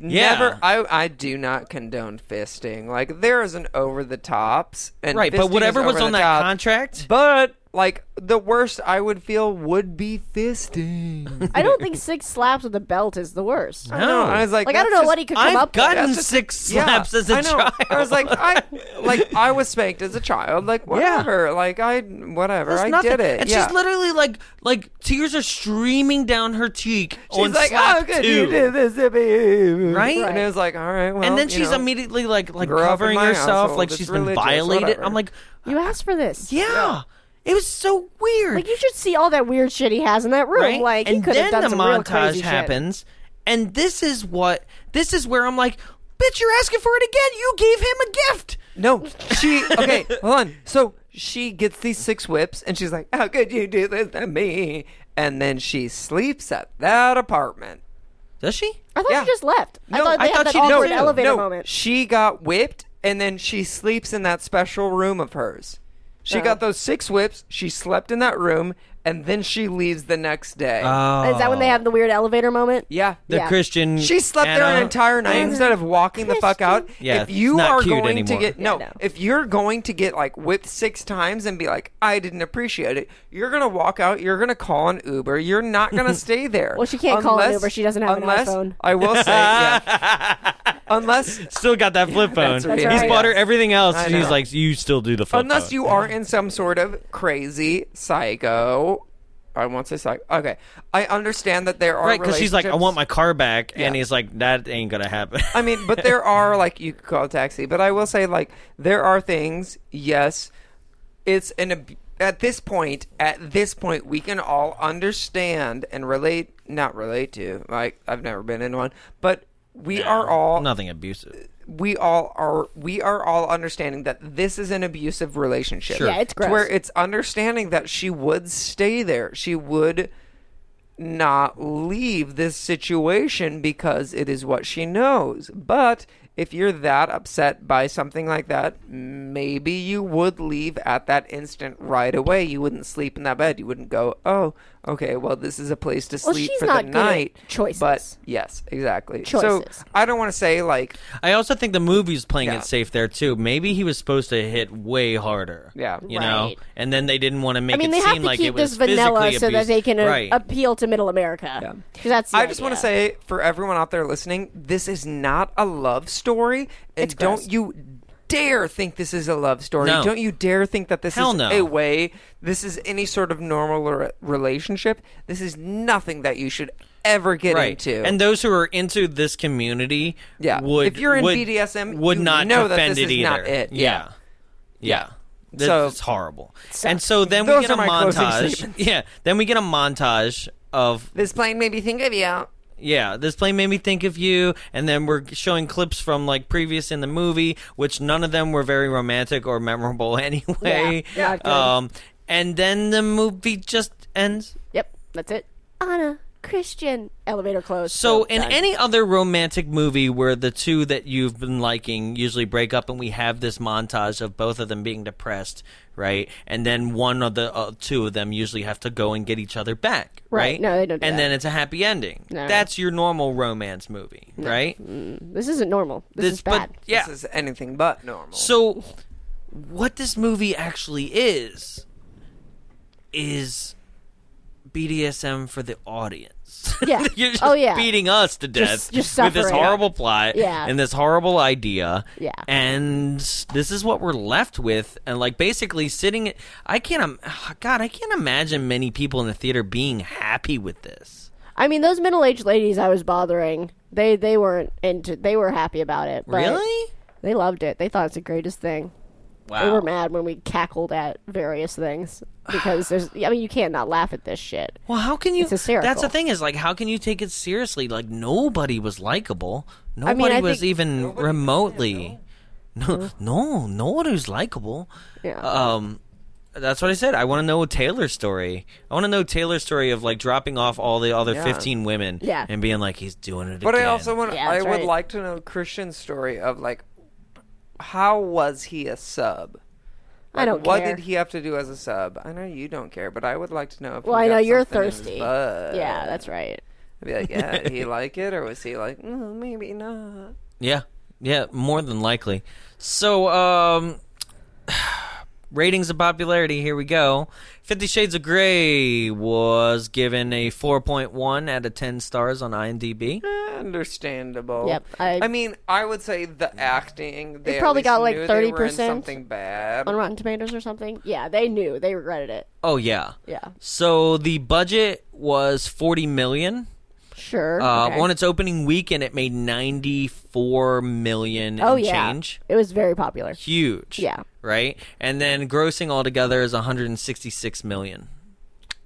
[SPEAKER 1] Yeah.
[SPEAKER 2] Never, I I do not condone fisting. Like there is an over the tops, and
[SPEAKER 1] right,
[SPEAKER 2] fisting
[SPEAKER 1] but
[SPEAKER 2] is
[SPEAKER 1] whatever was
[SPEAKER 2] over
[SPEAKER 1] on
[SPEAKER 2] the
[SPEAKER 1] that
[SPEAKER 2] top.
[SPEAKER 1] contract.
[SPEAKER 2] But like the worst I would feel would be fisting.
[SPEAKER 3] I don't think six slaps with a belt is the worst.
[SPEAKER 1] no,
[SPEAKER 2] I was like,
[SPEAKER 3] Like I
[SPEAKER 2] that's
[SPEAKER 3] don't know
[SPEAKER 2] just-
[SPEAKER 3] what he could come
[SPEAKER 1] I've
[SPEAKER 3] up with.
[SPEAKER 1] gotten
[SPEAKER 2] That's just-
[SPEAKER 1] six
[SPEAKER 2] yeah,
[SPEAKER 1] slaps as a
[SPEAKER 2] I know.
[SPEAKER 1] child.
[SPEAKER 2] I was like, I like I was spanked as a child. Like whatever. Like I whatever.
[SPEAKER 1] That's
[SPEAKER 2] I
[SPEAKER 1] nothing.
[SPEAKER 2] did it.
[SPEAKER 1] And
[SPEAKER 2] yeah.
[SPEAKER 1] she's literally like, like tears are streaming down her cheek
[SPEAKER 2] She's
[SPEAKER 1] on
[SPEAKER 2] like,
[SPEAKER 1] slap
[SPEAKER 2] oh, good,
[SPEAKER 1] two.
[SPEAKER 2] you did this to me,
[SPEAKER 1] Right?
[SPEAKER 2] And it was like, all right, well.
[SPEAKER 1] and then
[SPEAKER 2] you
[SPEAKER 1] she's
[SPEAKER 2] know.
[SPEAKER 1] immediately like, like
[SPEAKER 2] grew up in
[SPEAKER 1] covering
[SPEAKER 2] my
[SPEAKER 1] herself,
[SPEAKER 2] household,
[SPEAKER 1] like
[SPEAKER 2] it's
[SPEAKER 1] she's been
[SPEAKER 2] religious,
[SPEAKER 1] violated.
[SPEAKER 2] whatever.
[SPEAKER 1] I'm like,
[SPEAKER 3] You asked for this.
[SPEAKER 1] yeah. It was so weird.
[SPEAKER 3] Like you should see all that weird shit he has in that room.
[SPEAKER 1] right?
[SPEAKER 3] Like he
[SPEAKER 1] and
[SPEAKER 3] could have
[SPEAKER 1] then the
[SPEAKER 3] done some real
[SPEAKER 1] montage
[SPEAKER 3] crazy shit.
[SPEAKER 1] happens, and this is what this is where I'm like, bitch, you're asking for it again. You gave him a gift.
[SPEAKER 2] No, she. Okay, hold on. So she gets these six whips, and she's like, "How could you do this to me?" And then she sleeps at that apartment.
[SPEAKER 1] Does she?
[SPEAKER 3] I thought
[SPEAKER 2] Yeah.
[SPEAKER 3] she just left. I
[SPEAKER 1] No,
[SPEAKER 3] thought they
[SPEAKER 1] I
[SPEAKER 3] had
[SPEAKER 1] thought
[SPEAKER 3] that
[SPEAKER 1] she did
[SPEAKER 3] awkward
[SPEAKER 1] too.
[SPEAKER 3] elevator
[SPEAKER 2] no,
[SPEAKER 3] moment.
[SPEAKER 2] she got whipped, and then she sleeps in that special room of hers.
[SPEAKER 3] Oh.
[SPEAKER 2] She got those six whips. She slept in that room, and then she leaves the next day.
[SPEAKER 3] Is that when they have the weird elevator moment?
[SPEAKER 2] yeah,
[SPEAKER 1] Uh, Oh. The
[SPEAKER 3] Yeah.
[SPEAKER 1] Christian.
[SPEAKER 2] She slept there an
[SPEAKER 1] Anna?
[SPEAKER 2] entire night instead of walking the fuck out.
[SPEAKER 1] Yeah,
[SPEAKER 2] if you
[SPEAKER 1] it's not
[SPEAKER 2] are
[SPEAKER 1] cute
[SPEAKER 2] going
[SPEAKER 1] anymore.
[SPEAKER 2] to get no,
[SPEAKER 3] Yeah, no.
[SPEAKER 2] if you're going to get like whipped six times and be like, I didn't appreciate it, you're gonna walk out. You're gonna call an Uber. You're not gonna stay there.
[SPEAKER 3] Well, she can't call an Uber. She doesn't have an
[SPEAKER 2] unless,
[SPEAKER 3] iPhone.
[SPEAKER 2] I will say, yeah. unless
[SPEAKER 1] Still got that flip phone.
[SPEAKER 2] That's right.
[SPEAKER 1] He's
[SPEAKER 3] That's right.
[SPEAKER 1] bought her everything else.
[SPEAKER 2] I
[SPEAKER 1] And he's
[SPEAKER 2] know.
[SPEAKER 1] like, you still do the flip
[SPEAKER 2] unless
[SPEAKER 1] phone.
[SPEAKER 2] you are in some sort of crazy psycho. I won't say psycho. Okay, I understand that there are
[SPEAKER 1] Right, because she's like, I
[SPEAKER 2] relationships-
[SPEAKER 1] want my car back, and
[SPEAKER 2] Yeah.
[SPEAKER 1] he's like, that ain't gonna happen.
[SPEAKER 2] I mean, but there are like you could call a taxi, but I will say like there are things. Yes, it's an ab- at this point. At this point, we can all understand and relate. Not relate to like I've never been in one, but we are all
[SPEAKER 1] nothing abusive.
[SPEAKER 2] we all are we are all understanding that this is an abusive relationship.
[SPEAKER 1] Sure. Yeah,
[SPEAKER 3] it's
[SPEAKER 2] To Where
[SPEAKER 3] gross.
[SPEAKER 2] it's understanding that she would stay there. She would not leave this situation because it is what she knows. But if you're that upset by something like that, maybe you would leave at that instant right away. You wouldn't sleep in that bed. You wouldn't go, "Oh, okay, well this is a place to
[SPEAKER 3] Well,
[SPEAKER 2] sleep
[SPEAKER 3] she's
[SPEAKER 2] for
[SPEAKER 3] not
[SPEAKER 2] the
[SPEAKER 3] good at
[SPEAKER 2] night."
[SPEAKER 3] choices.
[SPEAKER 2] But yes, exactly.
[SPEAKER 3] Choices.
[SPEAKER 2] So I don't want to say like
[SPEAKER 1] I also think the movie's playing
[SPEAKER 2] Yeah.
[SPEAKER 1] it safe there too. Maybe he was supposed to hit way harder.
[SPEAKER 2] Yeah.
[SPEAKER 1] you know,
[SPEAKER 3] Right.
[SPEAKER 1] and then they didn't want to make
[SPEAKER 3] I mean,
[SPEAKER 1] it
[SPEAKER 3] they
[SPEAKER 1] seem
[SPEAKER 3] have to
[SPEAKER 1] like it
[SPEAKER 3] keep
[SPEAKER 1] was
[SPEAKER 3] this vanilla
[SPEAKER 1] physically
[SPEAKER 3] so that they
[SPEAKER 1] abusive.
[SPEAKER 3] can uh,
[SPEAKER 1] right.
[SPEAKER 3] appeal to Middle America. Because that's. the
[SPEAKER 2] I just want to
[SPEAKER 3] idea.
[SPEAKER 2] say for everyone out there listening, this is not a love story, and don't
[SPEAKER 3] gross.
[SPEAKER 2] you dare think this is a love story.
[SPEAKER 1] No.
[SPEAKER 2] Don't you dare think that this
[SPEAKER 1] Hell
[SPEAKER 2] is
[SPEAKER 1] no.
[SPEAKER 2] a way. This is any sort of normal re- relationship. This is nothing that you should ever get
[SPEAKER 1] right.
[SPEAKER 2] into.
[SPEAKER 1] And those who are into this community,
[SPEAKER 2] Yeah.
[SPEAKER 1] would
[SPEAKER 2] If you're in
[SPEAKER 1] would-
[SPEAKER 2] BDSM,
[SPEAKER 1] would
[SPEAKER 2] you
[SPEAKER 1] not
[SPEAKER 2] know that
[SPEAKER 1] defend
[SPEAKER 2] this
[SPEAKER 1] it
[SPEAKER 2] is
[SPEAKER 1] either.
[SPEAKER 2] not it.
[SPEAKER 1] Yeah, yeah. This
[SPEAKER 2] So-
[SPEAKER 1] is horrible. And so then we
[SPEAKER 2] Those
[SPEAKER 1] get
[SPEAKER 2] are
[SPEAKER 1] a
[SPEAKER 2] my closing
[SPEAKER 1] montage.
[SPEAKER 2] statements.
[SPEAKER 1] Yeah, then we get a montage of
[SPEAKER 2] this plane made me think of you.
[SPEAKER 1] yeah, this play made me think of you, and then we're showing clips from like previous in the movie, which none of them were very romantic or memorable anyway.
[SPEAKER 3] Yeah, not good.
[SPEAKER 1] Um, and then the movie just ends.
[SPEAKER 3] Yep, that's it. Anna, Christian, elevator closed.
[SPEAKER 1] So, in
[SPEAKER 3] done.
[SPEAKER 1] any other romantic movie where the two that you've been liking usually break up, and we have this montage of both of them being depressed, right? And then one of the uh, two of them usually have to go and get each other back, right?
[SPEAKER 3] Right. No, they don't do
[SPEAKER 1] and
[SPEAKER 3] that.
[SPEAKER 1] then it's a happy ending.
[SPEAKER 3] No.
[SPEAKER 1] That's your normal romance movie, right?
[SPEAKER 3] this isn't normal. This, is
[SPEAKER 1] but
[SPEAKER 3] bad.
[SPEAKER 1] yeah,
[SPEAKER 2] This is anything but normal.
[SPEAKER 1] So, what this movie actually is is BDSM for the audience.
[SPEAKER 3] Yeah.
[SPEAKER 1] You're just
[SPEAKER 3] Oh, yeah.
[SPEAKER 1] beating us to death
[SPEAKER 3] Just- just
[SPEAKER 1] with this
[SPEAKER 3] suffering.
[SPEAKER 1] horrible plot
[SPEAKER 3] Yeah.
[SPEAKER 1] and this horrible idea.
[SPEAKER 3] Yeah.
[SPEAKER 1] And this is what we're left with. And, like, basically sitting. I can't. Im- ah, God, I can't imagine many people in the theater being happy with this.
[SPEAKER 3] I mean, those middle-aged ladies I was bothering, they they weren't into. They were happy about it. But
[SPEAKER 1] Really?
[SPEAKER 3] They loved it. They thought it's the greatest thing.
[SPEAKER 1] Wow.
[SPEAKER 3] They were mad when we cackled at various things because there's. I mean, you can't not laugh at this shit.
[SPEAKER 1] Well, how can you?
[SPEAKER 3] It's hysterical.
[SPEAKER 1] That's the thing is like, how can you take it seriously? Like nobody was likable. Nobody
[SPEAKER 3] I
[SPEAKER 1] was
[SPEAKER 3] think-
[SPEAKER 1] even remotely. No, no, no one who's likable.
[SPEAKER 3] Yeah.
[SPEAKER 2] Uh,
[SPEAKER 1] Um, that's what I said. I want to know Taylor's story. I want to know Taylor's story of like dropping off all the other fifteen women.
[SPEAKER 3] Yeah.
[SPEAKER 1] And being like, he's doing it.
[SPEAKER 2] But I
[SPEAKER 1] again.
[SPEAKER 2] also want.
[SPEAKER 3] Yeah,
[SPEAKER 2] I
[SPEAKER 3] that's
[SPEAKER 2] would
[SPEAKER 3] right.
[SPEAKER 2] like to know Christian's story of like, how was he a sub?
[SPEAKER 3] I don't
[SPEAKER 2] What
[SPEAKER 3] care.
[SPEAKER 2] did he have to do as a sub? I know you don't care, but I would like to know. If
[SPEAKER 3] Well,
[SPEAKER 2] he
[SPEAKER 3] I
[SPEAKER 2] got
[SPEAKER 3] know you're
[SPEAKER 2] something in his
[SPEAKER 3] thirsty.
[SPEAKER 2] butt.
[SPEAKER 3] Yeah, that's right.
[SPEAKER 2] I'd be like, yeah, did he like it, or was he like, mm, maybe not?
[SPEAKER 1] Yeah. Yeah, more than likely. So, um ratings and popularity, here we go. 50 Shades of Grey was given a 4.1 out of 10 stars on IMDb.
[SPEAKER 2] Understandable.
[SPEAKER 3] Yep, I-
[SPEAKER 2] mean, I would say the acting. They at
[SPEAKER 3] probably
[SPEAKER 2] least
[SPEAKER 3] got, like,
[SPEAKER 2] knew they were in
[SPEAKER 3] 30%.
[SPEAKER 2] Something bad.
[SPEAKER 3] On Rotten Tomatoes or something. Yeah, they knew. They regretted it.
[SPEAKER 1] Oh yeah.
[SPEAKER 3] Yeah.
[SPEAKER 1] So the budget was 40 million.
[SPEAKER 3] Sure.
[SPEAKER 1] Uh,
[SPEAKER 3] okay.
[SPEAKER 1] On its opening weekend, it made 94 million
[SPEAKER 3] oh
[SPEAKER 1] and
[SPEAKER 3] yeah,
[SPEAKER 1] change.
[SPEAKER 3] it was very popular.
[SPEAKER 1] Huge.
[SPEAKER 3] Yeah.
[SPEAKER 1] Right? And then grossing altogether is 166 million.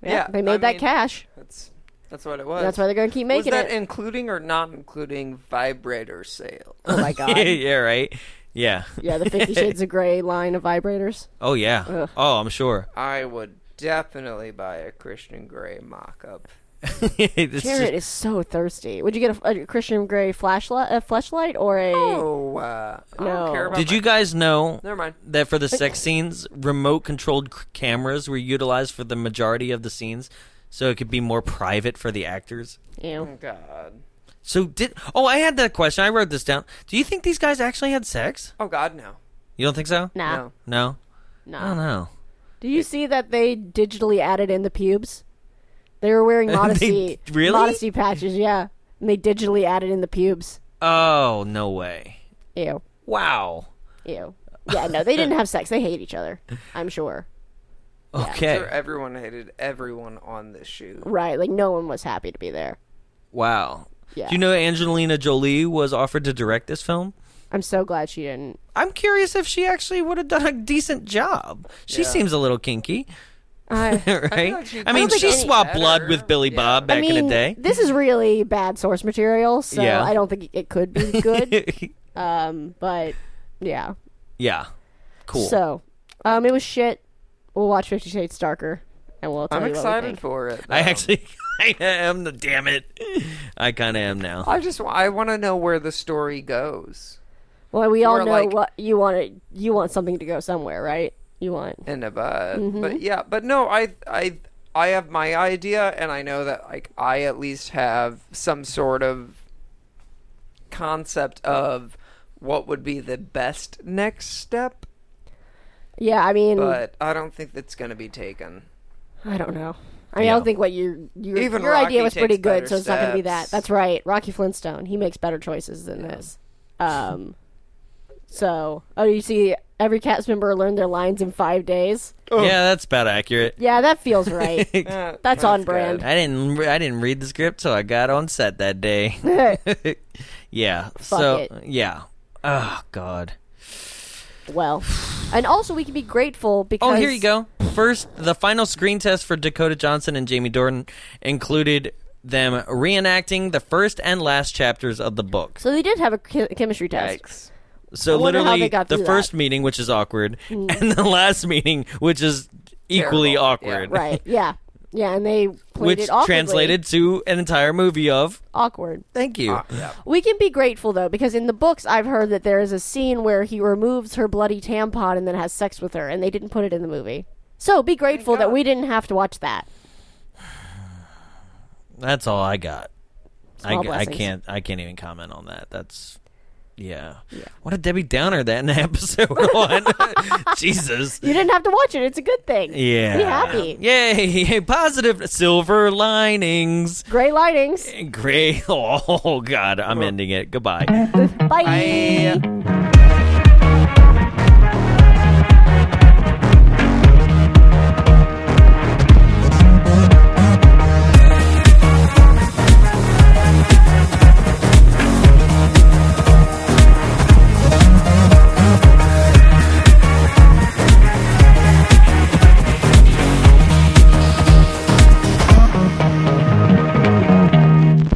[SPEAKER 3] Yeah,
[SPEAKER 2] Yeah,
[SPEAKER 3] they made
[SPEAKER 2] I
[SPEAKER 3] that
[SPEAKER 2] mean-
[SPEAKER 3] cash.
[SPEAKER 2] That's that's what it was.
[SPEAKER 3] That's why they're gonna keep
[SPEAKER 2] was
[SPEAKER 3] making
[SPEAKER 2] that
[SPEAKER 3] it.
[SPEAKER 2] including or not including vibrator sales?
[SPEAKER 3] oh my god.
[SPEAKER 1] yeah, right? Yeah.
[SPEAKER 3] yeah, the Fifty Shades of Grey line of vibrators.
[SPEAKER 1] Oh, yeah. Oh, I'm sure.
[SPEAKER 2] I would definitely buy a Christian Grey mock-up.
[SPEAKER 1] It's
[SPEAKER 3] Jared
[SPEAKER 1] just-
[SPEAKER 3] is so thirsty. Would you get a, a Christian Grey flashlight, a flashlight, or a?
[SPEAKER 2] Oh, uh, I
[SPEAKER 3] No.
[SPEAKER 2] don't care about.
[SPEAKER 1] Did
[SPEAKER 2] my-
[SPEAKER 1] you guys know
[SPEAKER 2] Never mind.
[SPEAKER 1] that for the sex scenes, remote controlled c- cameras were utilized for the majority of the scenes so it could be more private for the actors?
[SPEAKER 3] Ew.
[SPEAKER 2] Oh, God.
[SPEAKER 1] So did Oh, I had that question. I wrote this down. Do you think these guys actually had sex?
[SPEAKER 2] Oh God, no.
[SPEAKER 1] You don't think so?
[SPEAKER 3] Nah.
[SPEAKER 2] No.
[SPEAKER 1] No. I
[SPEAKER 3] Nah.
[SPEAKER 1] don't know.
[SPEAKER 3] Do you see that they digitally added in the pubes? They were wearing modesty
[SPEAKER 1] really?
[SPEAKER 3] modesty patches, yeah. And they digitally added in the pubes.
[SPEAKER 1] Oh, no way.
[SPEAKER 3] Ew.
[SPEAKER 1] Wow.
[SPEAKER 3] Ew. Yeah, no, they didn't have sex. They hate each other. I'm sure.
[SPEAKER 1] Okay.
[SPEAKER 2] Sure, everyone hated everyone on this shoot.
[SPEAKER 3] Right, like no one was happy to be there.
[SPEAKER 1] Wow.
[SPEAKER 3] Yeah.
[SPEAKER 1] Do you know Angelina Jolie was offered to direct this film?
[SPEAKER 3] I'm so glad she didn't.
[SPEAKER 1] I'm curious if she actually would have done a decent job. She seems a little kinky,
[SPEAKER 3] I,
[SPEAKER 1] right? I,
[SPEAKER 2] feel like she
[SPEAKER 1] mean,
[SPEAKER 2] could've
[SPEAKER 1] she
[SPEAKER 3] done
[SPEAKER 1] swapped
[SPEAKER 2] better.
[SPEAKER 1] blood with Billy
[SPEAKER 2] Yeah.
[SPEAKER 1] Bob back
[SPEAKER 3] I mean,
[SPEAKER 1] in the day.
[SPEAKER 3] this is really bad source material, so
[SPEAKER 1] Yeah.
[SPEAKER 3] I don't think it could be good. um, but yeah.
[SPEAKER 1] yeah. Cool.
[SPEAKER 3] So, um, it was shit. We'll watch Fifty Shades Darker, and we'll tell
[SPEAKER 2] I'm
[SPEAKER 3] you what we
[SPEAKER 2] excited
[SPEAKER 3] think.
[SPEAKER 2] for it.
[SPEAKER 1] I
[SPEAKER 2] though.
[SPEAKER 1] actually, I am the damn it. I kind of am now.
[SPEAKER 2] I just, wa- I want to know where the story goes
[SPEAKER 3] Well, we all
[SPEAKER 2] Or,
[SPEAKER 3] know
[SPEAKER 2] like-
[SPEAKER 3] what you want. To, you want something to go somewhere, right? You want.
[SPEAKER 2] in a bud. uh,
[SPEAKER 3] Mm-hmm.
[SPEAKER 2] But yeah, but no, I, I, I have my idea, and I know that like I at least have some sort of concept of what would be the best next step.
[SPEAKER 3] Yeah, I mean,
[SPEAKER 2] But I don't think that's going to be taken.
[SPEAKER 3] I don't know. I mean, I
[SPEAKER 1] Yeah.
[SPEAKER 3] don't think what you your
[SPEAKER 2] Even
[SPEAKER 3] your
[SPEAKER 2] Rocky
[SPEAKER 3] idea was pretty
[SPEAKER 2] takes
[SPEAKER 3] good,
[SPEAKER 2] better
[SPEAKER 3] so it's not going to be that.
[SPEAKER 2] steps.
[SPEAKER 3] That's right, Rocky Flintstone. He makes better choices than this. Um, so oh, you see, every cast member learned their lines in five days.
[SPEAKER 1] Yeah, that's about accurate.
[SPEAKER 3] Oh. Yeah, that feels right. that's, on brand.
[SPEAKER 1] I didn't. re- I didn't read the script till I got on set that day. yeah. so
[SPEAKER 3] it.
[SPEAKER 1] yeah. Oh God.
[SPEAKER 3] Well, and also we can be grateful
[SPEAKER 1] Oh,
[SPEAKER 3] because
[SPEAKER 1] here you go. First, the final screen test for Dakota Johnson and Jamie Dornan included them reenacting the first and last chapters of the book.
[SPEAKER 3] So they did have a chi- chemistry test.
[SPEAKER 1] So
[SPEAKER 3] wonder how
[SPEAKER 1] literally
[SPEAKER 3] they got
[SPEAKER 1] the
[SPEAKER 3] through
[SPEAKER 1] first
[SPEAKER 3] that. Hmm.
[SPEAKER 1] meeting, which is awkward, and the last meeting, which is equally
[SPEAKER 2] Terrible.
[SPEAKER 1] awkward.
[SPEAKER 3] Right. Yeah. Yeah, and they played
[SPEAKER 1] Which
[SPEAKER 3] it awkwardly.
[SPEAKER 1] translated to an entire movie of
[SPEAKER 3] awkward.
[SPEAKER 1] Thank you.
[SPEAKER 3] Ah. We can be grateful though, because in the books I've heard that there is a scene where he removes her bloody tampon and then has sex with her, and they didn't put it in the movie. So be grateful that we didn't have to watch that.
[SPEAKER 1] That's all I got. I,
[SPEAKER 3] Small
[SPEAKER 1] I
[SPEAKER 3] blessings.
[SPEAKER 1] can't. I can't even comment on that. That's yeah. What a Debbie Downer that in the episode one. Jesus.
[SPEAKER 3] You didn't have to watch it. It's a good thing.
[SPEAKER 1] Yeah.
[SPEAKER 3] Be happy.
[SPEAKER 1] Yay. Positive silver linings.
[SPEAKER 3] Gray lightings.
[SPEAKER 1] Great. Oh, God. I'm ending it. Goodbye.
[SPEAKER 3] Bye.
[SPEAKER 2] I-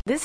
[SPEAKER 9] This